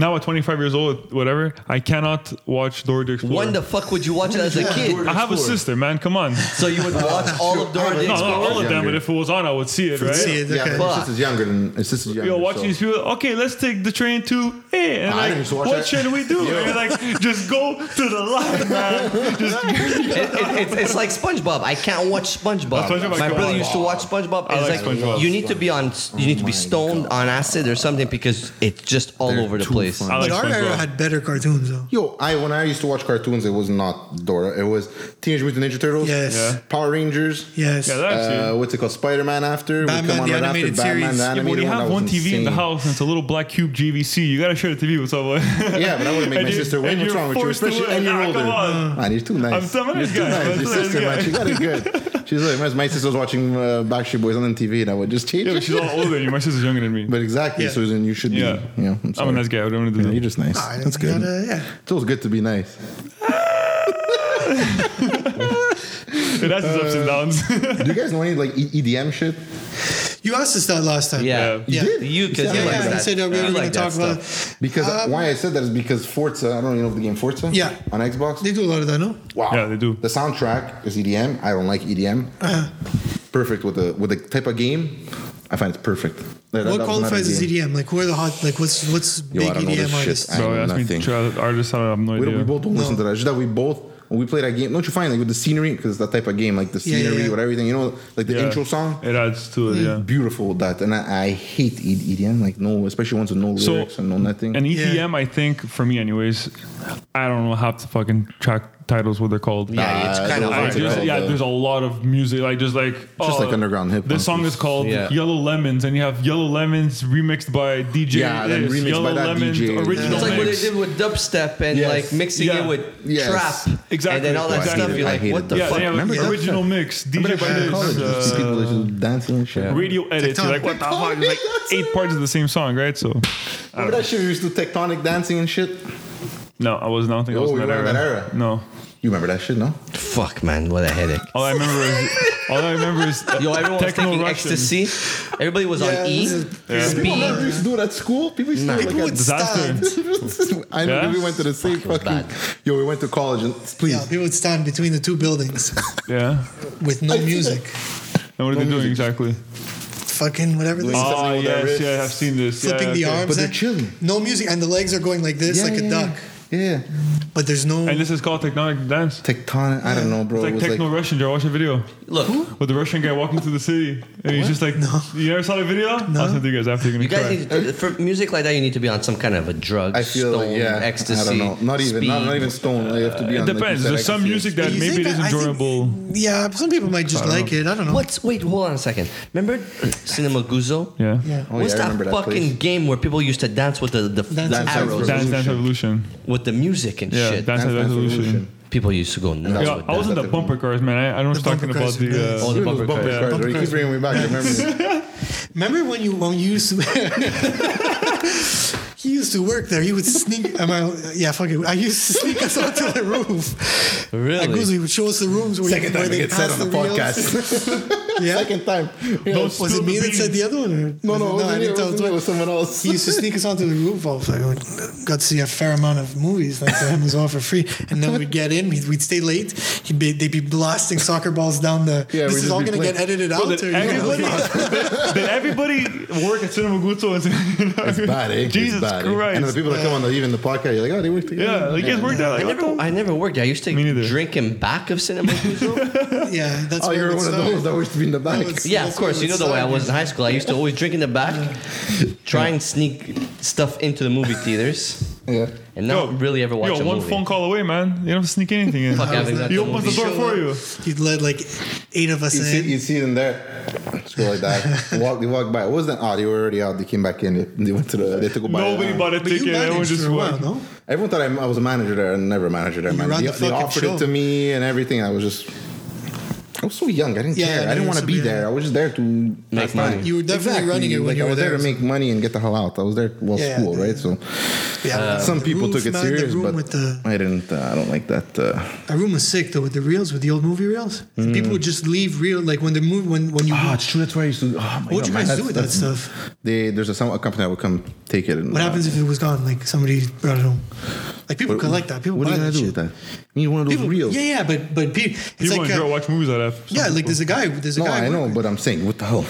C: now at 25 years old, whatever, I cannot watch Dora the Explorer.
A: When the fuck would you watch it as a kid?
C: I have a
B: Explorer?
C: sister, man. Come on.
A: So you would
C: <laughs>
A: watch all of Dora the
C: No,
A: Explorer?
C: not all of them,
B: Younger.
C: but if it was on, I would see it, right?
D: see it.
B: Yeah,
D: Okay.
B: but my sister's younger than my sister's younger.
C: Yo, watching
B: so-
C: these people. Okay, let's take the train to A. And
B: I
C: like,
B: didn't just watch
C: what
B: that.
C: should we
B: <laughs>
C: do? And you're like, just go to the left, man. Just
A: It, it, it's, it's like SpongeBob. I can't watch SpongeBob.
C: That's SpongeBob,
A: My
C: come
A: brother
C: on.
A: used to watch SpongeBob.
C: I
A: and it's
C: like SpongeBob. Oh
A: You need to be on. You need to be stoned on acid or something because it's just all
B: They're
A: over the
B: too
A: place.
B: fun.
C: I
D: But
C: like
D: our era
C: SpongeBob.
D: had better cartoons though.
B: Yo, I when I used to watch cartoons, it was not Dora. It was Teenage Mutant Ninja Turtles.
D: Yes. Yeah.
B: Power Rangers.
D: Yes.
C: yeah, that's
B: Uh,
C: it.
B: what's it called? Spider Man. After would
D: Batman, the animated series. Yeah,
B: the
C: Yeah, but when
B: animated
C: you
B: that
C: have
B: was
C: one TV in the
B: insane.
C: house and it's a little black cube GVC, you gotta share the TV with someone.
B: Yeah, but I wouldn't make
C: <laughs> And
B: my
C: you-
B: sister
C: and
B: win. What's
C: you're
B: wrong with you?
C: forced to
B: Especially,
C: win.
B: and you're
C: Ah,
B: older. <laughs>
C: come on.
B: Man, you're too nice.
C: I'm telling
B: you're
C: this
B: too
C: guy. I'm
B: nice. Your
C: telling this
B: sister, man,
C: guy.
B: she got it good. She's like, my- my sister was watching uh, Backstreet Boys on MTV, and I would just change
C: yeah, but
B: it.
C: she's a lot older than you. My sister's younger than me.
B: But exactly,
D: Yeah.
B: Susan, you should
C: yeah.
B: be. Yeah,
C: I'm,
B: I'm sorry.
C: a nice guy. I don't want to
B: Yeah,
C: do
B: You're
C: that.
B: just nice.
D: I
B: That's
D: think
B: good.
D: that, uh, yeah.
B: It feels good to be nice.
C: <laughs> It has its ups
B: <laughs>
C: and downs.
B: Do
C: <laughs>
B: you guys know any like E- EDM shit?
D: You asked us that last time.
A: Yeah.
D: Yeah.
B: You did?
A: You because
B: Yeah,
A: you
D: Yeah,
A: like
D: yeah,
A: that.
D: he said that we
A: You
D: were going
A: like
D: to talk
A: that
D: about.
A: stuff.
B: Because why I said that is because Forza. I don't even know the game Forza.
D: Um, Yeah.
B: On Xbox.
D: They do a lot of that, no?
B: Wow.
C: Yeah, they do.
B: The soundtrack is EDM. I don't like EDM.
D: Uh-huh.
B: Perfect with the with the type of game. I find it's perfect. That- that- that was
D: What
B: not
D: qualifies
B: a
D: as
B: game.
D: EDM? Like, who are the hot? Like, what's what's
B: Yo, I
D: big E
B: don't know this
D: EDM
B: shit.
D: artists?
B: I
C: Bro,
B: know
C: ask me
B: nothing.
C: to artists. I have no
B: We,
C: idea.
B: don't- we both don't
D: No.
B: listen to that. It's just that we both when we play that game. Don't you find like with the scenery because that type of game, like the
D: Yeah, yeah,
B: scenery
D: yeah.
B: with everything, you know, like the
C: Yeah.
B: intro song.
C: It adds to it, yeah.
B: Beautiful with that, and I, I hate E- EDM. Like no, especially ones with no
C: So-
B: lyrics and no nothing.
C: And E
D: Yeah.
C: EDM, I think, for me, anyways, I don't know half the fucking track titles what they're called.
A: Yeah, it's
B: Nah,
A: kind of
B: those
C: I
B: ones
A: hard.
B: are
C: just,
B: called,
C: yeah,
B: uh,
C: there's a lot of music, like just like
B: Just like underground hip-hop.
C: This song is called
A: Yeah.
C: "Yellow Lemons," and you have "Yellow Lemons" remixed by DJ.
B: Yeah, then
C: this,
B: remixed by
C: Yellow
B: that
C: Lemons
B: DJ.
C: original
A: It's like what they
C: mix.
A: did with dubstep and
B: Yes.
A: like mixing
C: Yeah.
A: it with
B: Yes.
A: trap and
C: Exactly.
A: then all
C: Oh, I
A: that stuff.
B: hated-
A: You're
B: I
A: like,
B: hated
A: what the
B: dubstep.
C: yeah,
A: fuck?
C: they have
B: Remember that
C: original mix
B: Remember
C: DJ by
B: back in college,
C: this.
B: just
C: uh,
B: people just dancing and shit.
C: Radio edits, you're like what the
B: TikTok.
C: fuck? It's like eight parts of the same song, right? So,
B: Remember that shit we used to tectonic dancing and shit?
C: no, I was not thinking I was
B: Oh,
C: in
B: you
C: that
B: were
C: era.
B: in that era.
C: No,
B: You remember that shit, no?
A: Fuck, man, what a headache.
C: all I remember is all I remember
B: <laughs>
C: is
A: Yo, everyone was
C: techno
A: taking
C: Russian.
A: ecstasy. Everybody was
D: Yeah,
A: on E,
D: this is-
B: People
A: speed.
B: never used to do it at school. People used to do it
D: People
B: like
D: would
B: at
C: Disaster.
D: stand.
B: <laughs> I know
C: Yeah?
B: we went to the same
A: Fuck, it was
B: fucking. Yo, we went to college and please.
D: Yeah, people would stand between the two
B: <laughs>
D: buildings
C: Yeah.
D: with no
B: I see
D: music.
C: And what are they doing exactly?
D: Fucking whatever. This
B: Oh,
D: is.
C: Ah,
B: Something with their
C: yes,
B: wrists.
C: yeah, I've seen this. Yeah,
D: Flipping the
C: okay.
D: arms.
B: But they're
D: eh?
B: chilling.
D: No music, and the legs are going like this,
B: Yeah,
D: like a
B: yeah,
D: duck.
B: Yeah,
D: But there's no.
C: And this is called Technonic Dance. It's
B: tectonic. I don't know, bro.
C: like
B: it was
C: techno
B: like
C: Russian. Did I watch a video
A: Look,
C: with the Russian guy walking through the city? And he's just like, You never saw the video?
D: No.
C: I'll send it to you guys after you're
A: you
C: gonna
A: guys
C: cry.
A: need to, for music like that. You need to be on some kind of a drug,
B: I feel
A: stone,
B: like yeah,
A: ecstasy.
B: I don't know. Not even not, not
A: speed.
B: even stone. Like, you have to be
C: it
B: on. like,
C: depends.
B: you said,
C: There's some
B: ecstasy.
C: music that
D: You
C: maybe
D: think
C: it is
D: that- I think-
C: enjoyable.
D: yeah, some people might just
C: I don't
D: like it. I don't know.
A: What's wait? Hold on a second. Remember Cinema Guzzo?
C: Yeah.
D: Yeah.
B: Oh,
A: What's
B: yeah, I
A: that
B: remember that
A: fucking
B: place.
A: game where people used to dance with the the,
D: Dance
A: the
D: Dance
A: arrows
B: Revolution.
C: Dance Dance Revolution.
A: with the music and
C: Yeah,
A: shit?
C: Dance
B: Dance
C: Dance
B: Dance
C: Revolution.
B: Revolution.
A: people used to go nuts
C: Yeah,
A: with
C: I
A: that.
C: was in the
B: Dance
C: bumper cars, man. I, I know what
D: The
C: you're talking
D: bumper
C: about
D: cars,
A: Oh,
C: the.
D: yeah.
A: the
B: Even those
A: bumper
B: bumper
A: cars.
B: cars,
D: Bumper
B: right? You
D: cars.
B: keep bringing me back. I <laughs> remember.
D: Remember when you when you used to <laughs> he used to work there. He would sneak. Am I, yeah, fuck it. I used to sneak us <laughs> onto the roof.
A: Really?
D: Like, Guzzo, he would show us the rooms where
B: Second
D: you, where
B: time it
D: they
B: gets said
D: pass
B: on the <laughs>
D: reels.
B: podcast.
D: <laughs> Yeah.
B: Second time.
C: Don't
D: was
C: spill
D: it
C: the
D: me that
C: beans.
D: said the other one? Or
B: No, no, it
D: I
B: wasn't you,
D: didn't
B: it
D: tell
B: wasn't you, it
D: the one.
B: was someone else.
D: He
B: <laughs>
D: used to sneak us onto the roof. I was like, oh, got to see a fair amount of movies thanks to him as well for free. And then we'd get in, we'd, we'd stay late. He'd be, they'd be blasting soccer balls down the.
B: Yeah, we'd
D: this is
B: just
D: all
B: be
D: going to
B: playing-
D: get edited out.
C: Bro,
D: or
C: did
D: you're gonna-
C: everybody, <laughs> did everybody work at Cinema Guzzo? It's
B: It's bad, eh? it's
C: Jesus
B: bad, eh?
C: Christ.
B: And the people that come on the, even the podcast, you're like, oh, they work together.
C: yeah, like, it's worked out.
A: I
C: Like, what
A: never,
C: the-
A: I never worked. there. I used to
C: Me neither.
A: drink in back of Cinema
B: <laughs>
A: Guzzo.
D: <laughs> Yeah, that's
B: Oh,
D: where
B: you're
D: it
B: one of
D: started.
B: those that used to be in the back.
D: it's-
A: yeah, of
D: That's
A: course.
D: where
A: You
D: it
A: know the way I
D: started.
A: was in high school. I used to always drink in the back, try and sneak stuff into the movie theaters,
B: Yeah.
A: and now really ever watch
C: yo,
A: a
C: one
A: movie.
C: phone call away, man. You don't have to sneak anything in.
A: Fuck, I think that's
C: he
A: a
C: opens the
A: movie.
C: door for you.
D: He'd led like eight of us
B: You see,
D: in.
B: you see them there. Just go like <laughs> that. Walk, they walk by. What was that? Oh, they were already out. They came back in. They, they went to the. They took a bite.
C: Nobody bought a
D: but you
C: ticket. Everyone
D: managed
C: just
D: for a while,
C: went.
D: no?
B: Everyone thought I, I was a manager there. and never a manager there, man.
D: ran
B: They,
D: the
B: they
D: fucking
B: offered
D: show.
B: it to me and everything. I was just. I was so young. I didn't
D: Yeah,
B: care.
D: yeah,
B: I didn't
D: you
B: want to
D: were
B: be
D: so
B: there.
D: young.
B: I was just there to pass
A: money.
B: time.
D: You were definitely running it when
B: Like,
D: you
B: I
D: were
B: was there,
D: there,
B: to
D: so-
B: make money and get the hell out. I was there well
D: Yeah,
B: school,
D: yeah.
B: right? So
D: Yeah, with
B: some
D: the
B: people
D: roof,
B: took it
D: man,
B: serious,
D: The room
B: but
D: with the
B: I didn't. Uh, I don't like that. Uh,
D: that room was sick though with the reels with the old movie reels.
B: Mm.
D: And People would just leave real like when they move when when you.
B: ah, it's true. That's where I used to. Oh my
D: What'd you
B: man, that's-
D: guys do with that
B: that's-
D: stuff?
B: They, there's a, some, a company that would come take it. And, uh,
D: What happens if it was gone? Like somebody brought it home. Like people
B: What-
D: collect that. People
B: What are
D: buy
B: you
D: that
B: gonna do
D: shit.
B: with that? You need one of those
D: People,
B: reels.
D: Yeah, yeah, but but pe- it's
C: People
D: like
C: enjoy
D: uh,
C: watching movies like that.
D: yeah, like there's a guy. There's a
B: No,
D: guy.
B: I know, but I'm saying, what the hell?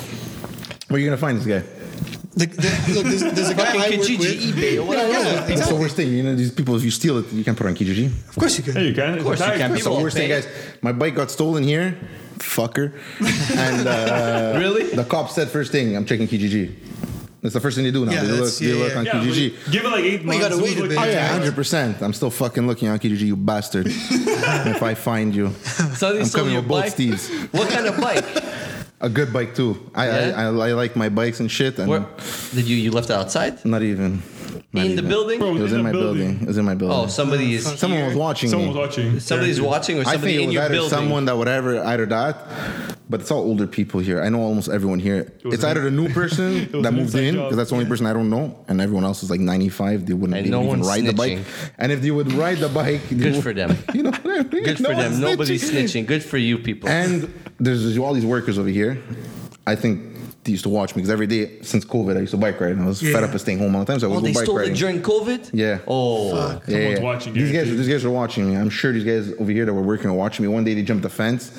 B: Where are you gonna find this guy?
D: Like, there- look, there's, there's a guy I work
A: Kijiji,
D: with.
A: eBay, or whatever.
D: Yeah,
A: Those
D: yeah,
B: That's the
D: exactly.
B: worst thing. You know, these people, if you steal it, you can't put it on Kijiji.
D: Of course you
C: Hey,
D: can.
C: you can. Of
A: course you can.
B: That's the
A: People
B: worst thing,
A: pay.
B: guys. My bike got stolen here, fucker. And
A: <laughs>
B: uh,
A: Really?
B: the cop said first thing, I'm checking Kijiji. That's the first thing they do now.
D: Yeah,
B: they look,
D: that's-
B: they
D: yeah,
B: look
D: yeah.
B: on
C: Yeah, but
B: Kijiji.
C: give it like eight months.
D: Well, you gotta
C: it was
D: wait a
C: like-
D: bit.
B: Oh yeah,
D: Yeah.
B: hundred percent. I'm still fucking looking on Kijiji, you bastard. if I find you,
A: So they
B: I'm
A: stole
B: coming
A: your
B: with both
A: bike.
B: Steves.
A: What kind of bike?
B: A good bike too. I, I, I,
A: Yeah?
B: I like my bikes and shit. And
A: Where, did you you left it outside
B: not even Not
A: in the
B: even.
A: building?
C: Bro.
B: It was
C: In
B: in my
C: the
B: building.
C: building.
B: It was in my building.
A: Oh, somebody is.
B: someone
A: here.
B: was watching.
C: Someone
B: me.
C: was watching.
A: Somebody's watching, or
B: I think
A: somebody
B: it
A: in
B: was
A: your
B: either
A: building.
B: someone that would either either that, but it's all older people here. I know almost everyone here.
C: was
B: It's
C: an-
B: either the new
C: <laughs>
B: person
C: was
B: that
C: an
B: moved
C: inside
B: in
C: job.
B: because that's the only person I don't know, and everyone else is like 95. They wouldn't
A: And
B: be
A: no
B: able to even
A: one's
B: ride the bike.
A: snitching.
B: And if they would ride the bike, they
A: Good
B: would-
A: for them.
B: <laughs> You know, what I mean?
A: Good
B: No
A: for them.
B: one's
A: Nobody's
B: snitching.
A: snitching. Good for you people.
B: And there's, there's all these workers over here. I think they used to watch me because every day since COVID, I used to bike ride, and I was
D: Yeah.
B: fed up of staying home all the time, so I
A: oh,
B: would
A: they
B: go bike
A: stole
B: riding.
A: it during COVID.
B: Yeah.
A: Oh.
D: Fuck.
B: Yeah,
C: Someone's
B: yeah.
C: watching
B: These
C: you,
B: guys,
C: too.
B: these guys are watching me. I'm sure these guys over here that were working are watching me. One day they jumped the fence,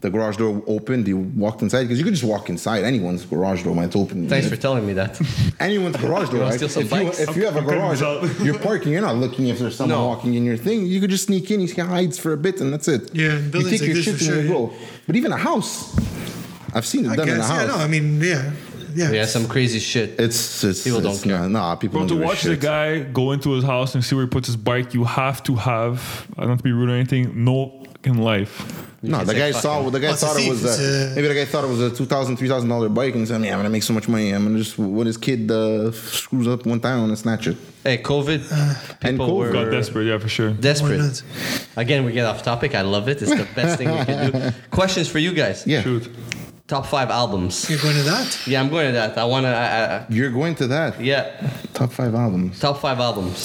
B: the garage door opened. They walked inside because you could just walk inside anyone's garage door when it's open.
A: Thanks for telling me that.
B: <laughs> anyone's garage door.
A: wanna
B: right?
A: steal some
B: if, you,
A: bikes?
B: if you have a
C: I'm cutting
B: garage,
C: this out.
B: <laughs> you're parking. You're not looking if there's someone
A: No.
B: walking in your thing. You could just sneak in. You hides for a bit, and that's it.
D: Yeah,
B: you
D: buildings
B: take
D: like
B: your
D: this
B: shit
D: for
B: and you
D: sure,
B: go. But even a house, I've seen it
D: I
B: done in a
D: guess.
B: house.
D: Yeah, no, I mean, yeah, yeah.
A: Yeah, some crazy shit.
B: it's, it's
A: People
B: it's
A: don't care.
B: Not, nah, people
C: Bro,
B: don't
C: to
B: give a
C: watch the
B: shit.
C: guy go into his house and see where he puts his bike, you have to have, I don't want to be rude or anything, no in life.
B: No,
A: can
B: the
A: say
B: guy
A: fuck
B: saw.
A: him.
B: The guy
D: Well, it's a
B: thought it
D: thief,
B: was
D: it's
B: a,
D: a-
B: maybe the guy thought it was a two thousand, three thousand dollar bike, and he said, "Yeah, I'm gonna make so much money. I'm gonna just when his kid uh, screws up one time, I'm gonna snatch it."
A: Hey, COVID.
B: <sighs> and
A: people
B: COVID.
A: were
C: Got desperate, yeah, for sure.
D: Why
A: desperate.
D: not?
A: Again, we get off topic. I love it. It's the best thing we can
B: <laughs>
A: do. Questions for you guys.
B: Yeah,
C: Shoot.
A: Top five albums.
D: You're going to that?
A: Yeah, I'm going to that. I want to. I, I,
B: you're going to that
A: yeah,
B: top five albums.
A: top five albums.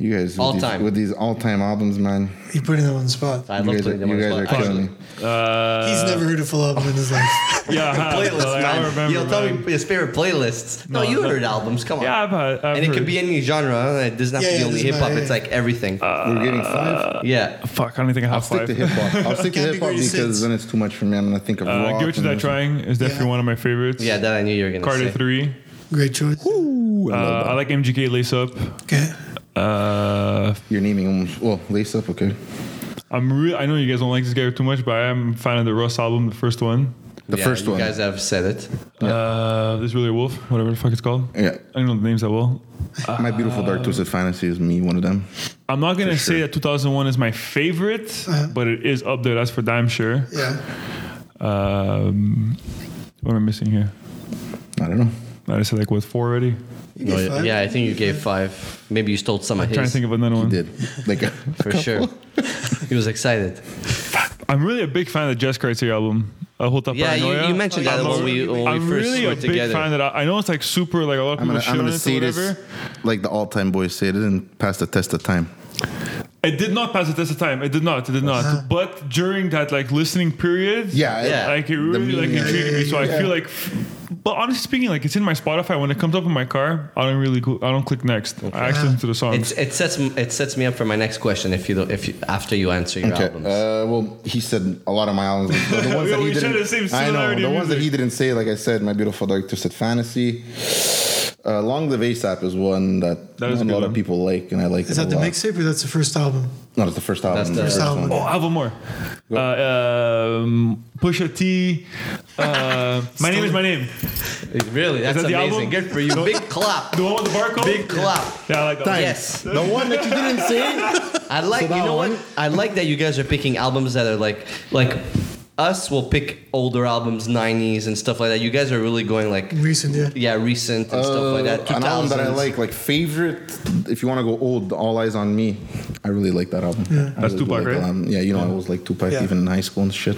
B: You guys with
A: All
B: these,
A: time.
B: with these all time albums, man.
D: You put in that one spot.
A: I
B: You
A: love
B: guys
A: putting
B: are-
A: them on
B: you
A: the
B: guys
A: spot.
B: are killing
A: Actually,
B: me.
C: Uh,
D: He's never heard a full album in his life.
C: <laughs> yeah, I have.
A: Playlists,
C: Like, I
A: man.
C: don't remember.
A: You'll tell
C: man.
A: me his favorite playlists. No,
C: No,
A: you
C: no.
A: heard albums. Come on.
C: Yeah, I've had. I've
A: and it
C: heard.
A: could be any genre. It doesn't have
D: Yeah,
A: to be
D: yeah,
A: only
D: it
A: hip
D: doesn't
A: hop.
D: matter,
A: It's
D: yeah.
A: like everything.
C: Uh,
B: We're getting five.
A: yeah.
C: Fuck, I don't even think I
B: I'll
C: have
B: stick
C: five.
B: to hip hop. I'll
D: <laughs>
B: stick to
D: Can't be
B: hip hop
D: greatest
B: because
D: hits.
B: then it's too much for me. I'm gonna think of
C: Uh,
B: rock.
C: give it to that
B: and-
C: trying is definitely
D: Yeah.
C: one of my favorites.
A: Yeah, that I knew you were gonna
C: Carter
A: say.
C: three.
D: Great choice.
C: Uh, I like MGK lace up.
D: Okay.
C: Uh,
B: You're naming them. Well, lace up, okay.
C: I'm really. I know you guys don't like this guy too much, but I am a fan of the Russ album, the first one.
B: The
A: Yeah,
B: first
A: you
B: one.
A: guys have said it.
C: Uh, this really a wolf, whatever the fuck it's called.
B: Yeah.
C: I don't know the names that well.
B: My beautiful
C: Uh.
B: dark twisted fantasy is me, one of them.
C: I'm not gonna
B: For
C: say
B: sure.
C: that 2001 is my favorite, but it is up there. That's for damn sure.
D: Yeah.
C: Um, what am I missing here?
B: I don't know.
C: I said like what four already.
D: You
A: No,
D: get five.
A: yeah, I think you gave five. Maybe you stole some of
C: trying to
A: his.
C: think of another one.
B: Did like <laughs> a,
A: for sure. <laughs> he was excited.
C: I'm really a big fan of the Jess Criteria album. A whole top
A: Yeah, you-
C: paranoia.
A: you mentioned
D: that
C: I'm
D: when
C: a-
D: we-
A: when we
C: I'm
A: first
C: really
A: were
C: a big
A: together.
C: fan of that. I know it's like super like a lot of
B: I'm
C: people
B: gonna, I'm
C: shit on
B: gonna
C: it or
B: say
C: whatever.
B: this like the all time boys say it didn't pass the test of time.
C: It did not pass the test of time. It did not. It did not. But during that like listening period,
B: Ah. Yeah, it-
A: Yeah.
C: like it really like
B: meaning-
C: intrigued me. So
B: Yeah.
C: I feel like, but honestly speaking, like it's in my Spotify. When it comes up in my car, I don't really go, I don't click next. I actually listen to the songs.
A: It's, it sets m- it sets me up for my next question. If you don't, if you, after you answer your
B: Okay.
A: albums,
B: Uh, well, he said a lot of my albums. but
C: <laughs>
B: The ones
C: We-
B: that he
C: we share
B: didn't,
C: the same
B: I know
C: similarity
B: the
C: in
B: ones that
C: music.
B: he didn't say. Like I said, my beautiful dark twisted fantasy. Uh, Long live ASAP is one that,
C: That is a
B: a
C: good
B: lot of
C: one.
B: people like, and I like.
D: Is
B: it
D: that
B: a
D: the
B: lot.
D: mixtape or that's the first album?
B: No, it's the first album.
A: That's the
B: first
A: first
D: album.
B: one.
C: Oh, Alvin Moore, uh, um, Pusha T.
A: <laughs>
C: Uh, my name is my name.
A: really, that's
C: that the
A: amazing.
C: album?
A: Good for
C: <laughs>
A: you. Big clap.
C: The one with the barcode.
A: Big clap.
C: Yeah, I like that. one.
A: Yes,
B: The one that you didn't say.
A: I like.
B: So
A: you
B: that
A: know
B: one-
A: what? I like that you guys are picking albums that are like like us will pick older albums, 90s and stuff like that. You guys are really going like
D: Recent, yeah.
A: yeah, recent and stuff like that. 2000s.
B: Uh, an album that I like, like favorite. If you want to go old, All Eyes on Me. I really like that album. Yeah.
C: That's Tupac, right?
B: yeah, you know, I was like Tupac
D: Yeah.
B: even in high school and shit.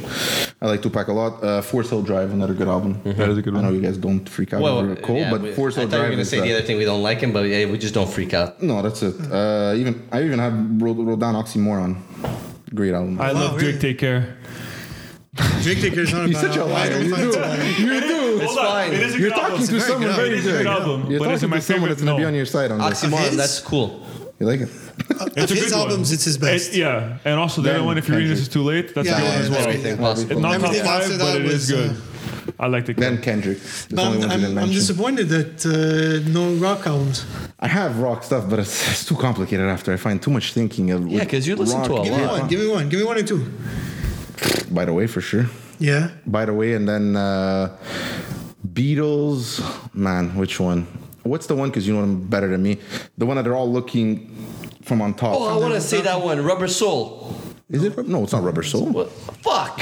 B: I like Tupac a lot. Uh, Force Hill Drive, another good album.
C: That is a good
B: I know
C: one.
B: you guys don't freak out
A: Well,
B: over Cole,
A: yeah,
B: but
A: we-
B: Force
A: I
B: Hill
A: thought you were gonna
B: Drive is
A: say
B: uh,
A: the other thing we don't like him, but yeah, we just don't freak out.
B: no, that's it. Uh, even I even have wrote, wrote down Oxymoron. Great album.
C: I love
D: really?
C: Drake. Take care.
D: Drake Dicker's not a
B: You're
D: bad
B: such a
D: album. I
B: liar.
D: don't
B: You
D: find
B: do.
D: it bad.
B: You do.
A: It's fine.
C: It is a
B: You're
C: good
B: talking
C: album.
B: to
D: very
B: someone
D: good.
B: very
D: It
C: is a good
B: good.
C: album,
B: You're
C: but
B: talking
C: it's in my
B: to someone
C: favorite-
B: that's gonna be
C: no.
B: on your side on this.
A: Oxymoron,
D: his?
A: that's cool.
B: You like it?
D: Of
C: It's a
D: his
C: good one.
D: albums, it's his best.
C: It- yeah, and also the
B: Then
C: other one, if you're reading this is too late, that's
D: Yeah,
C: a good
D: yeah,
C: one as well.
D: everything
A: possible.
C: It's not top
D: Everything after
C: five, but
D: that
C: it is
D: was,
C: good.
D: uh,
C: I like the.
B: Then Kendrick. That's the
D: But
B: only one
D: I'm,
B: you didn't
D: I'm, I'm
B: mention.
D: disappointed that uh, no rock albums.
B: I have rock stuff, but it's, it's too complicated after. I find too much thinking of.
A: Yeah, 'cause you listen
B: rock
A: to a
B: and
D: Give me
A: lot.
B: hip-hop.
D: one. Give me one. Give me one or two.
B: By the way, for sure.
D: Yeah.
B: By the way, and then uh, Beatles. Man, which one? What's the one? Because you know them better than me. The one that they're all looking from on top.
A: Oh, I want to say that one, Rubber Soul.
B: Is it? rub- No, it's not Rubber Soul.
A: What?
B: <laughs>
A: Fuck.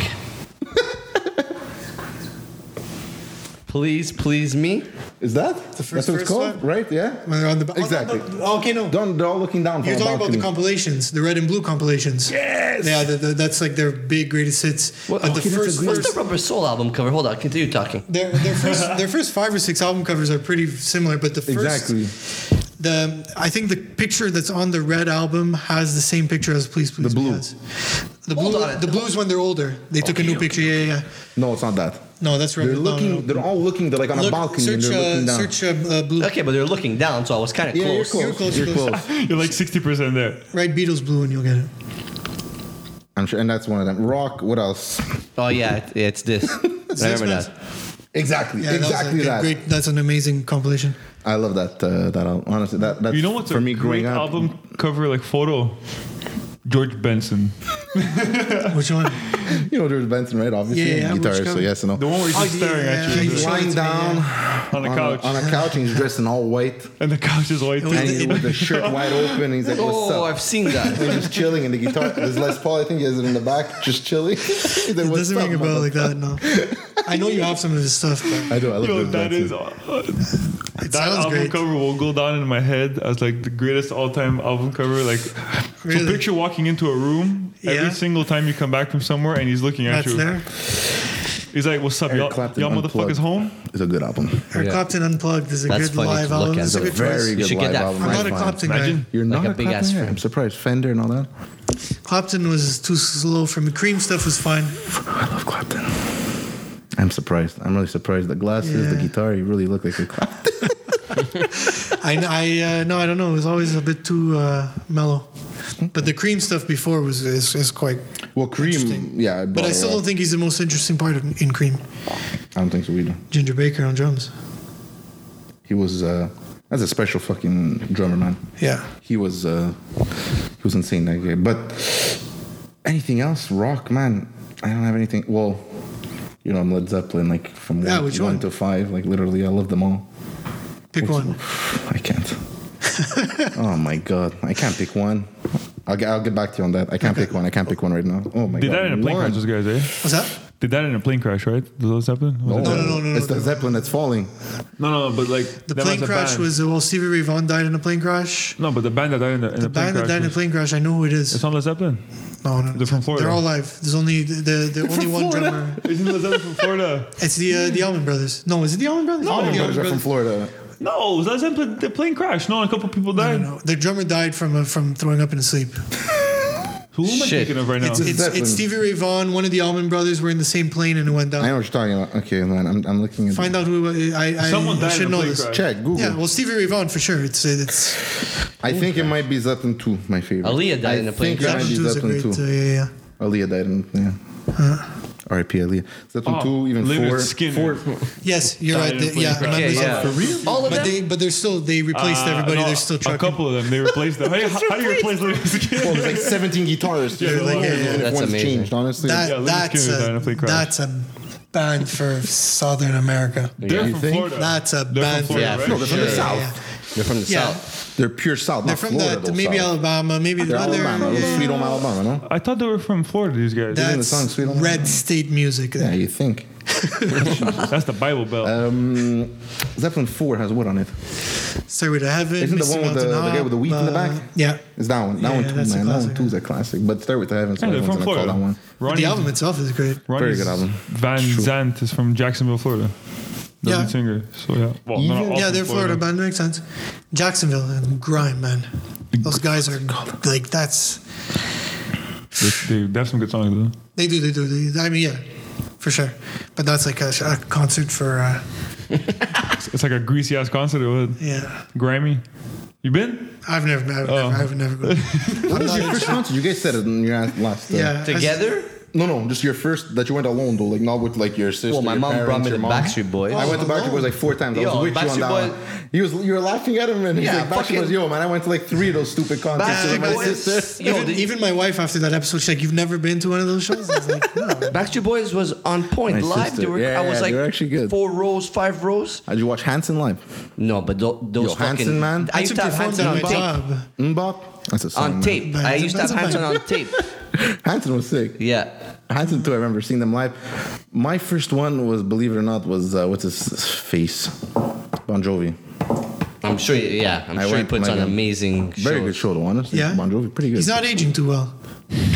A: please, please me.
B: Is that? That's
D: first-
B: what it's
D: first
B: called,
D: one?
B: right? Yeah.
D: When they're on the oh,
B: Exactly.
D: no, no, okay, no.
B: Don't they're all looking down from
D: You're
B: a
D: talking about the
B: balcony.
D: compilations, the red and blue compilations. Yes. Yeah, the, the, that's like their big greatest hits.
B: Well,
D: but
B: okay,
D: the
B: that's a
D: first,
B: great-
D: first
A: What's the Rubber Soul album cover? Hold on, continue talking.
D: their,
B: <laughs>
D: their first their first five or six album covers are pretty similar, but the first
B: Exactly.
D: the I think the picture that's on the red album has the same picture as Please Please
B: blue.
D: Me has. The
A: Hold
D: blue,
A: on.
D: the blues when they're older. They took a
A: Okay,
D: new
A: okay,
D: picture. Yeah, yeah, yeah.
B: No, it's not that.
D: No, that's right.
B: They're looking. They're all looking. They're like on a balcony. and
D: Search,
B: they're
D: uh,
B: looking down.
D: search uh, uh, blue.
A: Okay, but they're looking down, so I was kind of
B: yeah, you're
A: close.
B: close. You're
D: You're
B: close.
D: close,
C: You're like 60% there.
D: Right, Beatles blue, and you'll get it.
B: I'm sure, and that's one of them. Rock. What
C: <laughs>
B: else?
A: Oh yeah, it- it's this. I remember
D: Sixpence.
A: that.
B: Exactly.
D: Yeah,
B: exactly
D: that.
B: that.
D: was a good- Great. That's an amazing compilation.
B: I love that. Uh, that album. Honestly, that that's
C: You know what's
B: for
C: a
B: me growing
C: great
B: up.
C: album cover, like photo? George Benson.
D: Which one?
B: <laughs> You know George Benson, right? Obviously, and
D: Yeah, yeah, which
B: guitarist. So
D: cover?
B: yes, and
C: The
B: no.
C: one where he's
D: Oh,
C: <laughs> just staring
D: yeah,
C: at you
D: yeah,
B: He's
D: yeah.
B: lying down
C: on the
B: on,
C: couch.
B: A, on a couch, and he's dressed in all
D: <laughs>
B: white,
C: and the couch is white.
D: It was
C: too.
B: and he, with the shirt wide open. And he's like, "What's
A: Oh,
B: up?"
A: I've seen
B: <laughs>
A: that.
B: And he's chilling, and the guitar. There's Les Paul. I think he has it in the back, just chilling. <laughs> He's like,
D: It
B: "What's
D: doesn't
B: up,
D: ring a bell
B: mother-"
D: like that. No. I know you have some of his stuff. But
B: I do. I love
C: Yo,
B: George
C: that
B: Benson.
C: is.
D: it
C: That
D: sounds
C: album
D: great.
C: cover will go down in my head as like the greatest all-time album cover.
D: <laughs>
C: Like,
D: Really?
C: so picture walking into a room
D: Yeah.
C: every single time you come back from somewhere, and he's looking at
D: That's
C: you.
D: there.
C: He's like, "What's up,
B: Eric
C: y'all?
B: Clapton
C: Y'all
B: Unplugged.
C: motherfuckers home?"
B: It's a good album.
D: Eric
A: Yeah.
D: Clapton Unplugged is a
A: That's
D: good
A: funny to
D: live
A: look
D: album.
A: at.
D: It's a
A: It's
B: a
D: good
B: very
D: choice.
A: You
B: good
A: should
B: live
A: get that
B: album.
A: for
D: I'm not
A: Fine.
D: a Clapton
C: Imagine.
D: guy.
B: You're
A: Like
B: not
A: a
B: a,
A: big
B: Clapton
A: ass
B: guy.
A: friend.
B: I'm surprised Fender and all that.
D: Clapton was too slow for me. Cream stuff was fine.
B: I love Clapton. I'm surprised. I'm really surprised. The glasses, the
D: Yeah.
B: guitar, you really look like a Clapton.
D: I, I uh, no, I don't know. It was always a bit too uh, mellow. But the cream stuff before was is, is quite.
B: <laughs> well,
D: Interesting.
B: Cream, yeah.
D: But I still don't think he's the most interesting part of, in Cream.
B: I don't think so either.
D: Ginger Baker on drums.
B: He was, uh, that's a special fucking drummer, man.
D: Yeah.
B: He was, uh, he was insane, that guy. But anything else? Rock, man. I don't have anything. Well, you know, I'm Led Zeppelin, like from
D: Yeah,
B: one,
D: which
B: one
D: one?
B: to five. Like, literally, I love them all.
D: Pick one.
B: I
D: <laughs>
B: can't. oh my god, I can't pick one. I'll get, I'll get back to you on that. I can't pick one. I can't pick one right now. Oh my
C: Did
B: god.
C: that in a plane
B: one.
C: crash, those guys, eh?
D: What's that?
C: Did that in a plane crash, right? Did those happen? Was it-
D: No, no, no, no,
B: It's
D: no,
B: the
D: no.
B: Zeppelin that's falling.
C: no, no, But like
D: The
C: them
D: plane
C: as a
D: crash
C: band.
D: was uh, well, Stevie Ray Vaughan died in a plane crash.
C: no, but the band that died in the, in the,
D: The
C: plane
D: band that
C: crash.
D: died in a
C: was-
D: plane crash. I know who it
C: It's
D: is.
C: not Led Zeppelin.
D: No, no, no.
C: They're from Florida.
D: They're all live. There's only the
C: <laughs>
D: the, the only
B: from
D: one
B: Florida?
D: drummer.
C: Isn't Led Zeppelin from
D: <laughs>
C: Florida?
D: It's the uh, the Allman Brothers. No, is it the Allman Brothers? No,
B: Oh,
D: the
B: brothers are from Florida.
D: Uh,
C: No, it was Led Zeppelin. The plane crash. No, a couple people
D: I
C: died.
D: don't know. The drummer died from uh, from throwing up in his sleep.
C: Oh. Who am I
A: Shit.
C: thinking of right now?
D: It's, it's,
B: Zeppelin.
D: it's Stevie Ray Vaughan. One of the Allman Brothers were in the same plane and it went
B: I
D: down.
B: know what you're talking about. Okay, man, I'm, I'm looking at.
D: Find out who it was. I, I,
C: Someone
D: I
C: died
D: should
C: in a
D: know
C: plane
D: this.
C: crash.
B: Check Google.
D: Yeah, well, Stevie Ray Vaughan for sure. It's it's
B: I think it might be Zeppelin two, my favorite.
A: Aaliyah died
B: I
A: in a plane
B: think it might
D: Zeppelin
B: be
D: two is a
B: Zeppelin
D: great. Uh, yeah, yeah.
B: two. Aaliyah died in yeah. R.I.P. Aaliyah. Zeppelin
C: Oh,
B: two, even
C: Leonard
B: four.
C: <laughs> Skinner.
B: Four.
D: Yes, you're
C: Died
D: right.
C: in a
D: The-
C: plane
D: yeah,
C: crash.
D: I'm not
A: Okay,
D: missing-
A: yeah. For real? All of
D: But
A: them?
D: they but they're still they replaced
C: Uh,
D: everybody.
C: no,
D: They're still
C: A
D: trucking.
C: couple of them. They replaced them. How do you, how do you replace Leonard
B: Well,
C: Skinner?
B: Oh, there's like 17 guitarists.
C: Yeah, like, yeah,
B: even
A: yeah.
B: if
A: That's
B: one's
A: amazing.
B: changed, honestly.
D: That,
C: Yeah, Limp
D: that's,
C: Bizkit died in
D: a,
C: a plane crash.
D: that's a band for Southern America.
C: They're
B: You
C: from
B: think?
C: Florida.
D: That's a
C: They're from
D: band.
C: Florida,
A: Yeah,
C: right?
A: for
B: No, they're from the
A: Sure.
B: south.
D: Yeah,
A: They're from the
D: Yeah.
A: south.
B: They're pure South.
D: They're
B: not
D: from
B: Florida,
D: that,
B: though,
D: maybe
B: South.
D: Alabama, maybe
B: They're
D: the other.
B: Alabama. They're
D: yeah.
B: Sweet Home Alabama, no?
C: I thought they were from Florida. These guys.
B: That-
D: That's
B: song, Sweet Home Alabama?
D: red state music.
B: Yeah,
D: There.
B: you think.
C: That's the Bible Belt.
B: Um, Zeppelin 4 has wood on it.
D: Sorry with the heaven.
B: Isn't the
D: Mr.
B: one with the, the
D: Mountain
B: guy with the wheat in the
D: Hop,
B: back?
D: uh, Yeah.
B: It's that one. That
D: Yeah,
B: one too,
D: that's a
B: man. That one
D: classic,
B: too is a classic. But Stairway to Heaven, so
C: yeah, they're
B: everyone's
C: from
B: gonna call
C: Florida.
B: that one.
C: Ronnie's-
D: the album itself is great.
B: Very
C: Ronnie's
B: good album.
C: Van
B: True.
C: Zant is from Jacksonville, Florida. The
D: Yeah.
C: lead singer. So yeah. Well,
B: Even-
C: not all
D: yeah,
C: from
D: they're Florida, band. Makes sense. Jacksonville and grime, man. Those guys are like that's
C: They, they, they have some good songs though.
D: they do they do. They, I mean, yeah, for sure. But that's like a, a concert for uh,
C: It's, it's like a greasy ass concert. Or what?
D: yeah.
C: Grammy. You been?
D: I've never, I've
C: Oh.
D: never, I've never.
C: <laughs>
D: Gone.
B: What was your first concert? You guys said it in your last. uh,
D: <laughs> Yeah,
A: Together?
B: No, no, just your first that you went alone though, like not with like your sister.
A: Well, Oh, my
B: your
A: mom
B: parents,
A: brought me
B: your
A: to
B: mom.
A: Backstreet Boys.
B: I went to
D: Oh,
B: Backstreet Boys like four times. I
A: Yo,
B: was with you on
A: Backstreet
B: that
A: Boy-
B: one. He was, you were laughing at him, and he's
A: Yeah,
B: like, Backstreet Boys,
A: fucking-
B: yo, man, I went to like three of those stupid concerts.
A: Backstreet
B: with my
A: Boys.
B: sister.
A: Yo,
D: even,
A: the-
D: even my wife after that episode, she's like, "You've never been to one of those shows?" I was like,
A: <laughs>
D: "No."
A: Backstreet Boys was on point
B: My
A: live.
B: sister.
A: They were,
B: Yeah,
A: I was
B: they
A: like
B: were actually good.
A: four rows, five rows.
B: Did you watch Hanson live?
A: No, but tho- those
B: Yo,
A: fucking
B: Hanson, man.
A: I
D: I
A: used
D: took
A: to have
D: performed
A: Hanson
D: at
A: on
D: my
A: tape.
D: job.
B: Mbop. That's a song.
A: On
B: man.
A: tape,
D: Bang,
A: I used to have
D: bang,
A: Hanson
D: bang.
A: on tape.
B: Hanson was sick.
A: Yeah,
B: Hanson too. I remember seeing them live. My first one was, believe it or not, was uh, what's his face, Bon Jovi.
A: I'm sure. Yeah, I'm
B: I
A: sure he
B: went-
A: puts
B: my
A: on
B: God.
A: amazing shows.
B: Very good show, though, honestly.
D: Yeah,
B: Bon Jovi, pretty good.
D: He's not aging too well.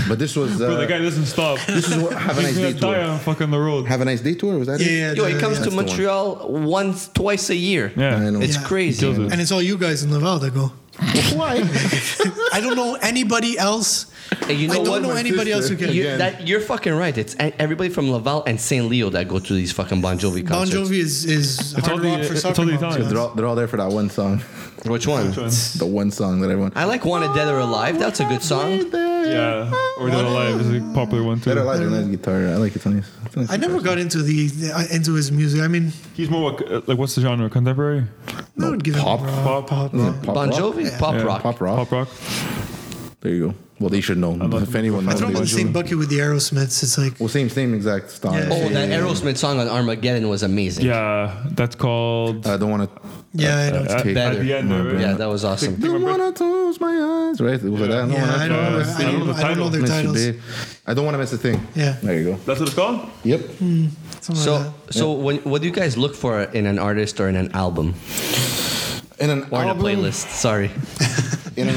B: but this
D: <laughs>
B: was. Uh,
C: Bro, the guy doesn't stop.
B: this is what, have a <laughs>
C: He's
B: nice
C: gonna
B: day
C: die
B: tour.
C: on fucking the road.
B: Have a nice day tour. Was that
D: Yeah,
B: it?
D: yeah,
A: Yo, he
D: yeah,
A: comes
D: yeah.
A: to
B: That's the one.
A: Montreal once, twice a year.
C: Yeah.
B: I know.
A: it's
D: Yeah.
A: crazy.
C: Kills it.
D: and it's all you guys in Laval that go.
B: <laughs> Why?
D: <laughs> I don't know anybody else.
A: And you know
D: I don't
A: what?
D: know anybody else who can.
A: You,
B: Again.
A: that, you're fucking right. It's a- everybody from Laval and Saint Leo that go to these fucking Bon Jovi
D: Bon
A: concerts.
D: Jovi is is
C: all
D: hard
C: the-
D: rock for
C: it's
D: soccer
C: all the
D: moms,
C: Italians.
B: They're
D: man.
B: all, they're all there for that one song. <laughs>
A: Which one?
B: The one song that everyone.
A: I like Wanna Dead or Alive. That's a good song.
C: Yeah. Or Dead Alive is a popular one
B: Better
C: too.
B: Lies nice guitar. I like it. Tony's. Tony's
D: I never got into the, the uh, into his music. I mean,
C: He's more like, uh, like what's the genre? Contemporary?
D: I would give him
B: pop.
D: rock, pop,
B: Is it
D: pop.
B: pop
A: Bon
B: rock?
A: Jovi, pop
C: Yeah.
A: rock.
B: Pop rock.
C: Pop rock?
B: There you go. Well, they should know.
C: not
B: If anyone
D: I
B: knows,
D: throw him
B: they
D: in the
B: should.
D: same bucket with the Aerosmiths. It's like
B: Well, same same exact style.
D: Yeah.
A: Oh,
D: Yeah,
A: that Aerosmith song on Armageddon was amazing.
C: Yeah. That's called.
B: I don't want to.
D: yeah, I know.
C: at,
B: Take-
C: at
A: Better.
C: the end, right?
A: Yeah, that was awesome.
B: Don't wanna close my eyes. Right? It was like that.
D: yeah, I don't,
C: uh,
D: know.
C: I
D: I
C: don't know
D: don't,
C: the
D: I don't know
C: title.
D: their
B: Miss you,
D: titles.
B: babe. I don't want to miss a thing.
D: Yeah. Hmm.
B: There you go.
C: That's what it's called?
B: Yep.
D: Something like
A: So,
D: that.
A: so when, what do you guys look for in an artist or in an album
B: In an
A: or in a
B: album-
A: playlist? Sorry,
B: in an,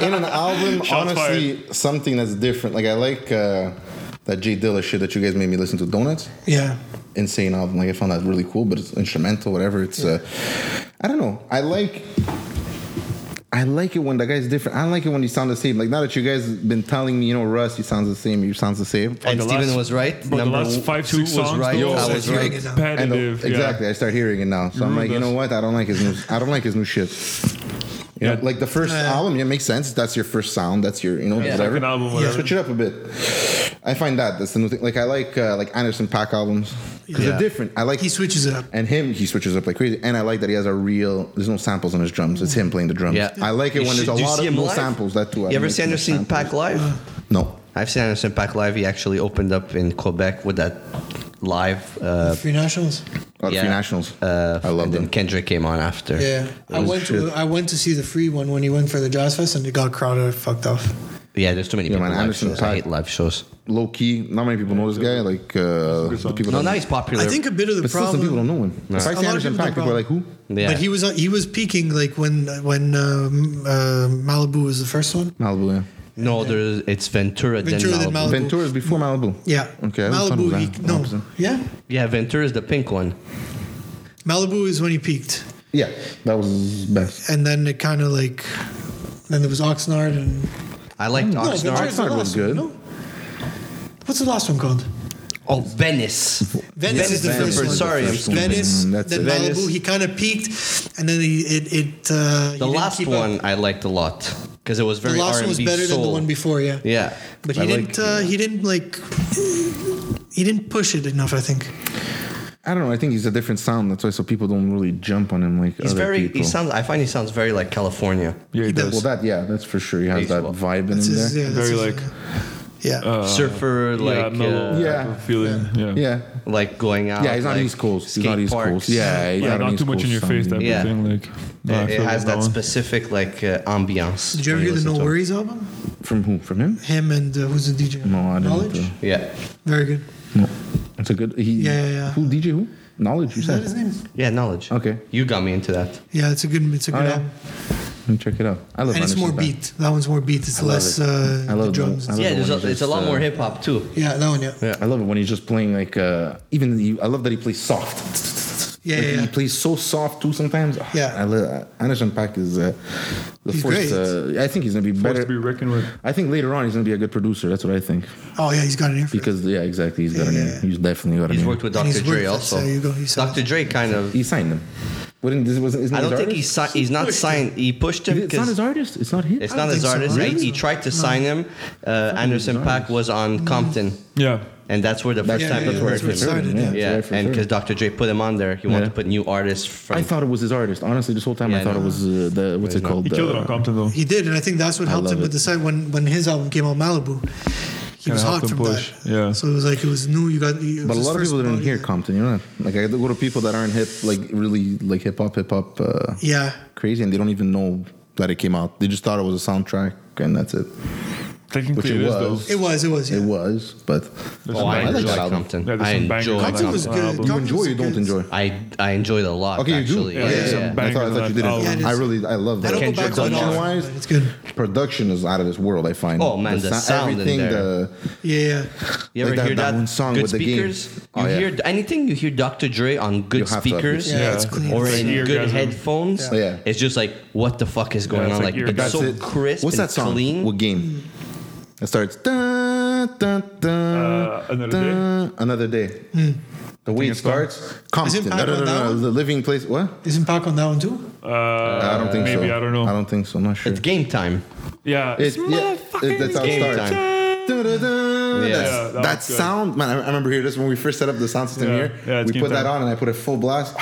B: in
D: <laughs>
B: an album,
C: Shots
B: honestly, something that's different. Like I like uh, that Jay Dilla shit that you guys made me listen to. Donuts,
D: yeah,
B: insane album. Like I found that really cool, but it's instrumental, whatever. It's uh, I don't know. I like. I like it when the guy's different. I don't like it when he sounds the same. Like now that you guys been telling me, you know, Russ, he sounds the same. You sounds the same.
A: and
C: the
A: Steven
C: last-
A: was right.
C: Bro, the last five,
A: two
C: six
A: was
C: songs,
A: right.
C: though,
A: I
D: it's
A: was
D: like-
A: right.
D: Yeah.
B: And the-
C: Competitive.
B: exactly. I start hearing it now, so I'm
C: Ruined
B: like, you
C: us.
B: know what? I don't like his new. I don't like his new shit. You know,
C: Yeah.
B: like the first
D: Yeah.
B: album, yeah, it makes sense. That's your first sound. That's your, you know, whatever.
C: Second album, whatever.
B: Switch it up a bit. I find that that's the new thing. Like I like uh, like Anderson Pack albums because
A: Yeah.
B: they're different. I like
D: he switches it up.
B: and him he switches up like crazy. And I like that he has a real. There's no samples on his drums. It's him playing the drums.
A: Yeah.
B: I like it
A: You
B: when
A: should-
B: there's
A: do
B: a
A: you
B: lot
A: see
B: of
A: him
B: no
A: live?
B: samples. That too. I
A: You ever
B: like
A: see
B: no
A: Anderson
B: samples.
A: Pack live?
B: No.
A: I've seen Anderson Pack live. He actually opened up in Quebec with that live. Uh,
D: Free nationals.
B: Oh, the
A: Yeah.
B: Free Nationals.
A: uh,
B: I love
A: and
B: them.
A: Then Kendrick came on after.
D: Yeah, I
B: was
D: went to
B: shit.
D: I went to see the free one when he went for the jazz fest and it got crowded. Fucked off.
A: yeah. There's too many
B: Yeah,
A: people.
B: man,
A: live
B: Anderson
A: shows. I
B: Paak.
A: hate live shows.
B: Low key. Not many people know this guy. Like uh,
C: good
B: the
C: song.
B: people.
A: No,
B: that-
A: now he's popular.
D: I think a bit of the
B: But still, some
D: problem.
B: people don't know him. If I
D: A
B: see
D: lot of
B: Anderson
D: people
B: Paak,
D: don't
B: people are like, who?
A: Yeah.
D: But he was uh, he was peaking like when when um, uh, Malibu was the first one.
B: Malibu, yeah.
A: no, there's it's Ventura,
D: Ventura,
A: then
D: then
A: Malibu.
D: Malibu.
B: Ventura is before Malibu.
D: Yeah.
B: Okay, I was talking
D: Malibu.
B: about
D: He,
B: that.
D: no.
B: 100%.
D: Yeah.
A: Yeah, Ventura is the pink one.
D: Malibu is when he peaked,
B: Yeah, that was best.
D: and then it kind of like. Then there was Oxnard and
A: I liked Oxnard.
D: Ventura's the
B: Oxnard was
D: last one,
B: good.
D: no? What's the last one called?
A: Oh, Venice.
D: Venice is the
A: Venice.
D: first one.
A: Sorry, I'm
B: First one.
A: stupid.
D: Venice,
B: Mm, that's
D: then
B: it.
D: Malibu.
A: Venice.
D: He kind of peaked, and then he, it it uh, he
A: The
D: didn't
A: last
D: keep up.
A: one I liked a lot because it was
D: The
A: very
D: last one was
A: R&B
D: better
A: soul.
D: than the one before. Yeah.
A: Yeah,
D: But he
B: I
D: didn't.
B: like-
D: uh, he didn't like. He didn't push it enough. I think.
B: I don't know. I think he's a different sound. That's why so people don't really jump on him like
A: he's
B: other
A: very.
B: people.
A: He sounds. I find he sounds very like California.
C: Yeah,
D: He
C: he does.
D: does.
B: well, that yeah, that's for sure. He
A: He's
B: has that
A: well-
B: vibe in him
D: That's his,
B: there.
D: yeah, that's
C: Very
D: his,
C: like-
D: uh, Yeah.
C: uh,
A: Surfer, like,
C: yeah, mellow
A: uh,
C: type
B: Yeah.
C: of feeling. Yeah,
B: Yeah.
A: like going out.
B: Yeah, he's not
A: like
B: East Coast. He's
A: skate
B: not East
A: parks.
B: Coast. Yeah, he's
C: Yeah,
B: not, an
C: not
B: East
C: too much in
B: Coast
C: your face
B: sound.
C: type
A: Yeah.
C: of thing. Like, no, I
A: It, it
C: feel
A: has that
C: one.
A: specific like uh, ambiance.
D: Did you ever
A: when
D: hear the
A: listen
D: No
A: to it.
D: Worries album?
B: From who? From him?
D: Him and uh, who's the DJ?
B: No, I didn't.
D: Knowledge?
B: uh,
A: Yeah,
D: Very good.
B: No. It's a good. He,
D: Yeah, yeah, yeah.
B: Who DJ? Who? Knowledge. You
D: Is
B: said.
D: that his name?
A: yeah, knowledge.
B: Okay.
A: you got me into that.
D: Yeah, it's a good. It's a
B: Oh,
D: good
B: yeah.
D: album.
B: Let me check it out. I love.
D: And it's
B: Anderson's
D: more
B: band.
D: beat. That one's more beat. It's
B: love
D: less
B: it.
D: uh,
B: I love
D: the
B: it.
D: drums.
B: I love
A: Yeah,
B: the
A: there's a,
B: one
A: it's a
B: just,
A: lot
B: uh,
A: more hip hop too.
D: Yeah, that one. Yeah.
A: Yeah.
B: I love it when he's just playing like uh, even he, I love that he plays soft.
D: Yeah,
B: Like,
D: yeah,
B: he
D: yeah.
B: plays so soft too sometimes. Ah,
D: Yeah.
B: I love, Anderson Pack is uh, the
D: He's
B: first.
D: great.
B: Uh, I think he's gonna be
C: Forced
B: better.
C: to be reckoned with.
B: I think later on he's gonna be a good producer. That's what I think
D: Oh yeah, he's got an ear for it.
B: because yeah, exactly. He's got
D: Yeah,
B: an
D: yeah,
B: ear. He's definitely got an
A: He's
B: ear.
A: worked with Dr.
D: And he's worked
A: Dre
D: with-
A: also.
D: there you go, he signed
A: Dr. Mm-hmm. Dre kind of.
B: He signed them. Wouldn't this wasn't? Isn't
A: I don't
B: his
A: think he
B: artist?
A: si- he's not signed. He pushed him
B: It's not his
A: because
B: artist. It's not his.
A: it's
B: I
A: not
B: don't
A: his
B: think so.
A: artist.
D: Really?
A: I- he tried to sign him. Uh, Anderson Pack was on Compton,
C: Yeah,
A: and that's where the
B: That's,
A: first
D: Mm. yeah,
A: time
B: that's
A: he
B: where
A: heard
B: I first
A: him.
B: heard him.
D: Yeah,
B: that's
A: Yeah,
B: where I first
A: and
B: heard
A: because
B: him.
A: Dr. Dre put him on there, he wanted
B: Yeah.
A: to put new artists from.
B: I thought it was his artist. Honestly, this whole time
A: Yeah,
B: I thought
A: no.
B: it was uh, the what's it
A: not.
B: called?
C: he killed
B: Uh,
C: it on Compton though.
D: He did, and I think that's what helped
B: love
D: him with
B: it.
D: the side when when his album came out, Malibu. He
C: Kinda
D: was
C: helped
D: hot
C: him
D: from
C: push,
D: that.
C: yeah.
D: So it was like it was new. You got. It was
B: But a
D: his
B: lot of
D: first
B: people didn't
D: body
B: hear
D: that-
B: Compton, you know. Like I go to people that aren't hip, like really like hip hop, hip hop, uh,
D: Yeah.
B: crazy, and they don't even know that it came out. They just thought it was a soundtrack, and that's it.
C: Technically,
B: Which
C: it
B: it
C: is
B: was.
C: though.
D: It was. It was. Yeah.
B: It was, but
A: Oh, I
B: I like
A: enjoy
B: that album.
A: Compton.
C: Yeah, there's
A: I
C: some bangers
A: enjoy
C: on
D: Compton was
A: Compton.
D: good.
C: album.
B: you
D: Compton
B: enjoy,
D: was
B: you don't
D: good.
B: enjoy.
A: I I enjoyed a lot.
B: Okay, you do.
A: actually. Yeah,
C: there's
A: yeah,
C: some
A: yeah.
B: I
C: bangers
B: thought, I
C: on
B: thought
C: that
B: you didn't.
C: album.
D: Yeah, it is.
B: I really, I love
D: I
B: that.
D: don't go
A: Kendrick
D: back to
A: Lamar.
D: that.
B: Production-wise,
D: It's good.
B: Production is out of this world. I find.
A: Oh, man, the
B: sou-
A: sound in
B: everything,
A: there.
B: the
D: Yeah. yeah.
A: You ever
B: Like that-
A: hear
B: that
A: that,
B: one song
A: good
B: with the game.
A: speakers?
B: Oh,
A: you
B: yeah.
A: hear anything you hear Dr. Dre on
B: You
A: good
B: have to have
A: speakers
D: Yeah, it's clean.
A: or
D: It's
A: in
C: ear
A: good
C: gasm.
A: headphones?
B: Yeah. Yeah.
A: It's just like what the fuck is going on?
C: it's
A: Like,
C: like ear
A: it's
C: gasm.
A: so
B: That's it.
A: crisp.
B: What's
A: and
B: that song?
A: Clean.
B: What game? It starts. Da, da, da,
C: Uh, Another Day?
B: Another day. The way it
C: it's called-
B: starts. Compton.
D: Hmm. Is it
B: No, no, no,
D: Pac-Man
B: no,
D: Down?
B: The living place. What?
D: Isn't Pac on that one too?
C: Uh,
B: I don't think so.
C: maybe, I don't know.
B: I don't think so. I'm not sure.
A: It's game time.
C: yeah,
B: It's- yeah, it- that's how it
A: game
B: starts. Da, da, da.
A: Yeah.
B: That's-
A: Yeah,
C: that
B: that
C: was good.
B: sound, man. I, I remember here this when we first set up the sound system
C: Yeah.
B: here.
C: Yeah, it's
B: we
C: game
B: put that
C: time.
B: on and I put it full blast.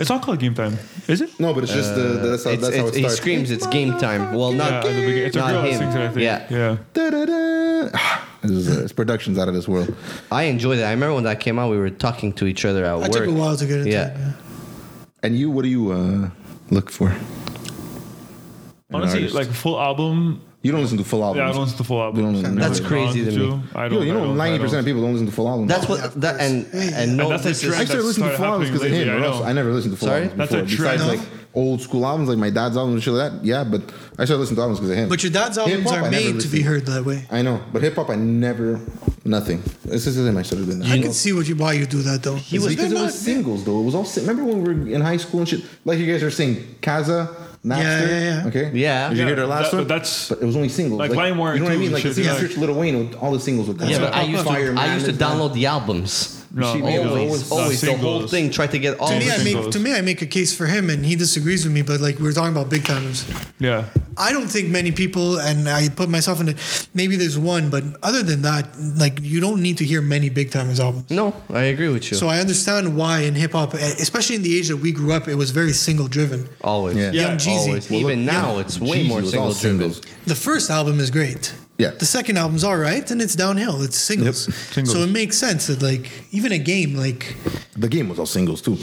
C: It's not called Game Time, is it?
B: no, but it's just the, the- that's how,
A: It's-
B: that's how it
A: it's- he
B: starts.
A: screams, it's game time. Well,
C: Yeah, at
A: not
C: the beginning. It's a
A: Not
C: girl that
A: him.
C: sings it, I think.
A: Yeah.
C: yeah.
B: Da, da, da. <sighs> This is, uh, it's productions out of this world.
A: I enjoyed it. I remember when that came out, we were talking to each other at
D: I
A: work.
D: took a while to get into
A: Yeah.
D: it. Yeah.
B: And you, what do you uh, look for? An
C: Honestly,
B: artist.
C: like full album.
B: you don't listen to full albums.
C: Yeah, I don't listen to full
B: You
C: album.
B: don't-
A: That's
C: Never
A: crazy
C: gone
A: to me.
C: I
B: Yo,
C: don't.
B: you
C: I
B: know,
C: don't, I
B: ninety percent of
C: don't.
B: people don't listen to full albums.
A: That's
D: Yeah,
A: what
D: of
A: that and
D: course. Yeah,
A: and no,
C: And that's a
A: this
B: I
A: is
C: trend.
B: started
C: That
B: listening to
C: started
B: full albums because of him.
C: happening lately,
B: or
C: I
B: else
C: know.
B: I never listened to full
A: Sorry?
B: albums
C: That's
B: before.
C: a trend.
B: Besides
D: No.
B: like old school albums, like my dad's albums and shit like that. Yeah, but I started listening to albums because of him.
D: But your dad's
B: Hip-hop,
D: albums
B: I
D: are
B: never
D: made to
B: listened
D: be heard that way.
B: I know, but hip hop, I never nothing. This is him. I started doing that.
D: I can see what you, why you do that though.
B: It's because it was singles though. It was all. si- Remember when we were in high school and shit? Like you guys are saying, Kaza, Napster.
D: yeah, yeah.
B: Okay.
A: Yeah.
B: Did you
A: Yeah,
B: hear their last
C: that-
B: one?
C: that's-
B: But it was only singles.
C: like LimeWire
B: You know what I
C: too,
B: mean? Like
C: shit,
B: if you
C: yeah.
B: search Little Wayne, all the singles would come.
A: Yeah,
B: out.
A: but I used to I
B: Fireman
A: used to
B: is that-
A: download the albums.
C: No,
B: She
C: always,
B: made
A: Always,
B: those.
A: always the whole
C: singles.
A: thing. Try to get all.
D: To
A: of
D: me,
A: it.
D: I make
C: singles.
D: to me, I make a case for him, and he disagrees with me. But like we we're talking about big timers,
C: Yeah,
D: I don't think many people, and I put myself in it. Maybe there's one, but other than that, like you don't need to hear many big timers albums.
A: No, I agree with you.
D: So I understand why in hip hop, especially in the age that we grew up, it was very single driven.
A: always.
B: Yeah.
D: Young Jeezy.
A: Always.
D: Well,
B: look,
A: Even now, it's way
B: Jeezy
A: more
B: was all
A: single driven.
D: The first album is great.
B: Yeah.
D: The second album's all right, and it's downhill. It's singles.
C: Singles.
D: So it makes sense that like even a game like
B: The game was all singles too.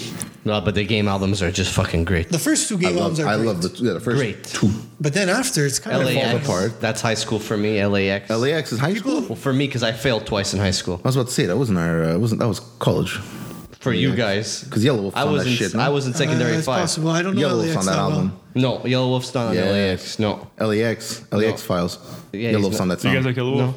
A: No, but the game albums are just fucking great.
D: the first two
B: I
D: game
B: love,
D: albums are
B: I
D: great,
B: love the, yeah, the first
A: Great.
B: two.
D: but then after it's kind of
A: LAX.
B: apart.
A: That's high school for me. LAX.
B: LAX is high school.
A: Well, for me, because I failed twice in high school.
B: I was about to say that wasn't our uh, wasn't that was college
A: For you guys,
B: 'Cause Yellow Wolf's
A: I
B: on
A: was
B: that
A: in,
B: shit, no?
A: I was in secondary
D: Uh, it's
A: five.
D: possible. I don't know
B: Yellow
D: LAX
B: Wolf's on that
D: that well.
B: album.
A: No, Yellow Wolf's not on
B: Yeah.
A: LAX. No,
B: LAX LAX files.
A: Yeah,
B: Yellow
A: he's
B: Wolf's on that
C: Do
B: song.
C: you guys like Hello?
A: no,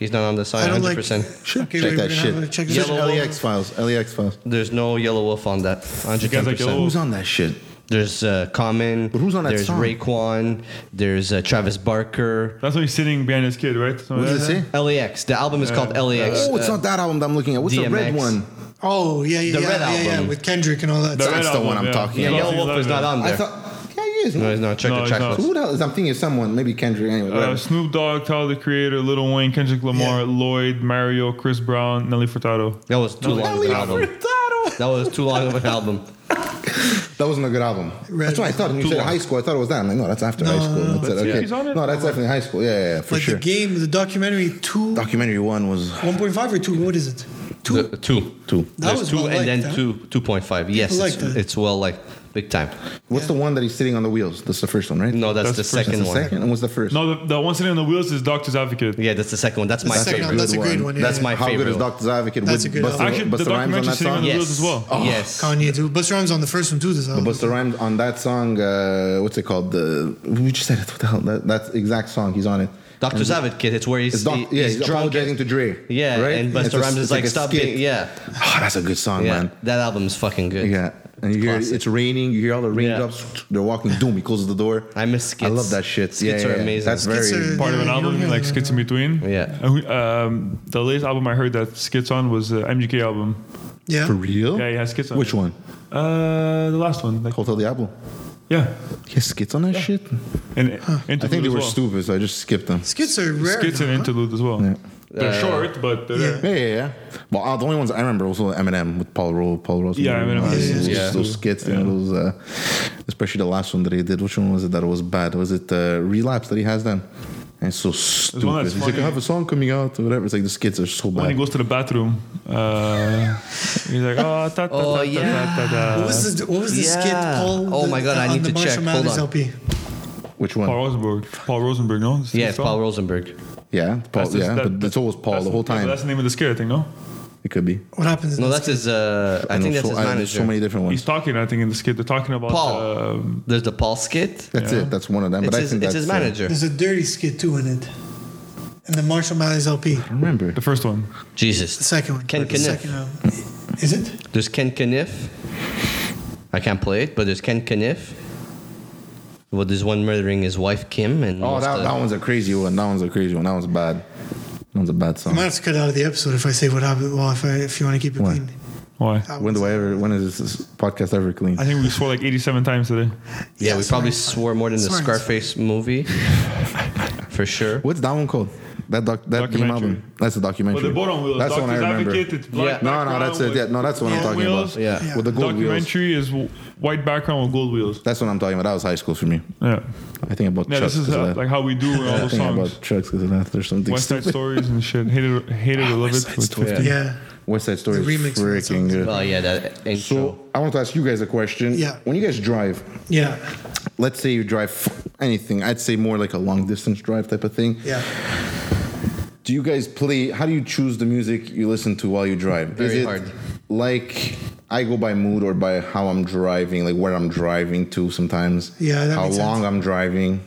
A: he's not on the
D: I
A: side.
D: don't
A: Hundred
D: like.
A: percent.
D: Sure. Okay,
B: check
D: we're
B: that
D: gonna
B: shit.
D: have a- Check
A: Yellow
D: this out.
B: LAX files. LAX files.
A: There's no Yellow Wolf on that. Hundred
C: guys
D: Oh.
C: like
A: percent.
C: Yellow Wolf?
B: Who's on that shit?
A: There's uh, Common.
B: But who's on that
A: There's
B: song?
A: Raekwon. There's uh, Travis Barker.
C: That's when he's sitting behind his kid, right? So-
B: What does it
D: Uh-huh.
B: say?
A: LAX. The album is called LAX.
B: Oh, it's
A: Uh,
B: not that album that I'm looking at. What's the red
A: DMX.
B: one?
D: Oh yeah, yeah,
A: The
D: yeah,
A: Red
D: yeah, yeah,
A: Album.
D: with Kendrick and all that.
C: The
D: stuff.
C: Red
B: That's the one I'm talking
A: yeah,
B: about.
A: Yellow Wolf is not on
B: I
A: there.
B: thought. Yeah, he is.
A: no, he's not. Check
C: No,
A: the
C: he's
A: track
C: not.
A: list.
B: Who the hell is? I'm thinking of someone. Maybe Kendrick. Anyway,
C: Uh,
B: whatever.
C: Snoop Dogg, Tyler the Creator, Lil Wayne, Kendrick Lamar, Lloyd, Mario, Chris Brown, Nelly Furtado.
A: That was too long of an album. That was too long of an album.
B: That wasn't a good album.
D: Right.
B: That's what I thought. When you
C: Too
B: said
C: long.
B: high school, I thought it was that. I'm like, no, that's after high
D: No,
B: school.
D: no, no.
B: That's it.
C: But
B: Okay.
C: he's on it.
B: No, that's definitely high school. Yeah, yeah, yeah, for
D: But
B: sure.
D: the game, the documentary, two,
B: Documentary one was
D: 1.5 or two, what is it? Two.
A: <laughs> The- two.
B: two.
D: That
A: There's
D: was
A: two
D: well
A: and then
D: liked, huh?
A: two, 2.5. Yes,
D: People
A: it's,
D: liked that.
A: it's well like big time.
B: What's the one that he's sitting on the wheels? That's the first one, right?
A: No, that's,
C: That's
A: the
C: the first-
A: second
B: that's the
A: one.
B: second. And what's the first?
C: No, the, the one sitting on the wheels is Doctor's Advocate.
A: Yeah, that's the second one. That's my
D: the second
A: favorite.
D: one. That's a great one. Yeah,
A: That's
D: yeah.
A: my
B: How good
A: favorite.
B: is Doctor's Advocate?
D: That's
B: with
D: a good
B: Busta-
D: album.
C: Actually, the
B: Busta Rhymes on
C: documentary
B: that
C: sitting on
B: song.
C: the
A: Yes.
C: wheels as well.
B: Oh,
A: yes.
D: Kanye too. Busta Rhymes on the first one too. This album.
B: Busta Rhymes on that song. Uh, what's it called? The we just said it. What the hell? That, that exact song. He's on it.
A: Dr.
B: And-
A: Zavid kid, it's where he's,
B: Mm-hmm. It's doc-
A: he-
B: yeah,
A: he's,
B: he's,
A: drunk.
B: apologizing to Dre.
A: yeah,
B: right.
A: and
B: It's a-
A: Busta Rhymes is
B: it's
A: like,
B: a
A: stop
B: skit."
A: being, yeah.
B: Oh, that's a good song,
A: Yeah,
B: man.
A: that album's fucking good.
B: Yeah. And you hear
A: Classic.
B: it's raining. You hear all the
A: Yeah.
B: raindrops. They're walking. Doom. He closes the door.
A: I miss skits.
B: I love that shit.
A: Skits
B: yeah,
A: are
B: yeah, yeah.
A: amazing.
B: That's
D: Skits
B: very.
D: are-
C: Part of an
D: Yeah, you
C: album
D: don't
C: like
D: hear-
C: skits in between.
A: Yeah.
C: And we- um, the latest album I heard that skits on was uh, MGK album.
D: yeah.
B: for real.
C: Yeah, he has skits on.
B: Which
C: it.
B: one?
C: Uh, the last one. Like,
B: Hotel Diablo.
C: yeah.
B: He has skits on that shit.
C: And
B: I think they were
C: well.
B: stupid, so I just skipped them.
D: Skits are rare.
C: Skits
D: now,
C: and
D: huh?
C: interlude as well.
B: Yeah.
C: They're short, but they're
D: Yeah.
C: there.
B: Yeah, yeah, yeah. Well, uh, the only ones I remember also Eminem with Paul Roll, Paul Rose.
C: Yeah, Eminem
B: Uh,
C: has-
B: those,
A: yeah.
B: those skits, you know, those, uh, especially the last one that he did. Which one was it that was bad? Was it uh, Relapse that he has then? And it's so stupid.
C: that's
B: He's like, I
C: funny.
B: have a song coming out or whatever. It's like the skits are so
C: When he
B: bad.
C: goes to the bathroom, uh, he's like, oh, ta ta
A: Oh,
C: ta ta
A: yeah.
C: ta ta.
D: What was the What was the
A: Yeah.
D: skit? Paul.
A: Oh
D: the-
A: my God, I
D: on
A: need
D: the
A: to
D: Marshall
A: check. Hold
D: Mathers
A: on.
D: LP.
B: Which one?
C: Paul Rosenberg. Paul Rosenberg, no? It's
A: Yeah,
C: his
A: it's
C: song?
A: Paul Rosenberg.
B: Yeah, Paul.
C: That's his-
B: yeah,
C: that-
B: but it's always Paul
C: that's-
B: the whole time.
C: That's the name of the skit, I think, no?
B: it could be.
D: What happens? in
A: No,
D: this
A: that's his, uh, I
B: know
A: think that's
B: so,
A: his
B: I- there's
A: manager.
B: so many different
C: He's
B: ones.
C: talking, I think, in the skit. They're talking about.
A: Paul.
C: Um,
A: There's the Paul skit.
B: That's it. That's one of them.
A: It's
B: but
A: his,
B: I think
A: it's
B: that's
A: his
B: uh,
A: manager.
D: There's a dirty skit too in it. And the Marshall Mathers LP,
B: I remember.
C: the first one.
D: the
A: Jesus.
D: second one.
A: Ken
D: the
A: Kniff.
D: second album. Is it?
A: There's Ken Kniff. I can't play it, but there's Ken Kniff. Well, there's one murdering his wife Kim, and
B: Oh,
A: what's
B: that,
A: the-
B: that one's a crazy one. That one's a crazy one. That one's bad. That one's a bad
D: I
B: song.
D: might have to cut out of the episode if I say what happened. Well, if I, if you want to keep it
B: Why?
D: clean.
C: Why?
D: That
B: When
D: one's-
B: do I ever? When is this podcast ever clean?
C: I think we swore like 87 times today.
A: Yeah,
D: Yeah,
A: we probably
D: sorry.
A: swore more than the
D: Sorry.
A: Scarface movie, <laughs> for sure.
B: What's that one called? That doc, that game
C: Documentary.
B: album. That's a documentary.
C: But the bottom wheel,
B: That's the one I
C: Doctor's
B: remember.
C: Advocate, it's black
B: No, no,
C: background
B: that's it.
C: with-
B: Yeah, no, that's what I'm
C: Yeah.
B: talking
C: Wheels.
B: about. Yeah,
A: Yeah.
B: with the gold wheels.
C: Documentary is w- white background with gold wheels.
B: That's what I'm talking about. That was high school for me.
C: Yeah.
B: I think about
C: Yeah,
B: trucks.
C: this is
B: 'cause of
C: how,
B: that.
C: like how we do in all
B: I
C: those
B: think
C: songs.
B: about trucks because of that. There's something.
C: West Side
B: stupid.
C: Stories and shit. Hated, hated or love
B: West
C: it.
B: Side
C: with
B: Story.
C: 50.
D: Yeah.
B: West Side Story.
D: The
B: is
D: remix of that
B: freaking
D: song's
B: good.
A: Oh yeah, that intro.
B: So I want to ask you guys a question.
D: Yeah.
B: When you guys drive,
D: Yeah.
B: let's say you drive f- anything, I'd say more like a long distance drive type of thing.
D: Yeah.
B: Do you guys play? How do you choose the music you listen to while you drive?
A: Very hard.
B: Like I go by mood or by how I'm driving, like where I'm driving to sometimes.
D: Yeah, that
B: how
D: makes
B: long
D: sense.
B: I'm driving,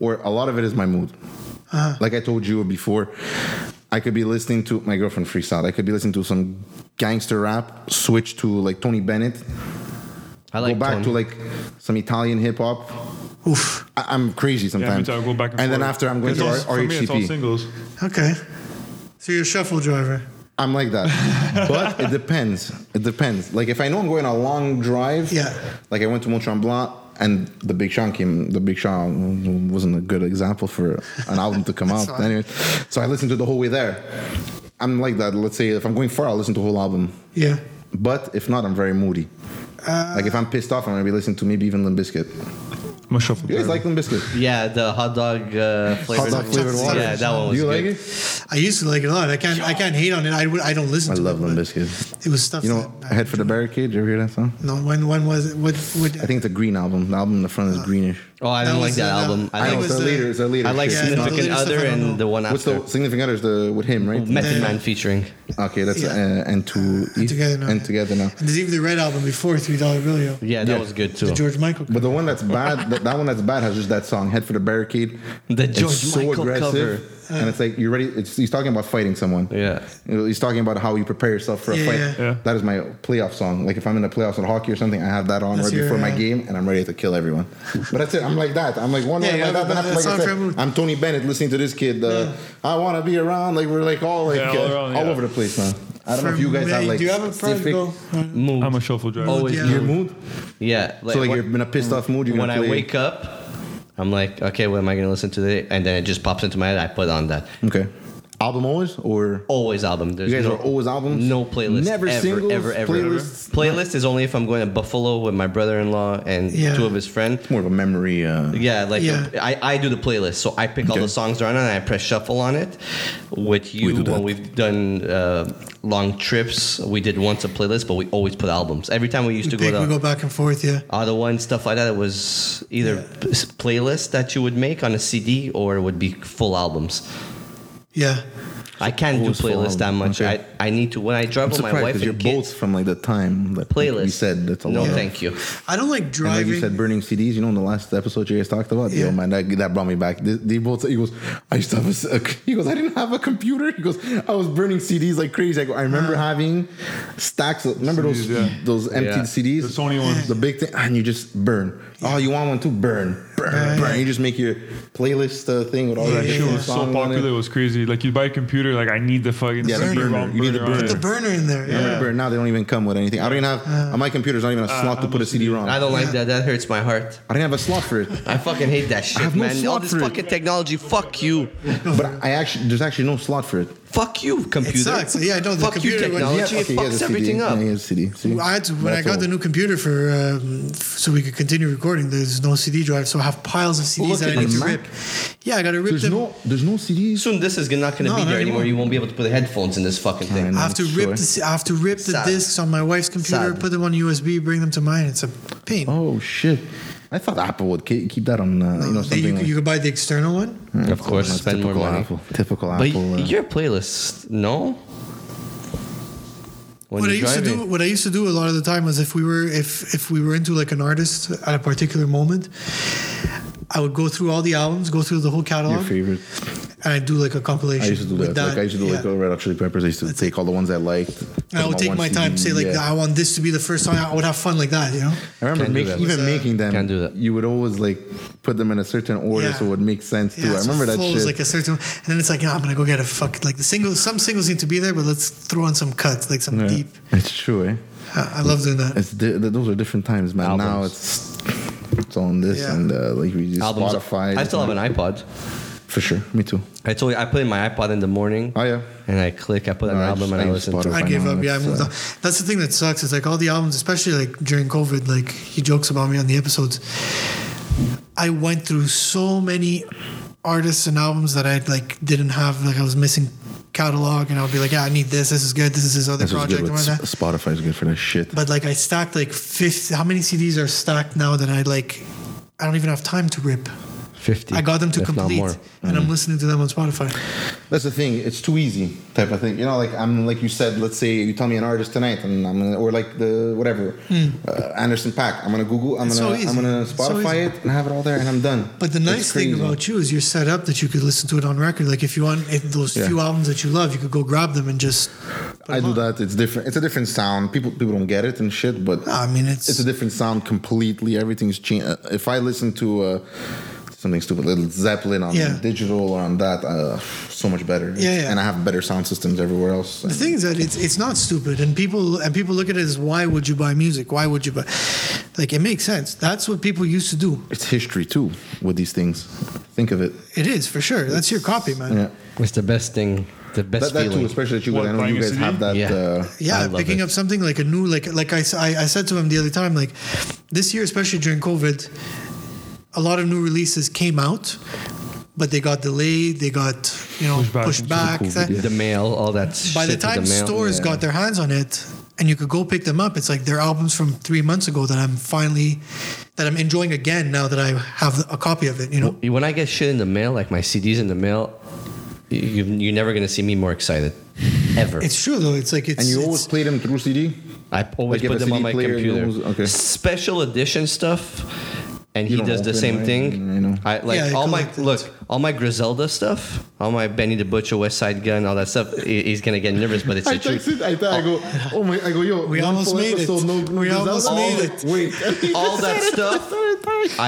B: or a lot of it is my mood.
C: Uh-huh.
B: Like I told you before, I could be listening to my girlfriend freaks out. I could be listening to some gangster rap, switch to like Tony Bennett,
A: I like
B: go back
A: Tony.
B: to like some Italian hip hop.
D: Oof.
B: I- I'm crazy sometimes.
C: Yeah, me too. I go back and,
B: then
C: forth.
B: after I'm going
C: It's
B: to
C: all-
B: R-
C: for me, it's all
B: RHCP.
C: singles.
D: Okay. So you're a shuffle driver.
B: I'm like that.
A: <laughs>
B: but it depends. It depends. Like if I know I'm going on a long drive,
D: Yeah.
B: Like I went to Mont Tremblant and the Big Sean came. The Big Sean wasn't a good example for an album
A: <laughs>
B: to come out.
D: That's fine.
B: Anyway, so I listened to the whole way there. I'm like that. Let's say if I'm going far, I'll listen to the whole album.
D: Yeah.
B: But if not, I'm very moody.
A: Uh,
B: like if I'm pissed off, I'm gonna be listening to maybe even Limp Bizkit.
C: I'm a shuffle.
B: You guys
C: driver.
B: like Limp Bizkit?
A: Yeah, the hot dog uh, flavored,
B: Hot dog flavored water.
A: Yeah, that one was
B: Do you
A: good.
B: like it?
D: I used to like it a lot. I can't. I can't hate on it. I, would, I don't listen.
B: I
D: to
B: love
D: it,
B: Limp
D: but
B: Bizkit.
D: It was stuff.
B: You know,
D: that I-
B: Head for the Barricade. You ever hear that song?
D: No. When? When was it? What? What?
B: I think it's a green album. The album in the front is greenish.
A: Oh, I
D: That
A: don't like
D: was,
A: that
D: uh,
A: album.
D: I
A: I
B: I
A: like
B: know
D: was
B: it's the
D: the-
B: leader. It's the leader.
A: I like
D: Yeah,
B: It's not-
A: Significant
D: the
A: Other
D: latest stuff I
A: and
D: don't
A: the one
B: What's
A: after.
B: the significant others? The with him, right?
A: Method
D: Yeah.
A: Man featuring.
B: Okay, that's
D: Yeah.
B: uh, and to
D: And together now.
B: and together now.
D: And there's even the red album before Three Dollar Bill. Yeah.
A: Yeah, that
B: Yeah.
A: was good too.
D: The George Michael.
B: But the one that's bad, that, that one that's bad has just that song, "Head for the Barricade."
A: The George
B: it's so
A: Michael
B: aggressive, and it's like you're ready. It's, he's talking about fighting someone.
A: Yeah.
B: You know, he's talking about how you prepare yourself for a
D: Yeah,
B: fight.
D: yeah.
C: Yeah.
B: That is my playoff song. Like if I'm in the playoffs in hockey or something, I have that on
D: That's
B: right
D: your,
B: before my
D: uh,
B: game, and I'm ready to kill everyone. But that's it. I'm like that. I'm like one
D: Yeah,
B: way.
D: yeah,
B: I'm like that. Then
D: that-
B: I'm,
D: that's
B: like I
D: not
B: said,
D: fair move.
B: I'm Tony Bennett listening to this kid. Uh, I want to be around. Like we're like all like
C: Yeah, all
B: uh,
C: around,
B: all
C: yeah.
B: over the place, man. I don't know
D: For
B: if you guys
D: me,
B: have like
D: Do you have a first
B: specific-
D: goal?
A: Mood.
C: I'm a shuffle driver.
A: Always
D: Yeah.
B: your
A: mood.
B: mood.
A: Yeah. Like,
B: So like
A: when-
B: you're in a pissed off mood. You're
A: when
B: gonna
A: I
B: play-
A: wake up, I'm like, okay, what am I going to listen to today? And then it just pops into my head. I put on that.
B: Okay. album always or
A: Always album. There's
B: You guys
A: no,
B: are always albums?
A: No playlist.
B: Never
A: ever,
B: singles,
A: Ever, ever,
B: playlists?
A: Playlist is only if I'm going to Buffalo with my brother-in-law and
D: Yeah.
A: two of his friends.
B: more of a memory? Uh,
A: Yeah, like
D: Yeah.
A: I, I do the playlist, so I pick all
B: Okay.
A: the songs that are on it and I press shuffle on it. With you,
B: We do that.
A: when we've done uh, long trips, we did once a playlist, but we always put albums. Every time we used to
D: Big,
A: go
D: we
A: to
D: go back and forth, yeah.
A: Ottawa and stuff like that, it was either p- playlist that you would make on a CD or it would be full albums.
D: Yeah.
A: I can't do
B: Always full
A: playlists that
B: album,
A: much.
B: okay.
A: I, I need to when I drive
B: I'm
A: with my
B: surprised
A: wife
B: because
A: and
B: you're
A: kid-
B: both from like the time that
A: playlist.
B: we said that's a
A: no,
B: lot. of-
A: thank you.
D: I don't like
B: And like
D: driving.
B: you said, burning CDs. You know, in the last episode you guys talked about,
D: Yeah.
B: yo, man, that, that brought me back. They, they both. He goes, I used to have a. s- a- <laughs> He goes, I didn't have a computer. He goes, I was burning CDs like crazy. I, go, I remember having stacks. Of, remember those
C: CDs, yeah.
B: those empty
A: Yeah.
B: CDs,
C: The Sony ones.
B: the big thing, and you just burn. Oh, you want one too? Burn, burn,
D: Yeah,
B: burn.
D: yeah.
B: You just make your playlist uh, thing with all
C: That
B: that
C: shit
B: shit
C: was so
B: song on
C: popular, it
B: It.
C: was crazy. Like you buy a computer, like I need the fucking
B: Yeah, the
C: CD
B: burner.
C: ROM
B: You need the
C: on it.
B: burner.
D: the burner in there.
B: I
D: Yeah.
B: remember now they don't even come with anything. I don't even have on my computer's not even a slot to put a CD on.
A: Uh, I
B: I
A: don't like that. That hurts my heart.
B: don't have a slot for it.
A: I fucking hate that shit,
B: have no
A: man. All
B: slot
A: this
B: for it.
A: fucking technology. Fuck you.
B: But I actually there's actually no slot for it.
A: Fuck you, computer.
D: sucks. Yeah, I know, the
A: Ah, Fuck you,
D: computer was-
A: technology.
B: Yeah,
A: it
B: okay, he has a
A: fucks
B: CD.
A: everything up.
B: Yeah, he has a CD. See?
D: I had to, when I
B: That's
D: got
B: all.
D: the new computer for um, f- so we could continue recording, there's no CD drive, so I have piles of CDs
B: Look
D: that
B: at
D: I need
B: the
D: to
B: Mac.
D: rip. Yeah, I gotta rip
B: There's
D: them.
B: no, there's no CDs.
A: Soon this is not going to
D: No,
A: be
D: not
A: there anymore.
D: anymore.
A: You won't be able to put headphones in this fucking
B: I
A: thing.
B: know.
D: I have to
B: Sure.
D: rip the c- I have to rip the
A: Sad.
D: discs on my wife's computer,
A: Sad.
D: put them on USB, bring them to mine. It's a pain.
B: Oh shit! I thought Apple would ke- keep that on, uh, you know,
D: They-
B: something.
D: Um, you,
B: like,
D: you could buy the external one.
A: Of course,
B: uh,
A: spend more
B: typical
A: money.
B: Apple, typical
A: But
B: Apple. uh,
A: your playlist, no. When
D: what I
A: you're
D: used to do,
A: driving.
D: what I used to do a lot of the time was if we were if if we were into like an artist at a particular moment, I would go through all the albums, go through the whole
B: your
D: catalog,
B: favorite?
D: and I'd do like a compilation.
B: I used to do
D: with
B: that. Like I used to do
D: yeah.
B: like oh, Red Hot Chili Peppers. I used to take all the ones I liked. put
D: And I
B: them
D: would
B: on
D: take
B: one
D: my time,
B: CD,
D: say like,
B: yeah.
D: I want this to be the first song. I would have fun like that, you know.
B: I remember
A: Can't do
B: making,
A: that.
B: even
D: It's, uh,
B: making them.
A: Can't do that.
B: You would always like put them in a certain order,
D: Yeah.
B: so it would make sense too. I
D: so
B: remember that
D: flows
B: shit.
D: like a certain, and then it's like, yeah, I'm gonna go get a fuck like the singles. Some singles need to be there, but let's throw on some cuts, like some
B: Yeah.
D: deep.
B: It's true, eh?
D: I, I love doing that.
B: It's di- th- those are different times, man. Now
A: Albums.
B: it's it's on this
D: Yeah.
B: and uh, like we use
A: Albums.
B: Spotify.
A: I still have an iPod.
B: for sure. Me too.
A: I told you I put in my iPod in the morning.
B: Oh, yeah.
A: And I click. I put an
B: No, I
A: album
B: just-
A: and
B: I
A: I,
B: use
A: listen to it.
D: I
B: Spotify
D: gave
B: now,
D: up. Yeah, I
B: it's,
D: moved
B: uh,
D: on. That's the thing that sucks. It's like all the albums, especially like during COVID. Like he jokes about me on the episodes. I went through so many artists and albums that I like didn't have. Like I was missing catalog, and I would be like, "Yeah, I need this. This is good. This is this other
B: That's what's
D: project."
B: good.
D: and
B: With
D: all
B: S-
D: that.
B: Spotify is good for that shit.
D: But like I stacked like 50 how many CDs are stacked now that I like I don't even have time to rip.
A: Fifty.
D: I got them to
A: if not
D: complete
A: more.
D: and
B: Mm.
D: I'm listening to them on Spotify.
B: That's the thing. It's too easy type of thing. You know, like I'm like you said. Let's say you tell me an artist tonight, and I'm gonna or like the whatever uh, Anderson Pack. I'm gonna Google. I'm
D: Hmm. It's so
B: gonna
D: easy.
B: I'm gonna
D: It's so
B: Spotify
D: easy.
B: it and have it all there, and I'm done.
D: But the
B: It's
D: nice thing
B: crazy.
D: about you is you're set up that you could listen to it on record. Like if you want if those
B: Yeah.
D: few albums that you love, you could go grab them and just
B: I do that. It's different. It's a different sound. People people don't get it and shit. But
D: I mean it's,
B: it's a different sound completely. Everything's changed. Uh, If I listen to uh, something stupid, little Zeppelin on
D: Yeah.
B: digital or on that, uh, so much better.
D: Yeah, yeah.
B: And I have better sound systems everywhere else.
D: the thing is that it's it's not stupid and people and people look at it as why would you buy music? Why would you buy like it makes sense. That's what people used to do.
B: It's history too with these things. Think of it.
D: It is for sure. That's your copy, man.
B: Yeah.
A: It's the best thing. The
B: That,
A: best
B: that too,
A: feeling.
B: especially that you
C: What,
B: guys. I know
C: buying
B: you
C: a
B: guys
C: CD?
B: have that.
A: Yeah.
B: Uh,
A: I
D: yeah
A: love
D: picking
A: it.
D: up something like a new like like I, s- I- I said to him the other time like this year especially during covid a lot of new releases came out but they got delayed they got you know
C: Pushed back
D: pushed
C: into
D: back, that-
A: The mail, all that. shit
D: by the
A: with
D: time
A: mail.
D: stores
B: yeah.
D: got their hands on it and you could go pick them up it's like their albums from three months ago that i'm finally that i'm enjoying again now that i have a copy of it you know
A: When I get shit in the mail, like my CDs in the mail, you, you're never gonna see me more excited, ever.
D: it's true though it's like it's
B: and you
D: it's-
B: always play them through CD.
A: I always
B: Like if
A: put
B: a
A: them on
B: CD
A: my
B: player
A: computer.
B: knows- okay.
A: Special edition stuff, and he
B: You don't
A: does the
B: open,
A: same
B: right?
A: thing.
B: You know.
A: I like
D: Yeah, I
A: all my
D: collect it.
A: look, all my Griselda stuff, all my Benny the Butcher, West Side Gun, all that stuff. he- He's gonna get nervous, but it's
B: I
A: the truth.
B: texted. I, thought I go. Oh my! I go. Yo,
D: We
B: one
D: almost
B: full
D: made it.
B: episode, No, no
D: We
B: Griselda?
D: almost
B: Oh,
D: made it.
B: Wait.
A: All that
D: <laughs>
A: stuff,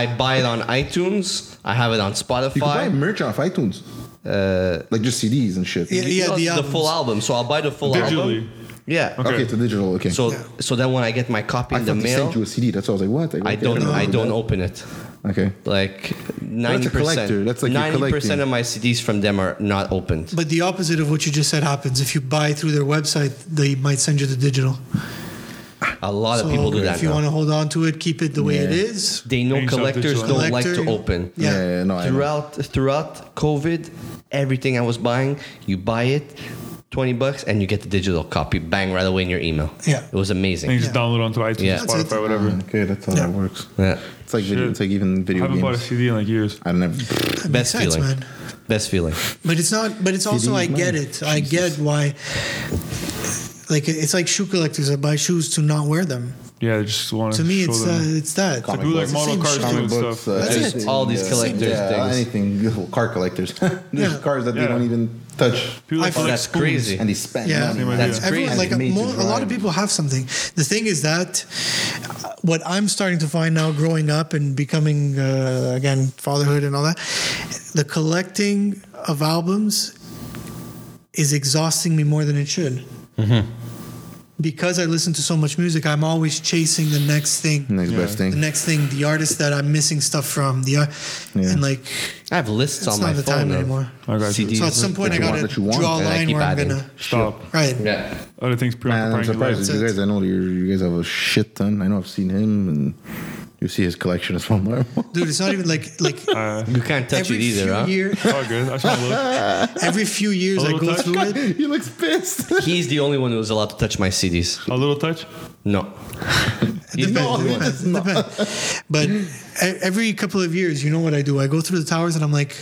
A: I buy it on iTunes. I have it on
B: You can buy
A: Spotify.
B: merch off iTunes. Uh, like just CDs and shit.
D: Yeah, yeah,
A: No,
D: the
A: the, full album. So I'll buy the full
C: Digitally.
A: album. Yeah.
B: Okay,
C: Okay.
B: it's a digital. Okay.
A: So
D: Yeah.
A: so then when I get my copy
B: I
A: in
B: thought
A: the
B: they
A: mail,
B: sent you a CD. That's why I was like, what?
A: I don't
B: know.
A: I don't open it.
B: Okay.
A: Like
B: that's
A: ninety
B: a collector.
A: percent.
B: That's like you're
A: ninety
B: collecting.
A: percent of my CDs from them are not opened.
D: But the opposite of what you just said happens. If you buy through their website, they might send you the digital.
A: A lot of people do that.
D: If you
A: now.
D: want to hold on to it, keep it the way it
B: Yeah.
D: is.
A: they know
C: And you sell
A: collectors
C: digital.
A: don't like to
D: Collector-
A: open.
D: Yeah.
B: no, I know.
A: Throughout throughout COVID, everything I was buying, you buy it, twenty bucks, and you get the digital copy, bang, right away in your email.
D: Yeah.
A: it was amazing.
C: And you just download onto iTunes,
A: Yeah.
D: That's it.
C: Spotify, whatever.
B: Okay, that's how
D: Yeah.
B: that works.
A: Yeah.
B: Mm. It's like video,
C: Shit.
B: it's like even
C: I
B: video
C: haven't bought a
B: games.
C: CD in like years.
B: I don't know.
D: That makes
A: Best
D: sense,
A: feeling.
D: man.
A: Best feeling.
D: But it's not. But it's also.
B: CDs,
D: I get
B: man.
D: it. I get why. Like it's like shoe collectors that buy shoes to not wear them.
C: Yeah, I just want
D: To me,
C: show
D: it's uh,
C: them.
D: it's that.
B: Comic
C: do like
B: books.
C: model
D: Same
C: cars
D: shit.
C: too and
B: Comic
C: stuff.
B: books, uh,
D: That's it.
B: everything,
A: All these
B: uh,
A: collectors
B: yeah,
A: things.
B: anything, <laughs> car collectors. There's
D: Yeah.
B: cars that
C: Yeah.
B: they don't even touch,
C: People
D: I
A: Oh,
C: that
D: feel
C: collect
A: that's
C: spoons.
A: crazy.
B: and they spend.
D: Yeah,
B: money.
C: Same
B: on it.
A: That's idea. crazy.
D: everyone, like a,
B: Made to
D: mo- a lot
B: drive.
D: of people have something. The thing is that uh, what I'm starting to find now, growing up and becoming uh, again fatherhood and all that, the collecting of albums is exhausting me more than it should. Because I listen to so much music, I'm always chasing the next thing.
B: Next best
D: The
B: thing.
D: next thing, the artist that I'm missing stuff from, the ar-
B: Yeah.
D: and like,
A: I have lists
D: It's
A: on
D: not
A: my
D: the
A: phone
D: time
A: of
D: anymore.
C: I got you.
A: CDs.
D: so at some point I
B: you want,
D: gotta
B: that you want,
D: draw a
A: and I
D: line
A: keep
D: where I'm
A: adding.
D: gonna
C: Stop.
D: right.
A: yeah.
C: Other things
B: Man, I'm
C: preoccupying your life.
B: surprised you
D: That's
B: guys. I know you you guys have a shit ton. I know I've seen him, and you see his collection is from there.
D: dude. It's not even like like
A: You can't touch
D: every
A: it either,
D: few
A: huh? <laughs>
D: year,
C: Oh, good. I just want to look.
D: every few years
C: A
D: I
C: little
D: go
C: touch?
D: through
C: <laughs>
D: it.
B: <laughs> he looks pissed. <laughs>
A: He's the only one who was allowed to touch my CDs.
C: A little touch.
A: No. He's the
D: Depends,
A: only one.
D: depends, depends. But e- every couple of years, you know what I do? I go through the towers and I'm like,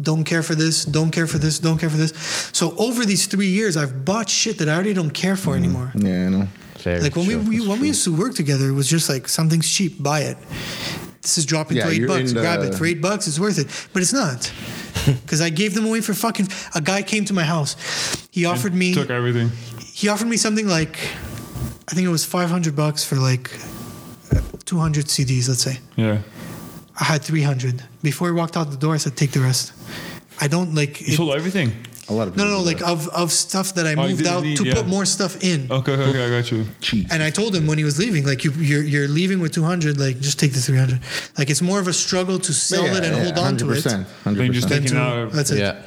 D: don't care for this, don't care for this, don't care for this. So over these three years, I've bought shit that I already don't care for anymore.
B: yeah, I know.
A: Mm. Very
D: Like when
A: true.
D: we, we when we used to work together, it was just like something's cheap, buy it. This is dropping
B: Yeah,
D: to eight
B: you're
D: bucks.
B: in the-
D: Grab it for eight bucks. It's worth it, but it's
A: <laughs>
D: not because I gave them away for fucking. A guy came to my house. He offered me
C: Took everything.
D: he offered me something like I think it was 500 bucks for like 200 CDs, let's say.
C: Yeah.
D: I had 300. Before I walked out the door, I said, take the rest. I don't like
C: You
D: it.
C: sold everything.
B: A lot of
D: No,
B: people
D: no, no,
B: do
D: like
B: that.
D: of, of stuff that I
C: you
D: moved
C: Oh, didn't
D: out
C: need,
D: to
C: yeah. Oh.
D: put more stuff in.
C: Okay, okay, okay. I got you.
B: cheap.
D: uh, And I told him when he was leaving, like, you, you're, you're leaving with 200, like, just take the 300. Like, it's more of a struggle to sell it and hold on to it.
B: 100%, 100%.
C: Then just
D: than
C: Taking
D: to,
C: out-
D: that's it.
A: yeah.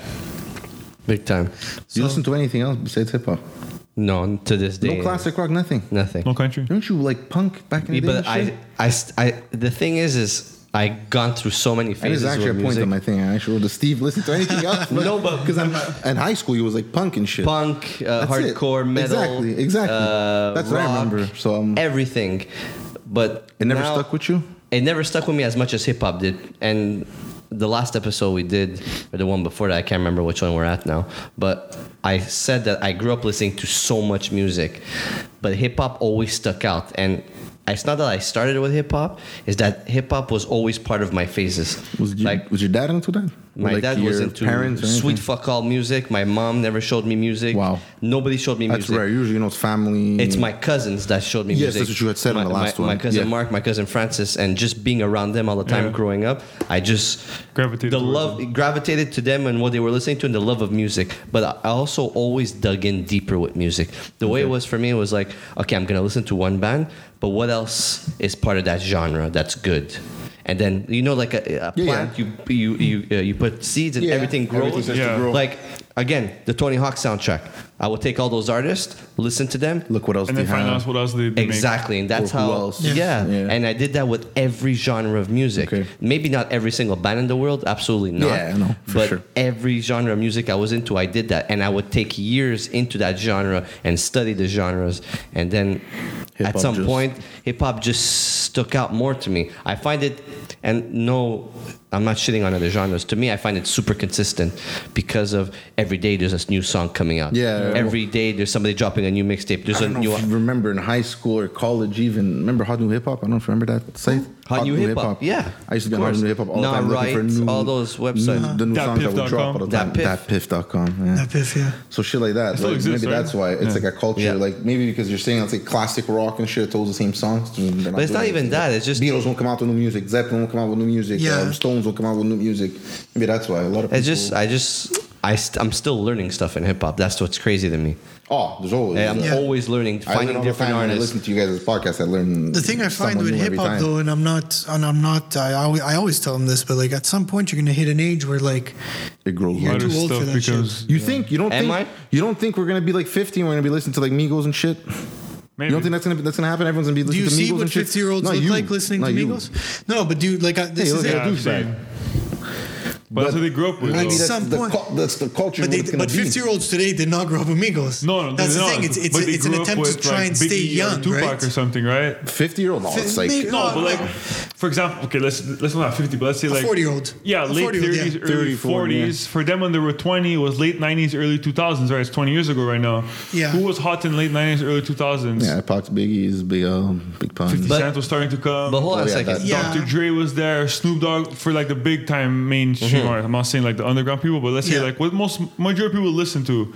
A: Big time.
B: Do you listen to anything else besides hip hop?
A: No, to this
B: No
A: day.
B: classic rock, nothing.
A: Nothing.
C: No country.
B: Don't you like punk back in
A: Yeah,
B: the day?
A: but
B: and shit?
A: I, I, st- I, the thing is, is I gone through so many
B: That is
A: phases
B: actually a
A: with
B: point
A: music.
B: on my thing. I actually does Steve listen to
A: <laughs>
B: anything else?
A: No, but-
B: because I'm in high school, you was like punk and shit.
A: Punk, uh,
B: That's it.
A: hardcore, metal,
B: Exactly, exactly.
A: Uh,
B: That's what I
A: rock,
B: remember, so, um,
A: everything, but
B: It never
A: now-
B: stuck with you.
A: It never stuck with me as much as hip hop did, and the last episode we did, or the one before that, I can't remember which one we're at now, but I said that I grew up listening to so much music, but hip hop always stuck out, and. It's not that I started with hip hop; it's that hip hop was always part of my phases.
B: Was you, was your dad into that?
A: My
B: Like
A: dad was
B: your
A: into
B: parents or
A: sweet
B: anything?
A: fuck all music. My mom never showed me music.
B: Wow.
A: Nobody showed me
B: That's
A: music.
B: rare. Usually, you know, it's family.
A: It's my cousins that showed me
B: Mm. Yes,
A: music.
B: that's what you had said in
A: my,
B: the last
A: my,
B: one.
A: My cousin
B: Yeah.
A: Mark, my cousin Francis, and just being around them all the time
C: Yeah.
A: growing up, I just
C: Gravitated
A: the
C: towards
A: love gravitated to them and what they were listening to and the love of music. But I also always dug in deeper with music. The way it was for me was like, okay, I'm gonna listen to one band, but what else is part of that genre that's good? And then you know, like a, a
B: Yeah, yeah.
A: plant, you you you uh, you put seeds and
B: Yeah,
A: everything grows.
B: everything starts
C: to Yeah. grow.
A: Like again, the Tony Hawk soundtrack. I will take all those artists, listen to them,
B: Look what else
C: And
B: they
C: then find
B: have.
C: out what else they, they
A: Exactly, and that's
B: Or who
A: how.
B: else.
A: Yeah.
B: Yeah.
A: and I did that with every genre of music.
B: Okay.
A: Maybe not every single band in the world, absolutely not.
B: Yeah, I know, for
A: but
B: sure.
A: every genre of music I was into, I did that, and I would take years into that genre and study the genres, and then
B: Hip-hop
A: at some
B: just-
A: point, hip hop just stuck out more to me. I find it, and no. I'm not shitting on other genres. To me, I find it super consistent because of every day there's a new song coming out.
B: Yeah.
A: Every day there's somebody dropping a new mixtape. There's
B: I
A: a
B: don't know
A: new
B: if you remember in high school or college even. Remember Hot New Hip Hop? I don't know if you remember that site.
A: Hot New Hip Hop, yeah,
B: I used to be
A: of
B: on Hot
A: course.
B: New Hip Hop all the
A: Nah,
B: time
A: right,
B: looking for new,
A: all those websites.
B: new- the new
C: That
B: songs that
C: piff
B: would
C: dot
B: drop
C: com.
B: all the
A: That
B: time.
A: piff.
B: Thatpiff.com. Yeah.
D: That piff, yeah.
B: So shit like that.
C: still
B: like,
C: exists,
B: maybe
C: right?
B: that's why it's
C: Yeah.
B: like a culture.
A: Yeah.
B: Like maybe because you're saying it's like classic rock and shit. It's all the same songs. But
A: it's not even that, it's just-
B: Beatles won't come out with new music. Zeppelin won't come out with new music.
D: Yeah.
B: um, Stones won't come out with new music. Maybe that's why a lot of people.
A: It's just I just I st- I'm still learning stuff in hip hop. That's what's crazy to me.
B: Oh, there's always.
A: And I'm
D: Yeah.
A: always learning,
B: I learn
A: finding
B: all the
A: different
B: time when I
A: artists.
B: listen to you guys' podcast. I learn
D: The thing I find
B: someone
D: with
B: new every
D: hip hop
B: time.
D: though, and I'm not, and I'm not, I always, I always tell them this, but like at some point you're gonna hit an age where like
B: it grows.
D: You're
B: on
C: Other
B: you.
D: too old for
C: stuff
D: that shit.
C: because
B: You think you don't
A: Am
B: think
A: I?
B: you don't think we're gonna be like 50 and we're gonna be listening to like Migos and shit.
C: maybe
B: You don't think that's gonna that's gonna happen? Everyone's gonna be
D: Do
B: listening
D: you
B: to Migos
D: see
B: and
D: what
B: shit.
D: 50 year olds
B: Not
D: look
B: you.
D: like listening
B: Not
D: to
B: you.
D: Migos? No, but dude, like I,
B: Hey,
D: this is
B: look
D: it.
B: at
C: yeah,
B: Dude's
C: same.
B: bad.
C: But that's what they grew up with.
B: Maybe
D: At
C: though.
B: that's
D: some
B: the
D: point.
B: cul- that's the culture.
D: But
B: what
D: they,
B: it's gonna
D: but
B: be.
D: 50 year olds today did not grow up with Migos.
C: No, no,
D: that's the
C: no,
D: thing. It's it's,
C: but they
D: it's an
C: grew up
D: attempt to
C: with,
D: try
C: like,
D: and stay
C: Biggie or
D: young,
C: Tupac
D: right?
C: or something, right?
B: 50 year old. No, oh, it's like
C: No,
D: Maybe- No,
C: but like,
D: like-
C: for example, okay, let's let's not fifty, but let's say
D: A
C: like
D: 40-year-old.
C: Yeah,
D: A
C: late
D: 40-year-old, yeah.
C: thirties, early
B: 30, 40, yeah.
C: forties. For them, when they were twenty, it was late nineties, early two thousands. Right, it's twenty years ago right now.
D: Yeah.
C: who was hot in late nineties, early two thousands?
B: yeah, Pac's Biggie is big, um, big pun.
A: But-
C: was starting to come.
A: But hold on
B: Oh,
A: a
B: yeah,
A: second.
B: that-
D: Yeah.
C: Dr. Dre was there, Snoop Dogg for like the big time mainstream
A: Mm-hmm.
C: artists. I'm not saying like the underground people, but let's
D: Yeah.
C: say like what most majority of people listen to.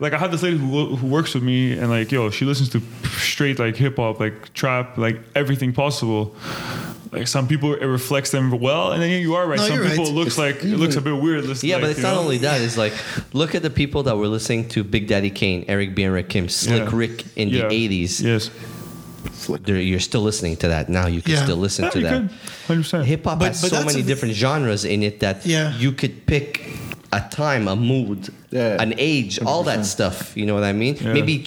C: Like I had this lady who, who works with me, and like yo, she listens to straight like hip hop, like trap, like everything possible. Like some people, it reflects them well, and then you are right.
D: No,
C: some
D: you're
C: people
D: right.
C: it looks like it looks a bit weird. Listening,
A: Yeah,
C: like,
A: but it's
C: you
A: not
C: know?
A: only that. It's like, look at the people that were listening to Big Daddy Kane, Eric B. and Rakim, Slick
C: Yeah.
A: Rick in
C: Yeah.
A: the 80s.
C: Yes,
A: They're- You're still listening to that. Now you can
D: Yeah.
A: still listen
C: yeah,
A: to
C: you
A: that.
C: could, hundred percent.
A: <laughs> Hip hop
D: But-
A: has
D: but
A: so
D: that's
A: many
D: a-
A: different genres in it that
D: Yeah.
A: you could pick a time, a mood,
B: Yeah.
A: an age, all that stuff. You know what I mean?
C: Yeah.
A: Maybe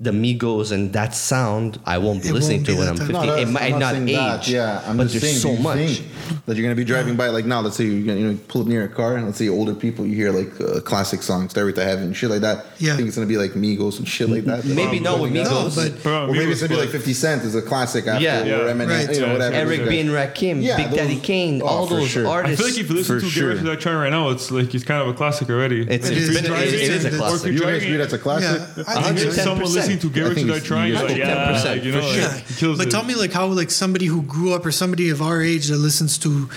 A: the Migos and that sound I won't be
D: It
A: listening
D: won't
A: to
D: be
A: when
D: that
A: I'm
D: type.
A: 50.
D: No,
A: it
B: that's- I'm
A: might not
B: saying
A: age.
B: that, Yeah, I'm
A: but
B: just
A: there's
B: saying, do
A: so
B: you
A: much.
B: think that you're gonna be driving by. Like now, let's say you're gonna you know pull up near a car, and let's say older people, you hear like uh, classic songs, "Stairway to Heaven," shit like that.
D: Yeah.
B: I think it's gonna be like Migos and shit like
A: <laughs>
B: that.
A: Maybe not with
B: Like that.
D: No,
A: Migos.
D: but
C: Bro,
B: Or maybe
C: Migos,
B: it's gonna be
C: but-
B: like 50 Cent is a classic after
A: Yeah.
B: or
C: Yeah.
B: Eminem,
D: Right.
B: you know, whatever.
A: Eric B. and Rakim,
B: Yeah,
A: Big
B: those-
A: Daddy Kane,
B: oh,
A: all
B: for
A: those
B: sure. I feel
C: I
A: artists.
C: feel like if you listen
B: For
C: to
B: sure.
C: sure. to that chart right now, it's like it's kind of a classic already.
A: It's,
D: It
A: it's
D: is-
A: been,
D: it
A: it
D: is-
A: is a
D: it is-
A: classic.
B: You guys
C: driving-
B: agree that's a classic?
D: Yeah, I
C: I
D: think
C: think
D: so.
C: someone
A: 110%.
C: listening to
B: I
C: Get Rich
B: think
C: or Die
B: it's-
C: Trying
B: I
C: is
B: think
C: like, yeah,
A: 10%,
C: like, you know,
A: for
C: like,
A: sure.
D: Yeah,
C: it kills
D: but
C: it.
D: tell me like how like somebody who grew up or somebody of our age that listens to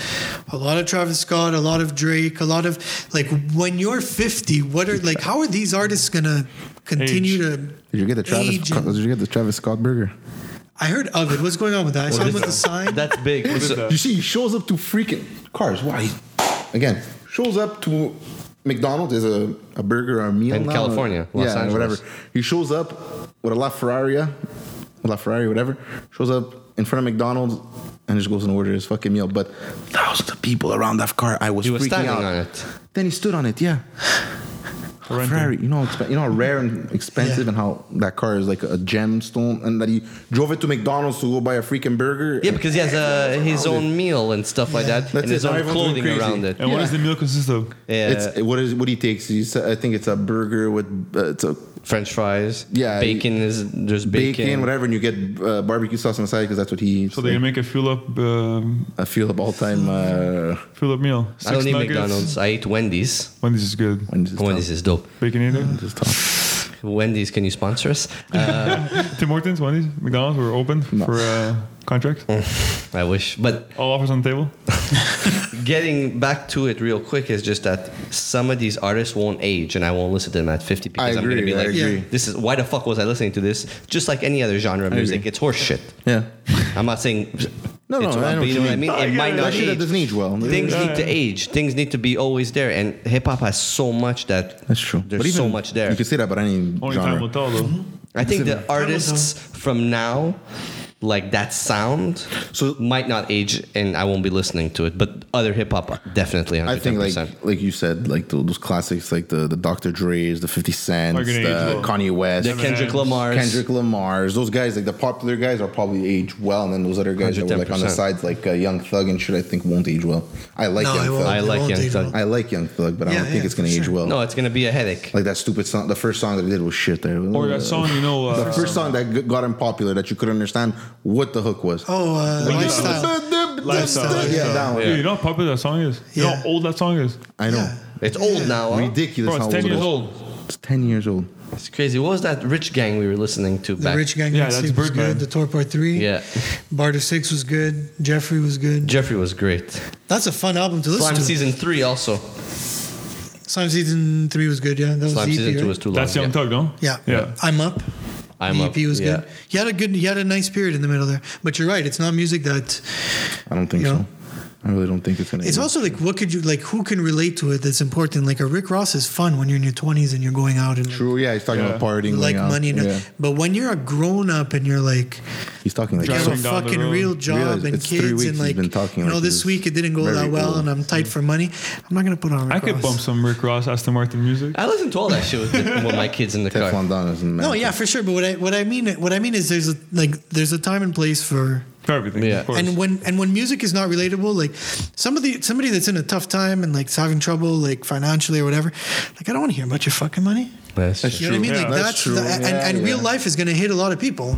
D: a lot of Travis Scott, a lot of Drake, a lot of like when you're 50, what are like how are these artists gonna continue to?
B: Did you get the Travis?
D: Age and-
B: Did you get the Travis Scott burger?
D: I heard of it. What's going on with that? I saw him with the
A: <laughs>
D: sign.
A: That's big.
C: is
A: So-
C: that?
B: You see, he shows up to freaking cars. Why? Again, shows up to McDonald's is a, a burger or a meal
A: In
B: now,
A: California,
B: or-
A: Los
B: yeah,
A: Angeles.
B: whatever. He shows up with a La Ferraria, La Ferrari, whatever. Shows up in front of McDonald's and just goes and orders his fucking meal. But thousands of people around that car, I was
A: He was
B: freaking
A: standing
B: out.
A: on it.
B: Then he stood on it. Yeah.
C: Renting.
B: Ferrari, you know, how expen- you know, how rare and expensive,
D: Yeah.
B: and how that car is like a gemstone, and that he drove it to McDonald's to go buy a freaking burger.
A: Yeah,
B: and-
A: because he has
B: <laughs>
A: uh, his own meal and stuff like that,
B: That's
A: and his
B: it.
A: own
B: Everyone's going
A: clothing
B: crazy.
A: around it.
C: And what does the meal consist of?
A: Yeah,
B: It's what is what he takes. He's, I think it's a burger with uh, it's a
A: French fries.
B: Yeah,
A: bacon is there's
B: bacon,
A: bacon.
B: whatever, and you get uh, barbecue sauce on the side because that's what he eats.
C: So they can make a fuel up, um,
B: I feel of all time. Uh,
C: fuel up meal.
A: I
C: Six
A: don't eat
C: nuggets.
A: McDonald's. I eat Wendy's.
C: When this is good,
B: when this is
A: Wendy's is dope.
C: baconator.
B: This is tough.
A: Wendy's, can you sponsor us? Uh,
C: Tim Hortons, Wendy's, McDonald's. We're open
B: No. Hmm.
C: for uh, contract.
A: I wish, but
C: All offers on the table.
A: getting back to it real quick is just that some of these artists won't age, and I won't listen to them at fifty because
B: I
A: am gonna
B: agree,
A: be
B: I
A: like,
B: agree.
A: "This is why the fuck was I listening to this?" Just like any other genre of music,
B: agree.
A: it's horseshit.
B: Yeah.
A: I'm not saying.
B: <laughs> No, no,
A: it's-
B: I know
A: but
B: what
A: you
B: you
A: know what I mean.
B: mean.
A: It
C: No,
A: might
C: yeah,
A: not
B: That shit that
A: age.
B: doesn't age well.
A: Things
C: Yeah.
A: need to age. Things need to be always there, and hip hop has so much that
B: That's true.
A: There's
B: But even-
A: so much there.
B: You can say that about any
C: Only time will
B: genre.
C: tell, though.
A: I think the
D: will
A: artists from now, like that sound,
B: So-
A: might not age, and I won't be listening to it. But other hip hop, definitely, 110%.
B: I think like like you said, like tho- those classics, like the the Dr. Dre's, the 50 Cent,
C: Are gonna
B: the
C: age well.
B: Kanye West,
A: the Kendrick
C: M&Ms,
A: Lamar,
B: Kendrick Lamar's, those guys, like the popular guys, are probably age well, and then those other guys that were like on the
A: 110%.
B: sides, like uh, Young Thug and shit, I think won't age well. I like
D: No, it
B: Young
D: won't.
A: I
B: Thug.
D: It
A: like
D: won't
A: Young
D: age
A: Thug.
D: well.
B: I, like Young Thug, but I
D: Yeah,
B: don't think
D: yeah,
B: it's gonna
D: for
B: age
D: sure.
B: well.
A: No, it's gonna be a headache.
B: Like that stupid song, the first song that he did was shit. There,
C: Or that song, you know. Uh,
B: the first song that g- got him popular that you couldn't understand what the hook was.
D: Oh, uh,
C: Wendy's.
D: lifestyle.
C: Lifestyle.
B: Yeah, that one.
A: Yeah.
C: Dude, uh, you know how popular that song is. You know
D: Yeah.
C: how old that song is.
B: I know.
A: it's old now. huh?
B: Ridiculous.
C: Bro, it's
B: how
C: 10
B: old it
C: years
B: is.
C: old.
B: It's ten years old.
A: It's crazy. What was that Rich Gang we were listening to
D: The
A: back?
D: Rich Gang.
C: Yeah,
D: Dynasty
C: that's
D: was
C: Birdman.
D: good. The Tour Part Three.
A: Yeah,
D: Barter Six was good. Jeffrey was good.
A: Jeffrey was great.
D: That's a fun album to listen
A: Slime
D: to.
A: season three also.
D: Slime season three was good. Yeah, that was
A: Slime
D: EP,
A: season two
D: right?
A: was too long.
C: That's Young
A: yeah.
C: Thug, no?
D: Yeah.
C: Yeah.
D: I'm up.
A: I'm
D: the
A: Up,
D: EP was
A: yeah.
D: good. He had a good. He had a nice period in the middle there. But you're right. It's not music that
B: I don't think
D: you know.
B: so. I really don't think it's gonna.
D: It's
B: be-
D: also like, what could you like? Who can relate to it? That's important. Like a Rick Ross is fun when you're in your 20s and you're going out and like,
B: true. Yeah, he's talking
C: Yeah.
B: about partying,
D: like
B: going out.
D: money. And
B: Yeah.
D: But when you're a grown up and you're like,
B: He's talking like
D: you have a
C: Driving down the
D: fucking
C: road.
D: real job
B: Realize
D: and
B: it's three
D: kids
B: weeks
D: and
B: he's
D: like,
B: been talking
D: you know,
B: like
D: this
B: he's
D: week it didn't go
B: very
D: that well
B: cool.
D: and I'm tight for money. I'm not gonna put on. Rick
C: I could
D: Ross.
C: bump some Rick Ross, Aston Martin music.
A: I listen to all that shit with, with my kids in the car.
B: Teflon Don is a man.
D: No, yeah, for sure. But what I what I mean what I mean is there's a, like there's a time and place for
C: For everything,
A: Yeah.
C: of course.
D: and when and when music is not relatable, like somebody somebody that's in a tough time and like is having trouble like financially or whatever, like I don't want to hear about your fucking money.
A: That's
D: You know what I mean?
C: True.
D: like
C: Yeah,
D: that's,
B: that's true.
D: the- and,
B: Yeah,
D: and real
B: yeah.
D: life is going to hit a lot of people.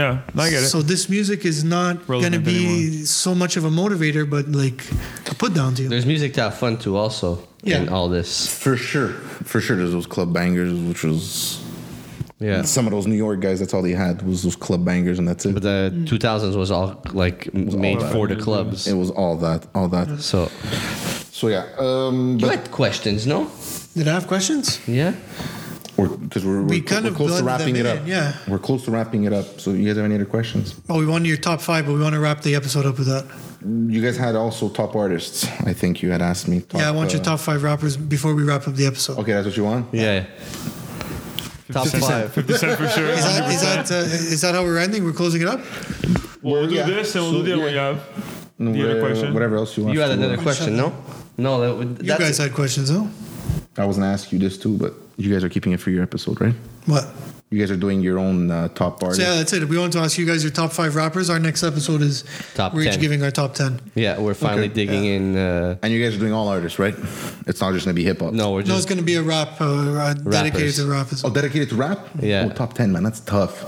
C: yeah, I get it.
D: So this music is not going to
C: Relevant
D: be
C: anymore.
D: so much of a motivator, but like a put down to you.
A: There's music to have fun to also
D: Yeah.
A: in all this.
B: for sure, for sure. There's those club bangers, which was
A: Yeah.
B: some of those New York guys. That's all they had was those club bangers, and that's it.
A: But the 2000s was all like made
B: that.
A: for the clubs.
B: it was all that, all
D: Mm-hmm.
B: that.
A: So
B: So yeah, um,
A: you
B: but
A: had questions, no?
D: Did I have questions?
A: Yeah.
B: we're because we're, we're,
D: We
B: cl-
D: kind
B: we're
D: of
B: close to
D: blended
B: wrapping it
D: them
B: up.
D: in, yeah.
B: we're close to wrapping it up. So you guys have any other questions?
D: Oh, we wanted your top five, but we want to wrap the episode up with that.
B: You guys had also top artists. I think you had asked me. Top,
D: yeah, I want your
B: uh,
D: top five rappers before we wrap up the episode.
B: Okay, that's what you want.
A: Yeah. Top
C: 50 Cent-
A: five.
C: 50 Cent for sure.
D: Is that is that uh, is that how we're ending? We're closing it up.
C: we'll do
B: yeah.
C: this and we'll
B: So,
C: do the other
B: yeah.
C: one. You have. The other
B: Whatever-
C: question.
B: Whatever else you want.
A: You had
B: to-
A: another question, no? No, that, would-
D: You
A: that's
D: guys
A: it.
D: had questions, though.
B: I was gonna ask you this too, but you guys are keeping it for your episode, right?
D: What?
B: You guys are doing your own uh, top
D: So
B: artists.
D: yeah, that's it. We want to ask you guys your top five rappers. Our next episode is
A: Top
D: we're each
A: 10.
D: giving our top ten.
A: Yeah, we're finally digging in. Uh,
B: And you guys are doing all artists, right? It's not just gonna be hip hop.
A: no, we're
D: No, it's
A: just
D: going to be a rap uh, uh, dedicated
A: Rappers.
D: to rappers.
B: Oh, dedicated to rap?
A: Yeah.
B: Oh, top ten, man. That's tough.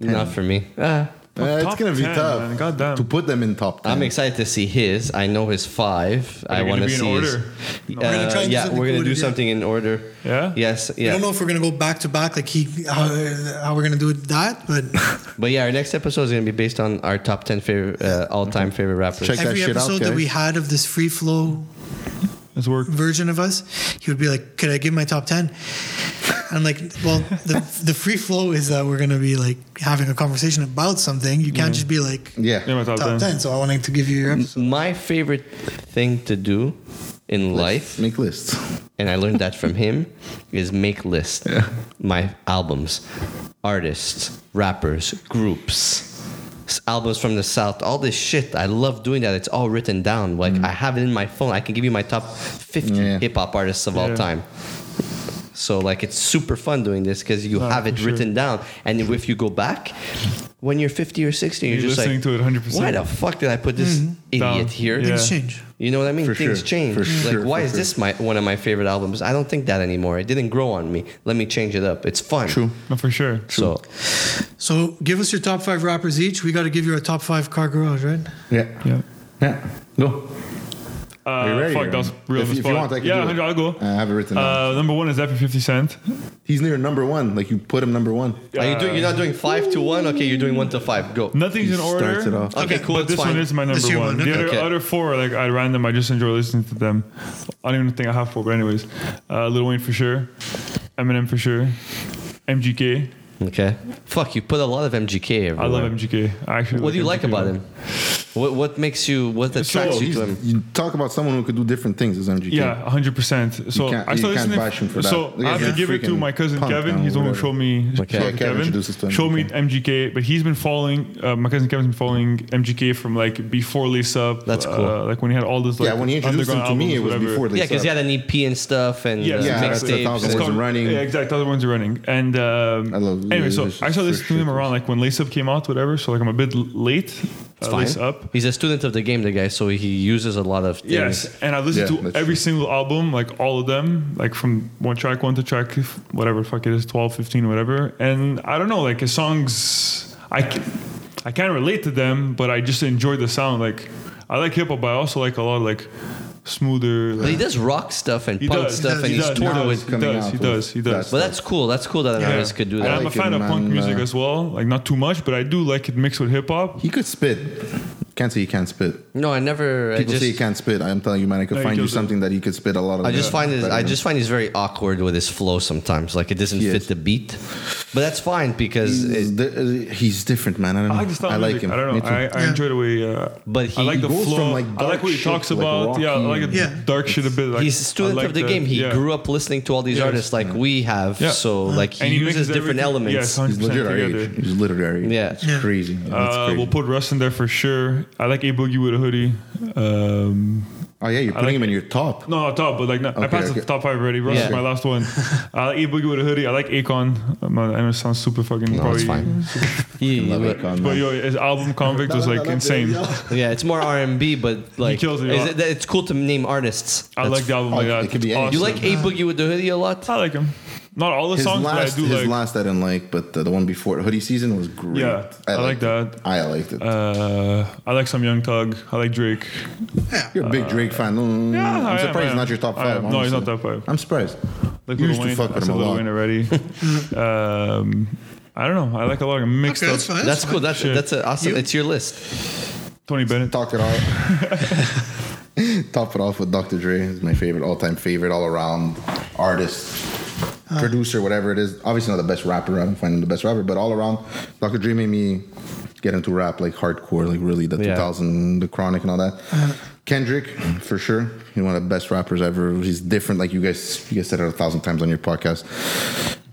A: not for me. Uh,
B: Uh, it's
C: top
B: gonna be
C: 10,
B: tough.
C: man. God damn.
B: To put them in top ten.
A: I'm excited to see his. I know his five. I
C: they gonna
A: want to
C: be in
A: see. His,
C: order?
A: Uh,
D: We're gonna try and do
A: yeah,
D: something
A: we're gonna do
D: coordinated.
A: something in order.
C: Yeah?
A: Yes.
D: I
A: Yeah.
D: don't know if we're gonna go back to back like he how, how we're gonna do it that,
A: <laughs>
D: but
A: But yeah, our next episode is gonna be based on our top ten favorite uh, all-time favorite rappers.
B: Check- that
D: every
B: shit out,
D: episode that we
B: guys.
D: had of this free flow
C: It's work.
D: version of us, he would be like, "Could I give my top 10? I'm like, "Well, the the free flow is that we're gonna be like having a conversation about something. You can't just be like
B: Yeah.
C: Yeah, my top,
D: top
C: 10.
D: ten. So I wanted to give you your episode.
A: My favorite thing to do in life,
B: Make lists.
A: and I learned that from him, is make lists. My albums, artists, rappers, groups, s- albums from the south, all this shit. I love doing that. It's all written down. Like I have it in my phone. I can give you my top fifty
B: Yeah.
A: hip hop artists of all
C: Yeah.
A: time. So like it's super fun doing this because you
C: Oh,
A: have
C: for
A: it
C: sure.
A: written down, and if you go back, when you're 50 or 60, you're,
C: You're
A: just
C: listening
A: like,
C: to it 100%.
A: Why the fuck did I put this idiot
C: Mm-hmm. Down.
A: here?
C: Yeah.
D: Things change.
A: You know what I mean?
B: For
A: Things
B: sure.
A: change.
B: For
A: like
B: sure,
A: why
B: for
A: is
B: sure.
A: this my one of my favorite albums? I don't think that anymore. It didn't grow on me. Let me change it up. It's fun.
B: True.
C: No, for sure.
A: So
D: So give us your top five rappers each. We got to give you a top five car garage, right?
B: Yeah.
C: Yeah.
B: Yeah. Go.
C: Uh,
B: Are you ready?
C: fuck, that was real
B: If,
C: on the
B: if
C: spot.
B: you want, I can
C: yeah,
B: do it.
C: 100, I'll go.
B: I have it written down.
C: Uh, number one is F 50 Cent.
B: He's near number one. Like you put him number one.
A: are you doing? You're not doing five to one. Okay, you're doing one to five. Go.
C: Uh, Nothing's in
B: He
C: order.
B: starts it off.
A: Okay, cool,
C: But
A: it's
C: this
A: fine.
C: one is my number
D: This year
C: one.
D: one,
C: The other,
A: okay.
C: other four, like at random, I just enjoy listening to them. I don't even think I have four, but anyways, uh, Lil Wayne for sure, Eminem for sure, MGK.
A: Okay. Fuck. You put a lot of MGK. Everywhere.
C: I love MGK. I actually.
A: What do you like
C: MGK.
A: about him? What What makes you? What attracts you
B: He's-
A: to him?
B: You talk about someone who could do different things as MGK.
C: Yeah, 100. percent So
B: can't-
C: I
B: you
C: started
B: can't
C: listening.
B: bash him for
C: so
B: that. The
C: I
B: guy's
C: have to
B: a
C: give it to
B: freaking
C: my cousin
B: punk
C: Kevin.
B: now,
C: He's the one who
B: whatever.
C: showed me.
A: Okay.
B: Yeah, Kevin introduced us to
C: Showed me
B: MGK.
C: MGK, but he's been following. Uh, my cousin Kevin's been following MGK from like before Lace Up.
A: That's cool.
C: Uh, like when he had all this. Like,
B: Yeah, when he introduced him
C: underground
B: to me, it
C: albums,
B: was
C: whatever.
B: before they
A: Yeah, because he had an EP and stuff and
C: Yeah,
A: uh,
C: yeah,
B: that's the
A: mixtapes.
B: thousand- Ones
C: It's called-
B: and Running.
C: Yeah, exactly. Other ones are running. And um,
B: I love-
C: Anyway, so
B: this
C: I started
B: is
C: listening to him
B: shit.
C: around like when Lace Up came out, whatever. So like I'm a bit l- late.
A: It's
C: uh,
A: fine.
C: Lace Up.
A: He's a student of the game, the guy, so he uses a lot of things.
C: Yes, and I listened
B: Yeah,
C: to
B: that's
C: every single album, like all of them, like from one track one to track f- whatever fuck it is, 12, 15, whatever. And I don't know, like his songs, I can, I can't relate to them, but I just enjoy the sound. Like I like hip hop, but I also like a lot of like smoother.
A: But
C: Like,
A: he does rock stuff and
C: he
A: punk
C: does,
A: stuff,
C: he
A: and he's
C: does,
A: toured
C: he
A: with.
C: does, he
B: coming
C: does,
B: out
C: he
B: with
C: does, he does.
A: But that's cool. That's cool that an artist could do
C: And
A: that.
C: I'm
B: like
C: a fan
B: him,
C: of punk
B: man,
C: music
B: uh,
C: as well, like not too much, but I do like it mixed with hip hop.
B: He could spit. Can't say you can't spit.
A: No, I never. I
B: People
A: just,
B: say you can't spit. I'm telling you, man, I could
C: No, he
B: find you
C: kills it.
B: something that you could spit a lot of.
A: I just find it.
B: better
A: I
B: than-
A: just find he's very awkward with his flow sometimes. Like it doesn't
B: He
A: fit
B: is.
A: the beat, but that's fine because.
B: He's,
A: It,
B: di- uh, he's different, man. I don't know.
C: I like the style.
B: I like
C: music.
B: him.
C: I don't
B: Me
C: know.
B: too.
C: I, I
D: Yeah.
C: enjoy the way. Uh,
A: But he
C: I like the
B: goes
C: flow.
B: from, like,
C: I like
B: dark
C: what he
B: shit
C: talks
B: to, like,
C: about. yeah, I
B: rocky
C: like the
D: Yeah.
C: dark shit a bit. Like,
A: he's a student
C: I like
A: of the, game. He
C: yeah.
A: grew up listening to all these
C: Yes.
A: artists like we have.
C: Yeah.
A: So like he,
C: And he
A: uses
C: mixes
A: different
C: everything-
A: elements.
C: yes,
B: He's legit our
C: together.
B: age. He's literally our age.
A: Yeah.
B: It's
D: Yeah.
B: crazy. That's
C: Uh,
B: crazy.
C: we'll put Russ in there for sure. I like a boogie with a hoodie. Um,
B: oh yeah, you're putting
C: like
B: him in your top.
C: no, not top, but like not, I
B: Okay,
C: passed
B: okay.
C: the top five already. Russ
A: Yeah.
C: is my last one. I like a boogie with a hoodie. I like Akon. I'm not, I know it sounds super fucking.
A: no,
C: probably,
A: it's fine. He-
B: Love
A: he-
B: it, Con,
C: But
B: man.
C: yo, his album Convict was like insane.
A: yeah, it's more R and B, but like
C: kills it a
A: is
C: lot.
A: it- it's cool to name artists.
C: I like the album like
B: Oh,
C: that.
B: it could be
C: It's
B: any-
A: You like
C: awesome.
A: A Boogie with the Hoodie a lot.
C: I like him. Not all the
B: His
C: songs,
B: last,
C: but I do
B: his
C: like.
B: last I didn't like, but the, the one before hoodie season was great.
C: Yeah, I
B: liked
C: like
B: it.
C: that.
B: I liked it.
C: Uh, I like some Young Thug. I like Drake.
B: You're a big Drake fan. Mm,
C: yeah, I
B: Hmm, I'm
C: am,
B: surprised
C: I
B: he's
C: am.
B: not your top
C: I
B: five.
C: am. No, he's
B: honestly.
C: not top five.
B: I'm surprised.
C: Like
B: you
C: Lil
B: used to
C: Wayne.
B: fuck
C: I
B: with
C: said
B: him a
C: Lil
B: lot. <laughs>
C: Wayne already. um, I don't know. I like a lot of mixed
D: Okay,
C: up.
D: that's fine.
A: That's cool. That's
C: Sure.
A: that's a awesome.
D: You-
A: It's your list.
C: Tony Bennett.
B: Talk it
C: <laughs>
B: off. Top it off with Dr. Dre. He's my favorite, all time favorite, all around artist,
D: Uh.
B: producer, whatever it is. Obviously, not the best rapper. I don't find him the best rapper, but all around, Dr. Dre made me get into rap like hardcore, like really the
A: Yeah.
B: 2000, the Chronic, and all that.
D: Uh-huh.
B: Kendrick, for sure. He's one of the best rappers ever. He's different, like you guys, you guys said it a thousand times on your podcast.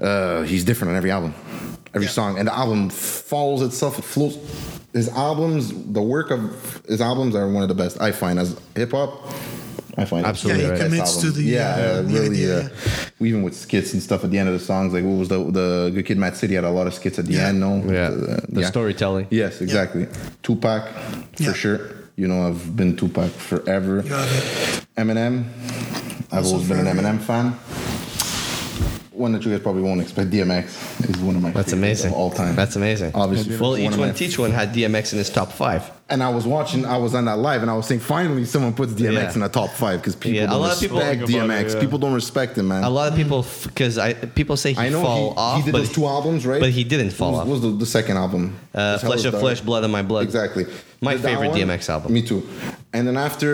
B: Uh, he's different on every album, every
D: Yeah.
B: song, and the album follows itself. It flows. His albums, the work of his albums, are one of the best I find as hip hop. I find
A: Absolutely
B: it
A: Yeah, he
B: the best
D: commits to
B: album.
D: the,
B: yeah,
D: uh,
B: yeah,
D: the
B: really.
D: idea,
B: uh, we <laughs> Even with skits and stuff at the end of the songs, like what was the the Good Kid, Mad City had a lot of skits at the
D: Yeah.
B: end. No,
A: Yeah,
B: Uh,
A: the
B: yeah.
A: storytelling.
B: Yes, exactly. Tupac, for
D: Yeah.
B: sure. You know, I've been Tupac forever.
D: You have it.
B: Eminem, I've
D: Also
B: always been an
D: forever.
B: Eminem fan. One that you guys probably won't expect. DMX is one of my
A: That's
B: favorites
A: amazing.
B: of all time.
A: That's amazing. E
B: Obviously,
A: Well,
B: one
A: each
B: of
A: one,
B: my-
A: teach one had DMX in his top five.
B: And I was watching. I was on that live, and I was saying, finally, someone puts DMX
A: Yeah.
B: in the top five because people
A: Yeah, a
B: don't
A: lot of
B: respect
A: people-
B: DMX.
C: Yeah.
B: People don't respect him, man.
A: A lot of people, because I people say he
B: I know
A: fall
B: he,
A: off,
B: he did
A: but
B: those two albums, right?
A: but he didn't fall
B: What
A: off.
B: was, What was the, the second album?
A: uh,
B: His Hell
A: flesh
B: is
A: of
B: Dark.
A: flesh, blood of my blood.
B: Exactly.
A: My
B: Did that
A: favorite
B: one?
A: DMX album.
B: Me too. And then after,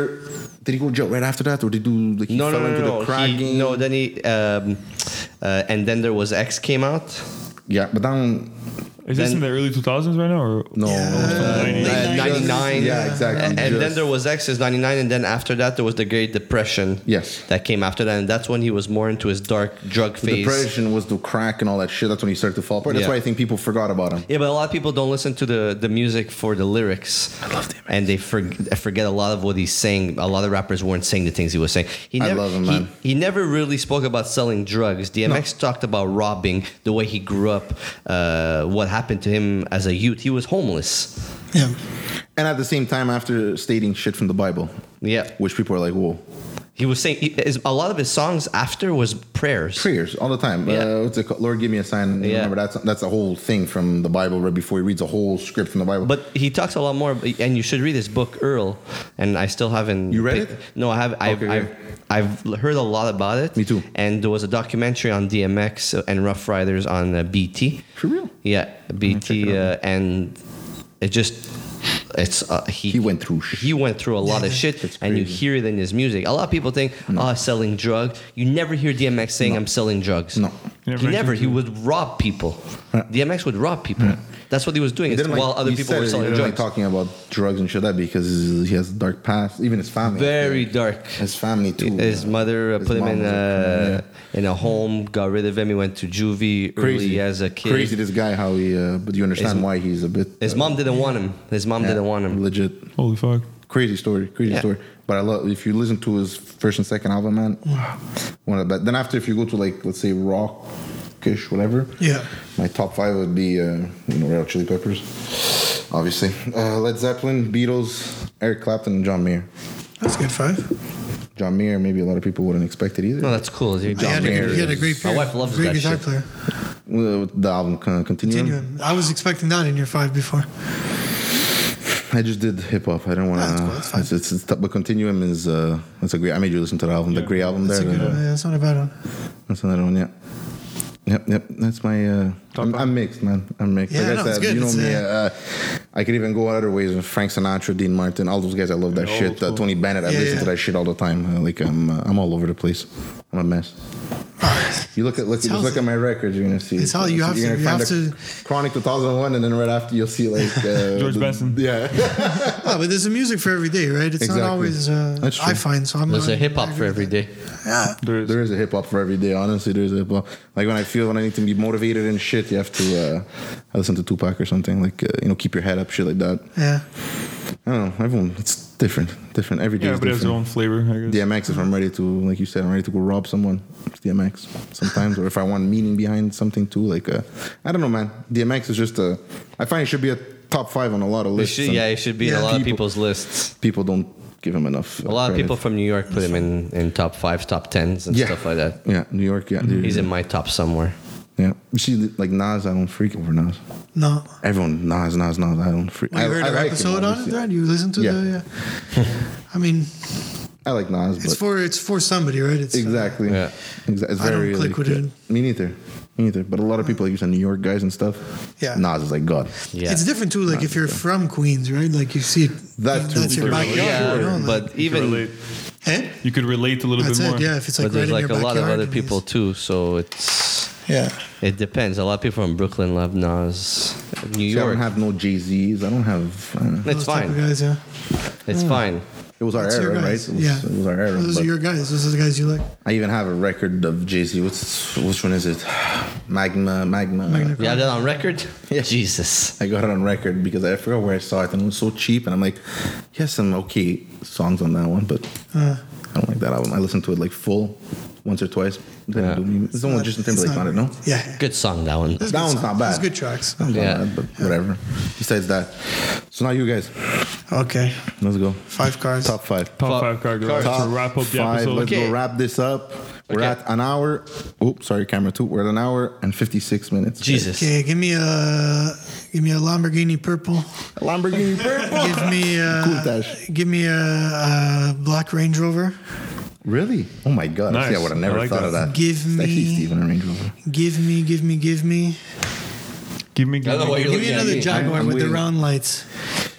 B: did he go to jail right after that, or did he do like he
A: No, no,
B: fell
A: no,
B: into
A: no,
B: the
A: no.
B: crack
A: He-
B: game?
A: no. Then he, um, uh, and then there was X came out.
B: yeah, but then
C: Is this
A: Then-
C: in the early 2000s right now? Or
B: no,
D: Yeah.
B: no.
A: Uh,
C: Ninety-
A: uh, 99.
B: Yeah, exactly.
A: And, and then
B: Just-
A: there was X is 99, and then after that there was the Great Depression.
B: Yes.
A: That came after that, and that's when he was more into his dark drug
B: the
A: phase.
B: depression was the crack and all that shit. That's when he started to fall apart. That's
A: Yeah.
B: why I think people forgot about him.
A: Yeah, but a lot of people don't listen to the, the music for the lyrics. I love them. And they forg- forget a lot of what he's saying. A lot of rappers weren't saying the things he was saying. He
B: I
A: never,
B: love him,
A: he-
B: man.
A: He, never really spoke about selling drugs. DMX talked about robbing, the way he grew up, uh, what happened to him as a youth. He was homeless.
D: Yeah.
B: And at the same time, after stating shit from the Bible,
A: Yeah.
B: which people are like, whoa,
A: He was saying he, his, a lot of his songs after was prayers.
B: prayers all the time.
A: Yeah.
B: Uh, what's it called? Lord, give me a sign. You
A: Yeah.
B: Remember that's that's a whole thing from the Bible. Right before he reads a whole script from the Bible.
A: But he talks a lot more, and you should read his book Earl. And I still haven't.
B: You read it?
A: No, I have. I've,
B: Okay,
A: I've, I've l- heard a lot about it.
B: Me too.
A: And there was a documentary on DMX and Rough Riders on uh, BT.
B: For real?
A: Yeah, BT, uh, and it just. It's uh, he,
B: He went through shit.
A: he went through a lot of shit, and you
B: crazy.
A: hear it in his music. A lot of people think, "Oh, selling drugs." You never hear DMX saying, "I'm selling drugs."
B: No.
C: He never
A: he never.
C: mentions
A: He
C: it.
A: would rob people. DMX would rob people. That's what he was doing.
B: He
A: is
B: didn't like-
A: while other
B: he
A: people
B: said
A: were
B: it, he
A: selling
B: didn't
A: drugs.
B: like talking about drugs and shit like that because he has a dark past. Even his family.
A: very dark.
B: His family too.
A: His mother uh,
B: His
A: put him
B: mom
A: in
B: was a
A: a in a home, got rid of him. He went to juvie early as a kid.
B: Crazy this guy how he. Uh, but you understand
A: His-
B: why he's a bit.
A: His
B: uh,
A: mom didn't want him. His mom
B: yeah,
A: didn't want him.
B: Legit.
C: Holy fuck.
B: Crazy story. Crazy
A: Yeah.
B: story. But I love if you listen to his first and second album, man. One of the best. Then after, if you go to like let's say rockish, whatever.
D: Yeah.
B: My top five would be, uh, you know, Red Hot Chili Peppers, obviously. Uh, Led Zeppelin, Beatles, Eric Clapton, and John Mayer.
D: That's a good five.
B: John Mayer, maybe a lot of people wouldn't expect it either.
A: No, that's cool. dude.
D: He had, a,
B: Mayer
D: good- he had a
B: is-
D: great
A: My
D: player.
A: wife loves
D: great
A: that
D: guitar
A: shit.
D: player.
B: Uh, the album uh, continuum.
D: Continuum. I was expecting that in your five before.
B: I just did hip hop. I don't want
D: That's
B: to.
D: cool, that's fine.
B: it's, it's, it's tough, but continuum is uh, that's a great. I made you listen to the album, the Grey album
D: That's,
B: there. uh,
D: a good
B: the-
D: one. Yeah, that's not a bad one.
B: That's another one. Yeah. Yep, yep. That's my. Uh, I'm, I'm mixed, man. I'm mixed.
D: Yeah,
B: like I
D: no, it's
B: said,
D: good.
B: you know
D: It's,
B: me.
D: uh,
B: Uh, I I could even go other ways. Frank Sinatra, Dean Martin, all those guys. I love that
C: Yeah, old
B: shit. Uh,
C: school.
B: Tony Bennett. I
D: Yeah,
B: listen
D: yeah.
B: to that shit all the time. Uh, like I'm, uh, I'm all over the place. I'm a mess.
D: <laughs> Oh,
B: You look at look, just
D: how-
B: look at my records. You're gonna see.
D: It's how you have to-
B: You're
D: you
B: gonna find the Chronic
D: have
B: 2001, and then right after you'll see like uh,
C: <laughs> George
B: the-
C: Benson.
B: Yeah,
D: Ah, but there's a music for every day, right? It's
B: Exactly.
D: not always. Uh,
B: That's true.
D: I find so. I'm
A: There's
D: I-
A: a hip hop
D: I
A: for
D: agree
A: every
D: with that.
A: day.
C: There is.
B: there is a hip hop for every day. Honestly, there's a hip hop. Like when I feel when I need to be motivated and shit, you have to uh, I listen to Tupac or something. Like uh, you know, keep your head up, shit like that.
D: Yeah.
B: I don't know. Everyone, it's different. Different. Every day
C: Yeah,
B: is
C: but it has their
B: different.
C: own flavor, I
B: DMX,
C: guess.
B: if I'm ready to, like you said, I'm ready to go rob someone. It's DMX sometimes, or if I want meaning behind something too, like uh, I don't know, man. DMX is just a. I find it should be a top five on a lot of
A: It
B: lists.
A: should,
B: and
A: yeah, it should be in
D: Yeah.
A: a lot of
B: People-
A: people's lists.
B: people don't give him enough. uh,
A: A lot of people from New York put him in, in top fives, top tens, and
B: yeah,
A: stuff like that.
B: Yeah, New York. Yeah,
A: He's in my top somewhere.
B: yeah. You See, like Nas, I don't freak over Nas.
D: No.
B: Everyone Nas, Nas, Nas. I don't freak.
D: Well,
B: I,
D: you heard
B: I
D: our
B: like him,
D: episode on it,
B: obviously.
D: right? You listened to
B: Yeah.
D: the. Yeah. I mean,
B: I like Nas,
D: it's
B: but
D: for it's for somebody, right? It's uh,
B: exactly.
A: Yeah.
B: Exa- It's
D: I don't
B: very, like,
D: click with it.
B: Me neither. Me neither. But a lot of people like you said, New York guys and stuff.
D: Yeah.
B: Nas is like God.
A: Yeah.
D: It's different too. Like if you're from Queens, right? Like you see, it,
B: That too.
D: that's your
C: Yeah,
D: backyard. you know,
A: Yeah,
D: like-
A: but
C: You could
A: even
C: relate.
D: Eh?
C: You could relate a little
D: that's
C: bit
D: it.
C: more.
D: Yeah, if it's like
A: but
D: right
A: there's
D: in
A: like
D: your
A: a lot
D: backyard,
A: of
D: I
A: other
D: mean,
A: people too, so it's
D: Yeah.
A: it depends. A lot of people from Brooklyn love Nas. New
B: See, I don't
A: York,
B: have no Jay Z's. I don't have. I don't know.
A: it's
D: Those type of
A: fine.
D: guys, yeah.
A: It's fine.
B: It was our
D: That's your
B: era, right? It
D: guys.
B: was,
D: yeah.
B: it was our era.
D: Those
B: but
D: are your guys. Those are the guys you like.
B: I even have a record of Jay Z. What's which one is it? <sighs> Magma, magma.
D: Magna
A: You have that on record?
B: Yeah.
A: Jesus.
B: I got it on record because I forgot where I saw it and it was so cheap. And I'm like, he has some okay songs on that one, but
D: Uh,
B: I don't like that album. I listened to it like full once or twice. Didn't
A: Yeah.
B: do me. It's the one with Justin Timberlake on it, no?
D: Yeah.
A: Good song that one.
B: That one's not bad.
D: It's good tracks.
B: That one's not
A: Yeah.
B: bad, but whatever. Besides that, so now you guys,
D: Okay.
B: let's go.
D: Five cars.
B: Top five.
C: Top
A: Fuck.
C: five car garage
B: Top
C: to wrap up the
B: five.
C: episode.
B: Let's
A: Okay.
B: go wrap this up. We're
A: Okay.
B: at an hour. Oops, sorry, camera two. We're at an hour and 56 minutes.
A: Jesus.
D: Okay, give me a give me a Lamborghini purple.
B: Lamborghini
C: <laughs>
B: purple.
D: Give me a
B: Countach.
D: give me a, a black Range Rover.
B: Really? Oh my God.
C: Nice.
B: See, I would have never
C: I like
B: thought
C: that.
B: of that.
D: Give
B: It's actually
D: me-
B: Steven and Range Rover.
D: Give me, give me, give me.
C: Give me, give
A: I don't know
C: me.
A: why
C: give
A: you're
D: Give
A: looking
D: me
A: at
D: another
A: me.
D: Jaguar
B: I'm
D: with the
B: waiting.
D: round lights.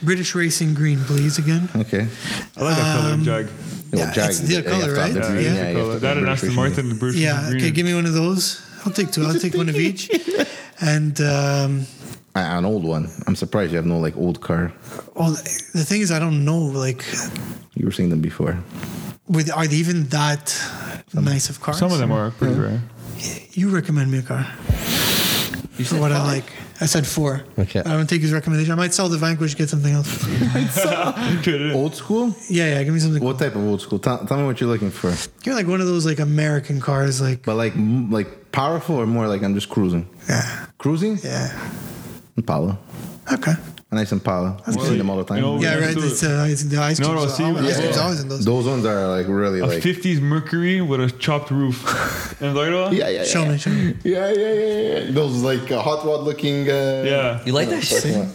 D: British Racing Green, please again.
B: Okay.
C: me. I like that color
D: Um,
C: Jag.
B: Well,
D: Yeah,
B: Jag-
D: it's the
B: you have to
D: color,
B: have
D: right?
B: the green,
D: Yeah.
B: yeah,
C: That's
B: you
C: the
B: have
C: color.
B: to
C: That
B: have
C: and
B: the
C: Aston
B: British
C: Martin, the British
D: Yeah,
C: green.
D: okay, give me one of those. I'll take two. I'll take
C: <laughs>
D: one of each. And um,
B: I- Uh, An old one. I'm surprised you have no like old car.
D: well, the thing is, I don't know. Like,
B: You were seeing them before.
D: with are they even that nice of cars?
C: Some of them are pretty rare.
D: <laughs> You recommend me a car. You for what I like. I said four.
A: Okay.
D: I don't take his recommendation. I might sell the Vanquish, get something else.
C: Good.
B: Old school?
D: Yeah, yeah. Give me something.
B: What type of old school? Tell, tell me what you're looking for.
D: Give me like one of those like American cars, like
B: But like, m- like powerful or more like I'm just cruising.
D: yeah,
B: Cruising?
D: yeah.
B: Impala.
D: Okay.
B: A nice Impala. I've seen
C: good.
B: them all the time.
C: You know,
D: Yeah,
C: Let's
D: right.
C: do
D: It's,
C: it.
D: uh, it's the ice
C: No,
D: cream.
C: no, see,
D: ice
C: yeah.
D: cream's always in those.
B: Those ones are like really
C: A
B: like.
C: 50s Mercury with a
B: <laughs>
C: chopped roof. And like, oh,
B: Yeah, yeah,
D: Show
B: yeah.
D: me, show me.
B: Yeah, yeah, yeah, yeah. Those like uh, hot rod looking. Uh,
C: yeah.
A: You like that shit?
B: Yeah.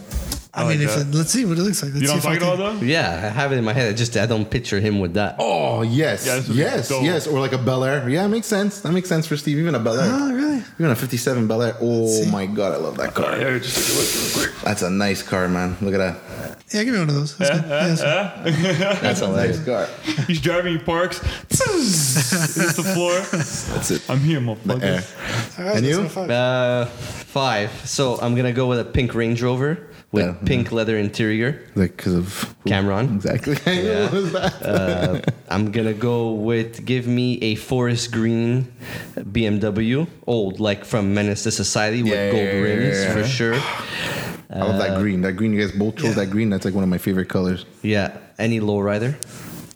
D: I,
C: like
D: mean, if
C: that.
D: it, let's see what it looks like. Let's
C: Oh, You know
D: see
C: what I'm
D: if I
C: talking
D: can-
C: about, though?
A: Yeah, I have it in my head. I just I don't picture him with that.
B: Oh yes,
C: Yeah, this would be
B: yes,
C: dope.
B: yes, or like a Bel Air. Yeah, makes sense. That makes sense for Steve. Even a Bel Air.
D: Oh, really?
B: Even a '57 Bel Air. Oh
D: see.
B: my god, I love that car.
C: Yeah, just take a look real quick.
B: That's a nice car, man. Look at that.
D: Yeah, give me one of those. That's good. Yeah, that's good.
A: <laughs>
B: That's a nice car.
C: Eh, <laughs> He's driving, he parks. Hits the floor.
B: That's it.
C: I'm here,
B: Yeah.
C: motherfucker.
D: All right,
B: And
D: that's
B: you?
D: my five.
A: Uh, five. So I'm gonna go with a pink Range Rover with
B: Yeah.
A: pink leather interior.
B: Like because of who?
A: Cameron.
B: Exactly. <laughs> Yeah.
A: Uh, I'm gonna go with give me a forest green BMW, old like from Menace to Society with
B: Yeah,
A: gold
B: yeah, yeah,
A: rims
B: yeah,
A: for
B: yeah.
A: sure.
B: I love
A: Uh,
B: that green. That green. You guys both chose
D: Yeah.
B: that green. That's like one of my favorite colors.
A: Yeah, any lowrider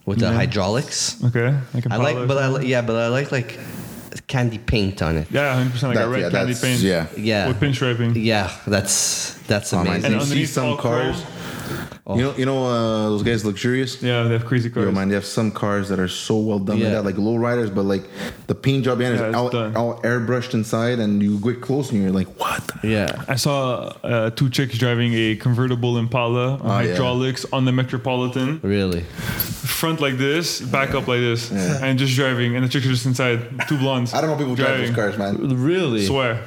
A: with the hydraulics.
C: Okay. I can
A: I like, but I li- yeah, but I like like candy paint on it.
C: Yeah, 100% like
B: That-
C: a red
B: yeah,
C: candy
B: that's-
C: paint.
B: Yeah.
A: Yeah,
C: With pinstriping.
A: yeah, that's that's
B: Oh, man,
A: amazing.
B: You see
C: underneath
B: some
C: all chrome.
B: cars. You know, you know, uh, those guys luxurious.
C: Yeah, they have crazy cars.
B: Yo, man, they have some cars that are so well done like
A: Yeah.
B: that, like low riders, but like the paint job behind
C: Yeah,
B: is
C: it's
B: all,
C: done.
B: all airbrushed inside, and you get close and you're like, what? the-
A: Yeah,
C: I saw uh, two chicks driving a convertible Impala on
B: Oh, yeah.
C: hydraulics on the Metropolitan,
A: really.
C: front like this, back up like this, and just driving. And the chicks are just inside, two blondes.
B: I don't know people drive those cars, man.
A: Really?
C: Swear,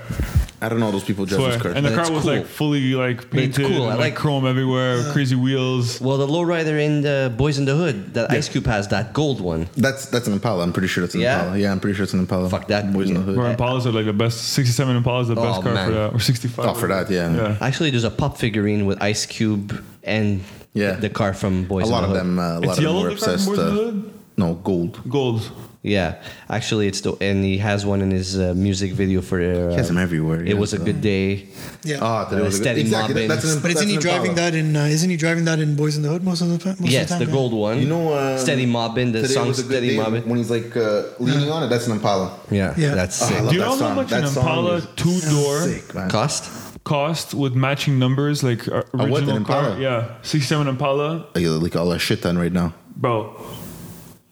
B: I don't know those people drive
C: Swear.
B: those cars.
C: And the
A: That's
C: car was
A: cool.
C: like fully like
A: it's
C: painted,
A: cool.
C: and,
A: I
C: like,
A: like-
C: chrome everywhere, crazy wheels.
A: Well, the lowrider in the Boys in the Hood, that Ice Cube has that gold one.
B: That's that's an Impala. I'm pretty sure that's an
A: Yeah?
B: Impala. Yeah, I'm pretty sure it's an Impala.
A: Fuck that.
B: Boys in the hood.
C: Or Impalas are like the best. 67 Impala is the best
A: Oh,
C: car
A: man.
C: for that, or 65.
B: Oh, for that, yeah.
C: Yeah.
A: Actually, there's a pop figurine with Ice Cube and
B: Yeah.
A: the car from Boys
B: A
A: in
B: lot of
A: the Hood.
B: them. Uh, a lot
C: It's
B: of them
C: yellow,
B: were
C: the car from
B: obsessed.
C: Boys in the
B: Uh,
C: Hood?
B: no, gold.
C: Gold.
A: Yeah, actually, it's the and he has one in his uh, music video for. Uh,
B: He has them everywhere,
A: It
B: yeah,
A: was a
B: so-
A: good day.
D: Yeah.
B: Ah, that
A: Uh,
B: was a good-
A: steady mobbing.
B: an-
D: but isn't
B: that's
D: he
B: an
D: driving
B: Impala.
D: that in? Uh, isn't he driving that in Boys in the Hood most of the, most
A: Yes,
D: of
A: the
D: time?
A: gold one.
B: You know, um,
A: Steady Mobbin. The
B: Today
A: song
B: was a good
A: Steady
B: day
A: Mobbin.
B: when he's like uh, leaning on it. That's an Impala.
A: Yeah,
D: Yeah.
A: that's
B: Oh, I
A: sick.
B: love
C: Do you
B: that
C: know
B: song.
C: how much
B: That
C: an
B: song
C: Impala
B: is
C: two door
B: Sick, man.
A: Cost?
C: cost with matching numbers, like uh,
B: what, an
C: original car?
B: Impala?
C: Yeah, 67 Impala,
B: I get, like all that shit done right now.
C: bro.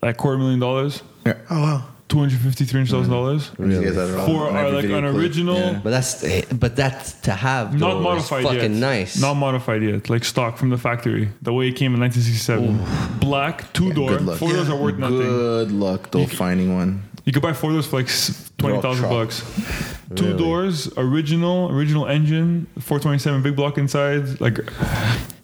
C: Like quarter million dollars,
D: Oh wow.
C: two hundred fifty, three hundred thousand dollars.
A: Really?
B: You guys are all-
C: For
B: on
C: our,
B: every
C: like
B: video
C: an
B: clip.
C: original,
B: Yeah.
A: But that's eh, but that to have
C: not
A: though, is
C: modified yet.
A: fucking nice.
C: Not modified yet. Like stock from the factory, the way it came in 1967. Black two door.
B: good luck.
C: Four doors
D: Yeah.
C: are worth nothing.
B: Good luck though finding one.
C: You could buy four doors for like s- twenty thousand
B: Drop
C: bucks. Two doors, original, original engine, 427 big block inside, like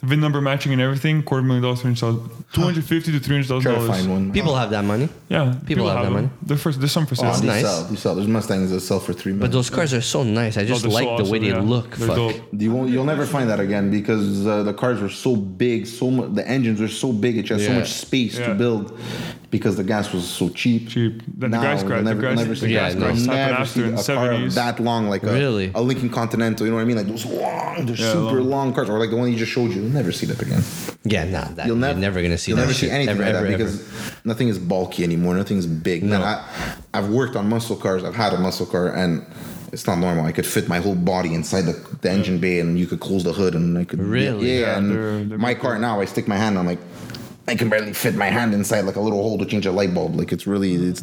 C: VIN number matching and everything. Quarter million dollars, three hundred thousand, two hundred fifty to three hundred thousand
B: Try to
C: dollars.
B: find one.
A: People have that money,
C: Yeah, people,
A: have Oh, that
C: them.
A: money.
C: They're first. There's some for sale.
A: That's
B: they
A: nice.
B: Oh, Sell, they sell. There's Mustangs that sell for three
A: but
B: million.
A: those cars are so nice. I
C: Oh,
A: just
C: they're so
A: like the way
C: awesome,
A: they
C: yeah.
A: look.
C: They're
A: Fuck.
C: dope.
B: You won't, you'll never find that again because uh, the cars were so big, so mu- the engines were so big, it had so
A: Yeah.
B: much space
C: Yeah.
B: to build because the gas was so cheap.
C: Cheap. Then the
B: Now,
C: gas
B: you'll
C: crash- the
B: never-
C: gas-
B: never
C: the
B: see-
A: gas
B: you'll
A: crash
B: never
C: happened
B: see
C: after in
B: a car
C: 70s.
B: that long, like a,
A: Really?
B: a Lincoln Continental. You know what I mean? Like those long, they're
C: Yeah,
B: super
C: long.
B: long. cars, or like the one you just showed you. You'll never see that again.
A: Yeah, nah, that,
B: You'll
A: you're
B: nev-
A: never gonna see
B: You'll
A: that
B: never
A: shit.
B: see anything
A: ever,
B: like
A: ever,
B: that
A: ever.
B: because nothing is bulky anymore. Nothing's big. Man,
A: No.
B: I, I've worked on muscle cars. I've had a muscle car, and it's not normal. I could fit my whole body inside the, the engine bay, and you could close the hood, and I could
A: Really?
B: yeah.
C: Yeah,
B: and
C: they're- they're
B: my car now, I stick my hand. I'm like. I can barely fit my hand inside like a little hole to change a light bulb. Like it's really it's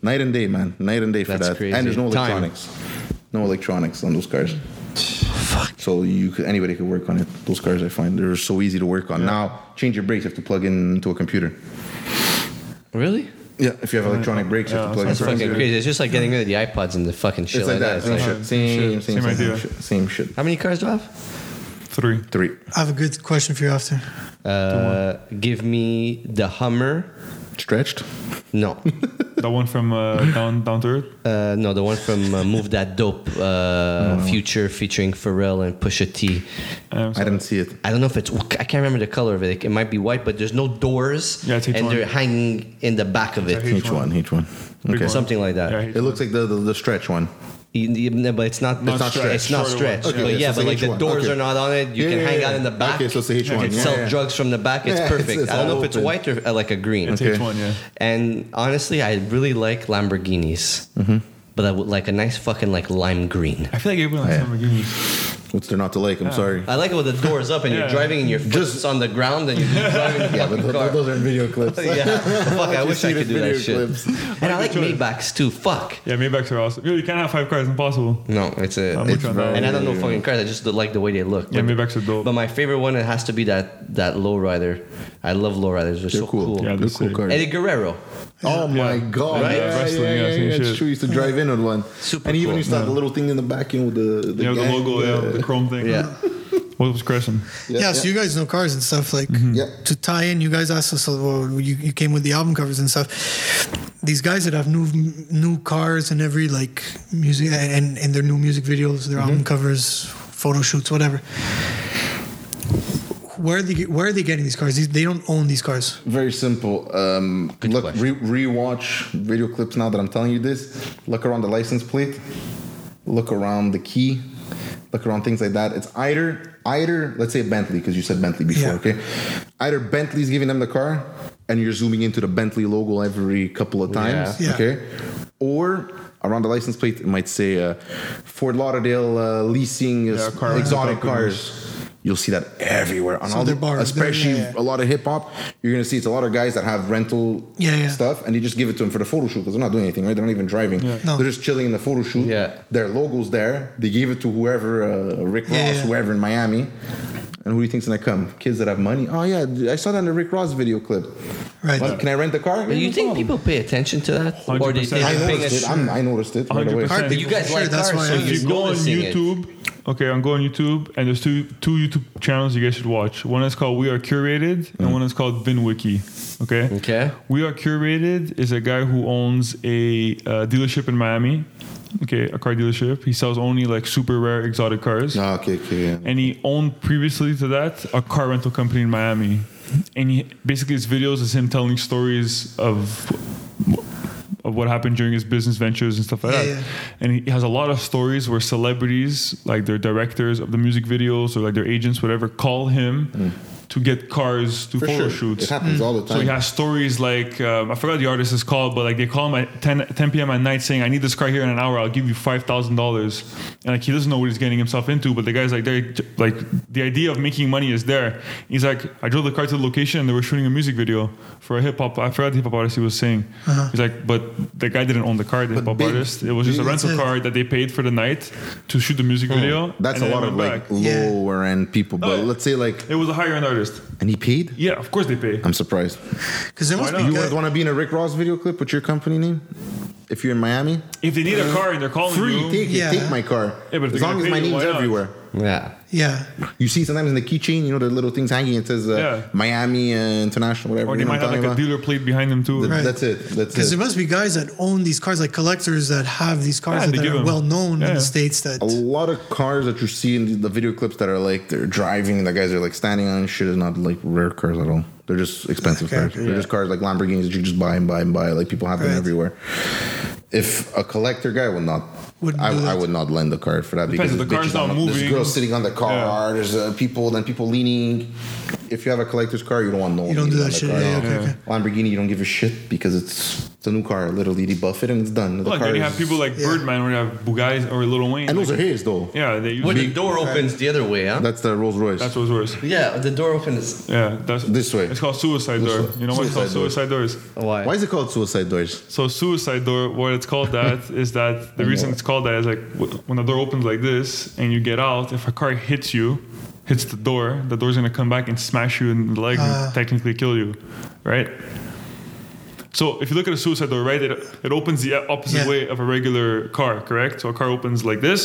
B: night and day, man. Night and day for
A: That's
B: that.
A: crazy.
B: And there's no
A: Time.
B: electronics. No electronics on those cars.
A: Fuck.
B: So you could, anybody could work on it. Those cars I find they're so easy to work on. Now change your brakes. You have to plug in into a computer.
A: Really?
B: Yeah, if you have electronic brakes, you have to
C: Yeah,
B: plug
A: That's
B: in.
A: fucking
B: computer.
A: crazy. It's just like getting rid of the iPods and the fucking shit
B: It's like that.
A: It's
B: Same
A: like-
B: shit. Same, same,
C: Same shit. Same
B: same,
C: idea.
B: shit. Same shit.
A: how many cars do I have?
C: Three.
B: Three.
D: I have a good question for you after.
A: Uh, give me the Hummer.
B: Stretched.
C: <laughs>
A: No,
C: That one from uh, down down to earth.
A: uh, no, the one from uh, Move That Dope, uh,
C: Oh.
A: Future featuring Pharrell and Pusha T.
C: Um, so-
B: I didn't see it.
A: I don't know if it's I can't remember the color of it. It might be white, but there's no doors,
C: Yeah, it's each
A: and
C: one.
A: they're hanging in the back of
C: Each
A: it,
B: Each one. Each one.
C: Big
B: Okay.
C: one.
A: something like that.
C: Yeah,
B: It looks like the the, the stretch one.
A: You- you- no, but it's not.
C: Not stretched.
A: It's not
C: Shorter
A: stretched.
C: ones.
B: Okay,
A: but
B: yeah,
A: yeah,
B: so
A: but
B: it's
A: like
B: H
A: the
B: one.
A: doors
B: Okay.
A: are not on it. You
B: Yeah,
A: can
B: yeah,
A: hang
B: yeah.
A: out in the back.
B: Okay, so it's the H
A: You
B: one.
A: can
B: Yeah,
A: sell
B: yeah.
A: drugs from the back. It's
B: Yeah, it's-
A: perfect.
B: it's
A: I don't know
B: all
A: if it's
B: open.
A: white or uh, like a green.
C: It's
B: Okay.
C: each one, yeah.
A: And honestly, I really like Lamborghinis,
B: Mm-hmm.
A: but I would like a nice fucking like lime green.
C: I feel like everyone
B: Oh,
C: likes
B: Yeah.
C: Lamborghinis.
B: What's there not to like? I'm sorry.
A: I like it when the door's up and
C: Yeah.
A: you're driving and your foot's
B: Just-
A: on the ground and you're
B: <laughs>
A: driving the
B: Yeah, but
A: fucking
B: th-
A: car.
B: <laughs> those are video clips. <laughs>
A: yeah, fuck! I
B: You
A: wish
B: see
A: I
B: the
A: could do that
B: video
A: shit.
B: clips.
A: And I like
C: Good choice.
A: Maybachs too. Fuck.
C: Yeah, Maybachs are awesome. Yo, You can't have five cars. Impossible.
A: No, it's a.
C: I'm
A: it's-
C: with you on that.
A: and I don't know fucking cars. I just like the way they look.
C: Yeah,
A: But-
C: Maybachs are dope.
A: But my favorite one, it has to be that that lowrider. I love lowriders. They're, so
B: They're cool.
A: cool.
C: Yeah,
B: They're
C: that's
B: cool
C: sick.
B: cars.
A: Eddie Guerrero.
B: Oh my god!
C: Right?
B: Yeah,
C: Wrestling,
B: yeah,
C: yeah,
B: yeah,
C: same
B: yeah,
C: shit.
B: It's true. He used to drive in with one.
A: Super
B: and he even
A: cool.
B: used to have the little thing in the back, you know, with the the,
C: Yeah, the
B: gang,
C: logo, yeah, the chrome thing.
B: Yeah.
C: What was crashing?
D: Yeah, so you guys know cars and stuff. Like
C: Mm-hmm.
B: Yeah.
D: to tie in, you guys asked us. Well, you, you came with the album covers and stuff. These guys that have new new cars and every like music and and their new music videos, their
C: Mm-hmm.
D: album covers, photo shoots, whatever. Where are they where are they getting these cars? These, they don't own these cars.
B: Very simple. Um,
A: Good
B: look, re-
A: question.
B: rewatch video clips now that I'm telling you this. Look around the license plate. Look around the key. Look around things like that. It's either either let's say Bentley because you said Bentley before,
D: Yeah.
B: okay? Either Bentley's giving them the car, and you're zooming into the Bentley logo every couple of times,
D: Yeah. Yeah.
B: okay? Or around the license plate it might say uh, Ford Lauderdale uh, leasing uh,
C: car rental
B: exotic
C: companies.
B: cars. You'll see that everywhere on
D: So
B: all
D: they're
B: the
D: bars, they're-
B: especially
D: yeah, yeah.
B: a lot of hip hop, you're gonna see it's a lot of guys that have rental
D: Yeah, yeah.
B: stuff, and they just give it to them for the photo shoot because they're not doing anything, right? They're not even driving.
D: No.
B: They're just chilling in the photo shoot.
A: Yeah.
B: Their logos there. They gave it to whoever, uh, Rick Ross,
D: Yeah, yeah.
B: whoever in Miami. And who do you think's gonna come? Kids that have money. Oh yeah, dude, I saw that in the Rick Ross video clip.
D: Right.
B: Well, can I rent the car?
A: Do
B: Yeah,
A: you
B: no
A: think
B: problem.
A: people pay attention to that, or they
C: 100%.
A: think
B: I
A: they're paying
B: noticed it.
A: attention?
B: I'm, I noticed it right away.
C: 100%.
D: Hard to-
A: You guys
D: Sure,
A: like
D: that's
A: cars,
D: why
A: so
D: I-
C: if
A: you're
C: you go on
A: noticing it.
C: YouTube, okay, I'm going on YouTube, and there's two two YouTube channels you guys should watch. One is called We Are Curated, and one is called VinWiki. Mm. Okay.
A: Okay.
C: We Are Curated is a guy who owns a uh, dealership in Miami. Okay, a car dealership. He sells only like super rare exotic cars.
B: Ah, okay, okay, yeah.
C: and he owned previously to that a car rental company in Miami. And he basically his videos is him telling stories of of what happened during his business ventures and stuff like
D: Yeah,
C: that.
D: yeah.
C: And he has a lot of stories where celebrities, like their directors of the music videos or like their agents, whatever, call him to get cars to
B: Mm. For
C: photo
B: sure.
C: shoots.
B: It happens all the
C: So he
B: time.
C: has stories like um, I forgot the artist is called, but like they call him at 10, 10 p.m. at night saying, "I need this car here in an hour. I'll give you five thousand dollars." And like he doesn't know what he's getting himself into, but the guy's like, "There, like the idea of making money is there." He's like, "I drove the car to the location and they were shooting a music video for a hip hop. I forgot the hip hop artist he was saying." He's like, "But the guy didn't own the car, the hip hop
B: Uh-huh. big-
C: artist. It was just a
B: big- Hmm.
C: rental
D: That's it.
C: car that they paid for the night to shoot the music video."
B: That's
C: and
B: a
C: then
B: lot
C: it
B: of
C: went
B: like
C: back.
D: Yeah.
B: lower end people, but
C: Oh.
B: let's say like,
C: It was a higher end artist.
B: and he paid.
C: Yeah, of course they pay.
B: I'm surprised.
D: Because there must
C: Why
D: be
C: not?
B: You
C: Okay.
B: would
D: guys,
B: want to be in a Rick Ross video clip with your company name if you're in Miami.
C: If they need a car and they're calling
B: Uh-huh. Free,
C: you,
B: take
D: Yeah.
B: it, take my car.
C: Yeah, but if
B: as
C: they're
B: long as
C: gonna pay
B: my
C: you,
B: name's
C: why not?
B: everywhere.
A: Yeah.
D: yeah.
B: You see sometimes in the keychain, you know the little things hanging. It says uh,
C: Yeah.
B: Miami uh, International, whatever.
C: or
B: you
C: they
B: know
C: might
B: what I'm
C: have like
B: talking
C: a
B: about?
C: dealer plate behind them too.
B: Th-
D: Right.
B: That's it. That's
D: Because
B: it.
D: there must be guys that own these cars, like collectors that have these cars
C: Yeah, they
D: that
C: give 'em.
D: are well known
C: Yeah,
D: in
C: yeah.
D: the states. That
B: a lot of cars that you see in the video clips that are like they're driving, the guys are like standing on shit is not like rare cars at all. They're just expensive
D: Okay.
B: cars. They're just cars like Lamborghinis that you just buy and buy and buy. Like people have them
D: Right.
B: everywhere. If a collector guy would not,
D: Wouldn't
B: I,
D: do that.
B: I would not lend a car for that
C: Depends if
B: there's
C: the car's
B: bitches
C: not
B: on the- There's
C: moving.
B: girls sitting on the car.
C: Yeah.
B: There's uh, people. Then people leaning. If you have a collector's car, you don't want no. one
D: you don't do
B: leaning on
D: that
B: the
D: shit.
B: car.
D: Yeah,
B: No.
D: okay, okay.
B: Lamborghini, you don't give a shit because it's it's a new car. Literally, they buff it and it's done. The
C: Look,
B: car
C: when you
B: is-
C: have people like
D: Yeah.
C: Birdman, or you have Bugatti or Lil Wayne.
B: and those are
C: like,
B: his though.
C: yeah, they use
A: When the
C: big-
A: door opens the other way, huh?
B: That's the Rolls Royce.
C: That's what's worse.
A: yeah, the door opens.
C: Yeah, that's
B: This way.
C: It's called suicide
B: This
C: door.
B: way.
C: You know why it's called
B: Suicide
C: suicide doors?
A: Why?
B: Why is it called suicide doors?
C: So suicide door, what it's called that is that the reason it's called that is like wh- when the door opens like this and you get out, if a car hits you, hits the door, the door's gonna come back and smash you in the leg
D: Ah.
C: and technically kill you, right? So if you look at a suicide door, right, it, it opens the opposite
D: Yeah.
C: way of a regular car, correct? So a car opens like this,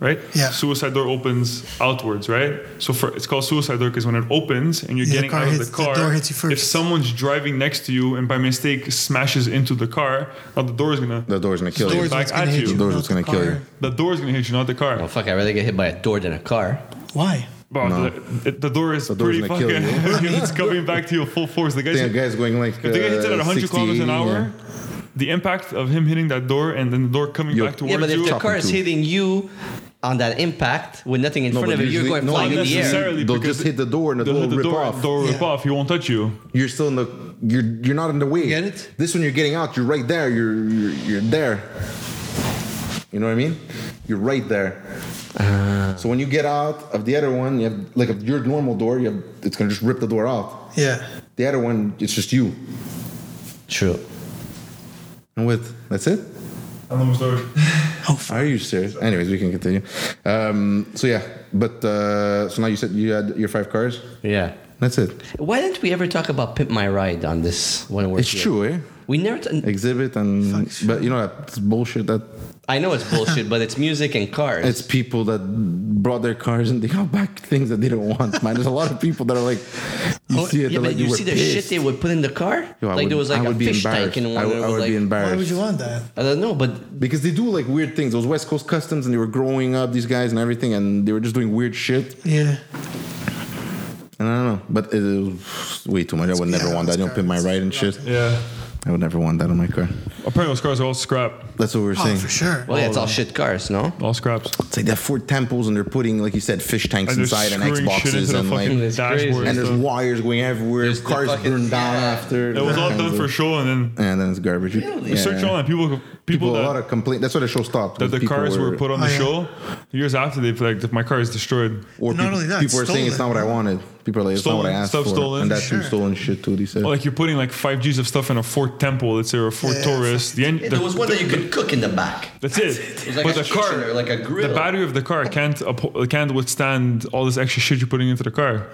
C: right?
D: Yeah.
C: Suicide door opens outwards, right? So for it's called suicide door because when it opens and you're
D: Yeah, the
C: getting
D: car
C: out of
D: hits-
C: the
D: the
C: car,
D: door hits you
C: if
D: first.
C: someone's driving next to you and by mistake smashes into the car, now the door is gonna
B: The door's gonna kill
D: Doors
B: you.
D: is
C: back
D: what's gonna
C: at
D: hit
C: you.
D: you,
B: Doors
D: not
B: is
D: the
B: gonna kill
D: car.
B: you.
C: the door is gonna hit you, not the car.
A: Oh, fuck, I'd rather get hit by a door than a car.
D: Why?
C: Bro, the, the door is
B: The door's
C: pretty
B: gonna kill
C: fucking. <laughs> it's coming back to you full force. The guy's
B: Damn, guy's going like.
C: if the guy hits it at
B: uh,
C: 100 kilometers
B: 60,
C: an
B: yeah.
C: hour, the impact of him hitting that door and then the door coming
B: Yo.
C: back towards
A: Yeah, but if
C: you.
A: the
B: Chop
A: car
B: in
A: is
B: two.
A: hitting you on that impact with nothing in
B: No,
A: front
B: but
A: of you, you're
B: usually-
A: going
B: no,
A: flying in the air.
C: necessarily
B: They'll
C: because
B: just hit the door and the
C: they'll
B: door
C: hit
B: will rip
C: the door,
B: off.
C: door will rip
D: Yeah.
C: off. He won't touch you.
B: You're still in the. You're you're not in the way.
D: Get it?
B: This one you're getting out. You're right there. You're you're, you're there. You know what I mean? You're right there.
A: Uh.
B: So when you get out of the other one, you have like of your normal door. You have it's gonna just rip the door out.
D: Yeah.
B: The other one, it's just you.
A: True.
B: And with that's it.
D: Oh,
B: Are you serious? Anyways, we can continue. Um, so yeah, but uh, so now you said you had your five cars.
A: Yeah.
B: That's it.
A: Why didn't we ever talk about Pimp My Ride on this when we're
B: It's
A: here?
B: true, eh?
A: We never. T-
B: Exhibit and but you know that's bullshit. That
A: I know it's bullshit, but it's music and cars.
B: it's people that brought their cars and they got back things that they didn't want. Man, there's a lot of people that are like, you
A: Oh,
B: see it,
A: yeah,
B: they're
A: but
B: like,
A: you,
B: were
A: see the shit
B: pissed.
A: they would put in the car.
B: Yo, I
A: like there
B: would-
A: was like
B: I
A: a
B: would be
A: fish tank
B: embarrassed.
A: in one.
B: I would,
A: that
B: I
A: was
B: would
A: like,
B: be embarrassed.
D: Why would you want that?
A: I don't know, but
B: because they do like weird things. Those West Coast customs, and they were growing up these guys and everything, and they were just doing weird shit.
D: Yeah.
B: And I don't know, but it was way too much. I would never
D: yeah,
B: want that.
D: it's
B: You don't pin my
D: cars.
B: ride and shit.
C: <laughs> Yeah.
B: I would never want that on my car.
C: Apparently, those cars are all scrap.
B: That's what we were
D: Oh,
B: saying.
D: for sure.
A: well, yeah, it's all shit cars, no?
C: All scraps.
B: It's like they have Ford temples and they're putting, like you said, fish tanks
C: And they're
B: inside and
C: screwing shit into
B: Xboxes
C: the
B: and like,
C: fucking
A: It's crazy.
C: dashboard.
B: and
C: And
B: there's
C: stuff.
B: wires going everywhere.
A: There's the
B: cars
A: fucking-
B: burned down
A: yeah.
B: after.
C: It was all
B: kinds
C: done for
B: of-
C: show, and then
B: And then it's garbage.
A: Really?
B: Yeah.
C: search online. People
B: people,
C: people
B: a lot
C: that,
B: of complaint. That's why the show stopped.
C: that
B: was
C: the
B: people
C: cars were put on the
D: Oh, yeah.
C: show years after they've like if my car is destroyed.
B: Or
D: And not
B: people,
D: only that,
B: people were saying it's not
D: stolen.
B: what I wanted. People are like, it's not what I
C: Stolen,
B: asked
C: stuff
B: for.
C: stolen.
B: And that's some
D: Sure.
B: stolen shit too. They said.
C: Or like you're putting like five G's of stuff in a Ford Temple, let's say, or a Ford
D: Yeah.
C: Taurus. The end,
A: Yeah,
C: the-
A: there was one that you could cook in the back.
C: That's it.
A: was like
C: but
A: a
C: the car,
A: kitchen or like a grill.
C: the battery of the car can't upho- can't withstand all this extra shit you're putting into the car.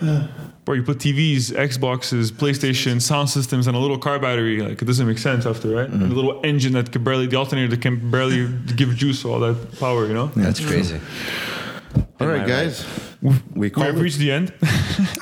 C: Bro, you put TVs, Xboxes, PlayStation, sound systems, and a little car battery. Like it doesn't make sense after, right?
B: Mm-hmm.
C: And a little engine that can barely, the alternator that can barely
D: <laughs>
C: give juice all that power. You know.
A: That's crazy.
B: All
A: Am I
B: right,
A: right?
B: guys. We
C: We
B: called
C: have
B: it.
C: reached the end.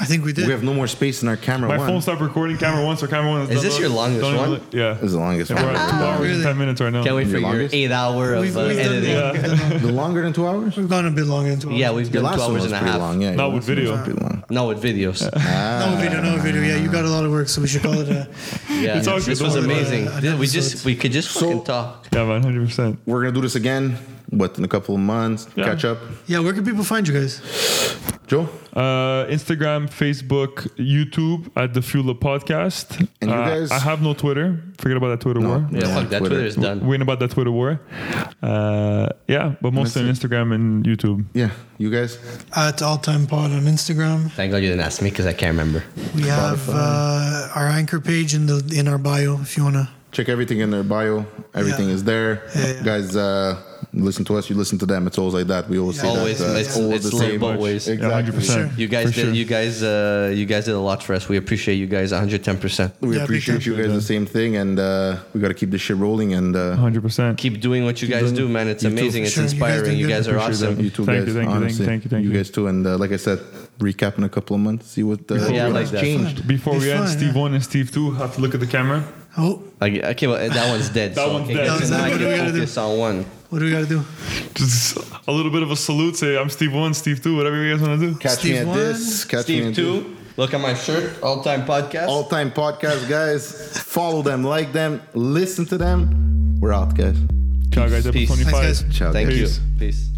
D: I think we did.
B: We have no more space in our camera
C: My
B: one.
C: phone stopped recording. Camera one, so camera one.
A: Is
C: done
A: this
C: now.
A: your longest
C: Done
A: one?
C: with- Yeah.
B: is the longest
C: We're
B: one.
C: at two hours and
D: Really?
C: ten minutes right now.
A: Can't wait for
B: Your
A: your
B: longest?
A: eight hour of
D: We've-
A: uh,
D: we've done
A: editing.
D: that.
A: Yeah,
C: yeah.
B: the longer than two hours?
D: We've gone a bit longer into it.
A: we've
B: Your
A: done
B: last
A: two
B: one
A: hours
B: was
A: and a
B: pretty
A: half.
B: long. Yeah, your
C: Not
B: last one was
C: with video.
B: pretty long.
A: No, with videos.
D: No video, no video. Yeah, you got a lot of work, so we should call it a.
A: <laughs> Yeah,
C: It's all
A: this
C: good.
A: was
C: Don't worry
D: about it.
A: amazing. Did-
D: An
A: we
D: episode.
A: just we could just
B: So-
A: fucking talk.
C: Yeah, man, hundred percent.
B: We're gonna do this again. What in a couple of months?
C: Yeah.
B: Catch up,
D: Yeah, where can people find you guys?
B: Joe.
C: Uh, Instagram, Facebook, YouTube at the Fuel Up Podcast.
B: And you
C: Uh,
B: guys-
C: I have no Twitter. Forget about that Twitter war.
A: Yeah,
B: Yeah,
A: fuck that
B: Twitter.
A: Twitter is done.
C: Win about that Twitter war. Uh, yeah, but mostly on Instagram and YouTube.
B: Yeah, you guys.
D: At All Time Pod on Instagram.
A: Thank God you didn't ask me because I can't remember.
D: We have uh, our anchor page in the in our bio if you wanna.
B: Check everything in their bio. Everything
D: Yeah.
B: is there,
D: Yeah, yeah.
B: guys. Uh, listen to us. You listen to them. It's always like that. We always say
A: Always,
B: that. uh,
A: it's- it's live both ways. Yeah,
B: Exactly.
C: 100%.
A: You guys
C: For
A: did.
C: sure.
A: You guys. Uh, you guys did a lot for us. We appreciate you guys 110. percent
B: We
D: Yeah, big
B: appreciate
D: time.
B: you guys. The same thing, and uh, we got to keep this shit rolling. And uh,
C: 100%.
A: Keep doing what you guys do, man. It's
B: You too.
A: amazing. It's
D: Sure, you guys
A: inspiring.
D: do
A: You
D: good.
A: guys are
C: Appreciate
A: awesome.
C: that.
B: you too,
C: Thank
B: guys.
C: you, thank you, thank you,
B: honestly,
C: thank you, thank you.
B: guys too. And uh, like I said, recap in a couple of months. See what uh,
A: I
B: what
A: like
B: has
A: that.
B: changed.
C: Before we
D: It's
C: end,
D: fine,
C: Steve
D: yeah.
C: 1 and Steve 2 have to look at the camera.
D: Oh,
A: Okay, okay, well, that one's dead.
C: That
A: so
C: one's
A: okay,
C: dead.
A: so
D: That was
A: now I
D: dead.
A: can focus on one.
D: what do we gotta do?
C: Just a little bit of a salute. Say, I'm Steve 1, Steve 2, whatever you guys want to do.
B: Catch
D: Steve
B: me at
D: one,
B: this. Catch me
A: Steve
B: at
A: two. Look at my shirt. All time podcast.
B: All time podcast, guys. Follow them, like them, listen to them. We're out, guys.
C: Ciao, guys. Episode
A: Peace. Thanks,
C: 25.
D: guys.
B: Ciao,
A: Thank
B: guys.
A: you.
C: Peace.
A: Peace.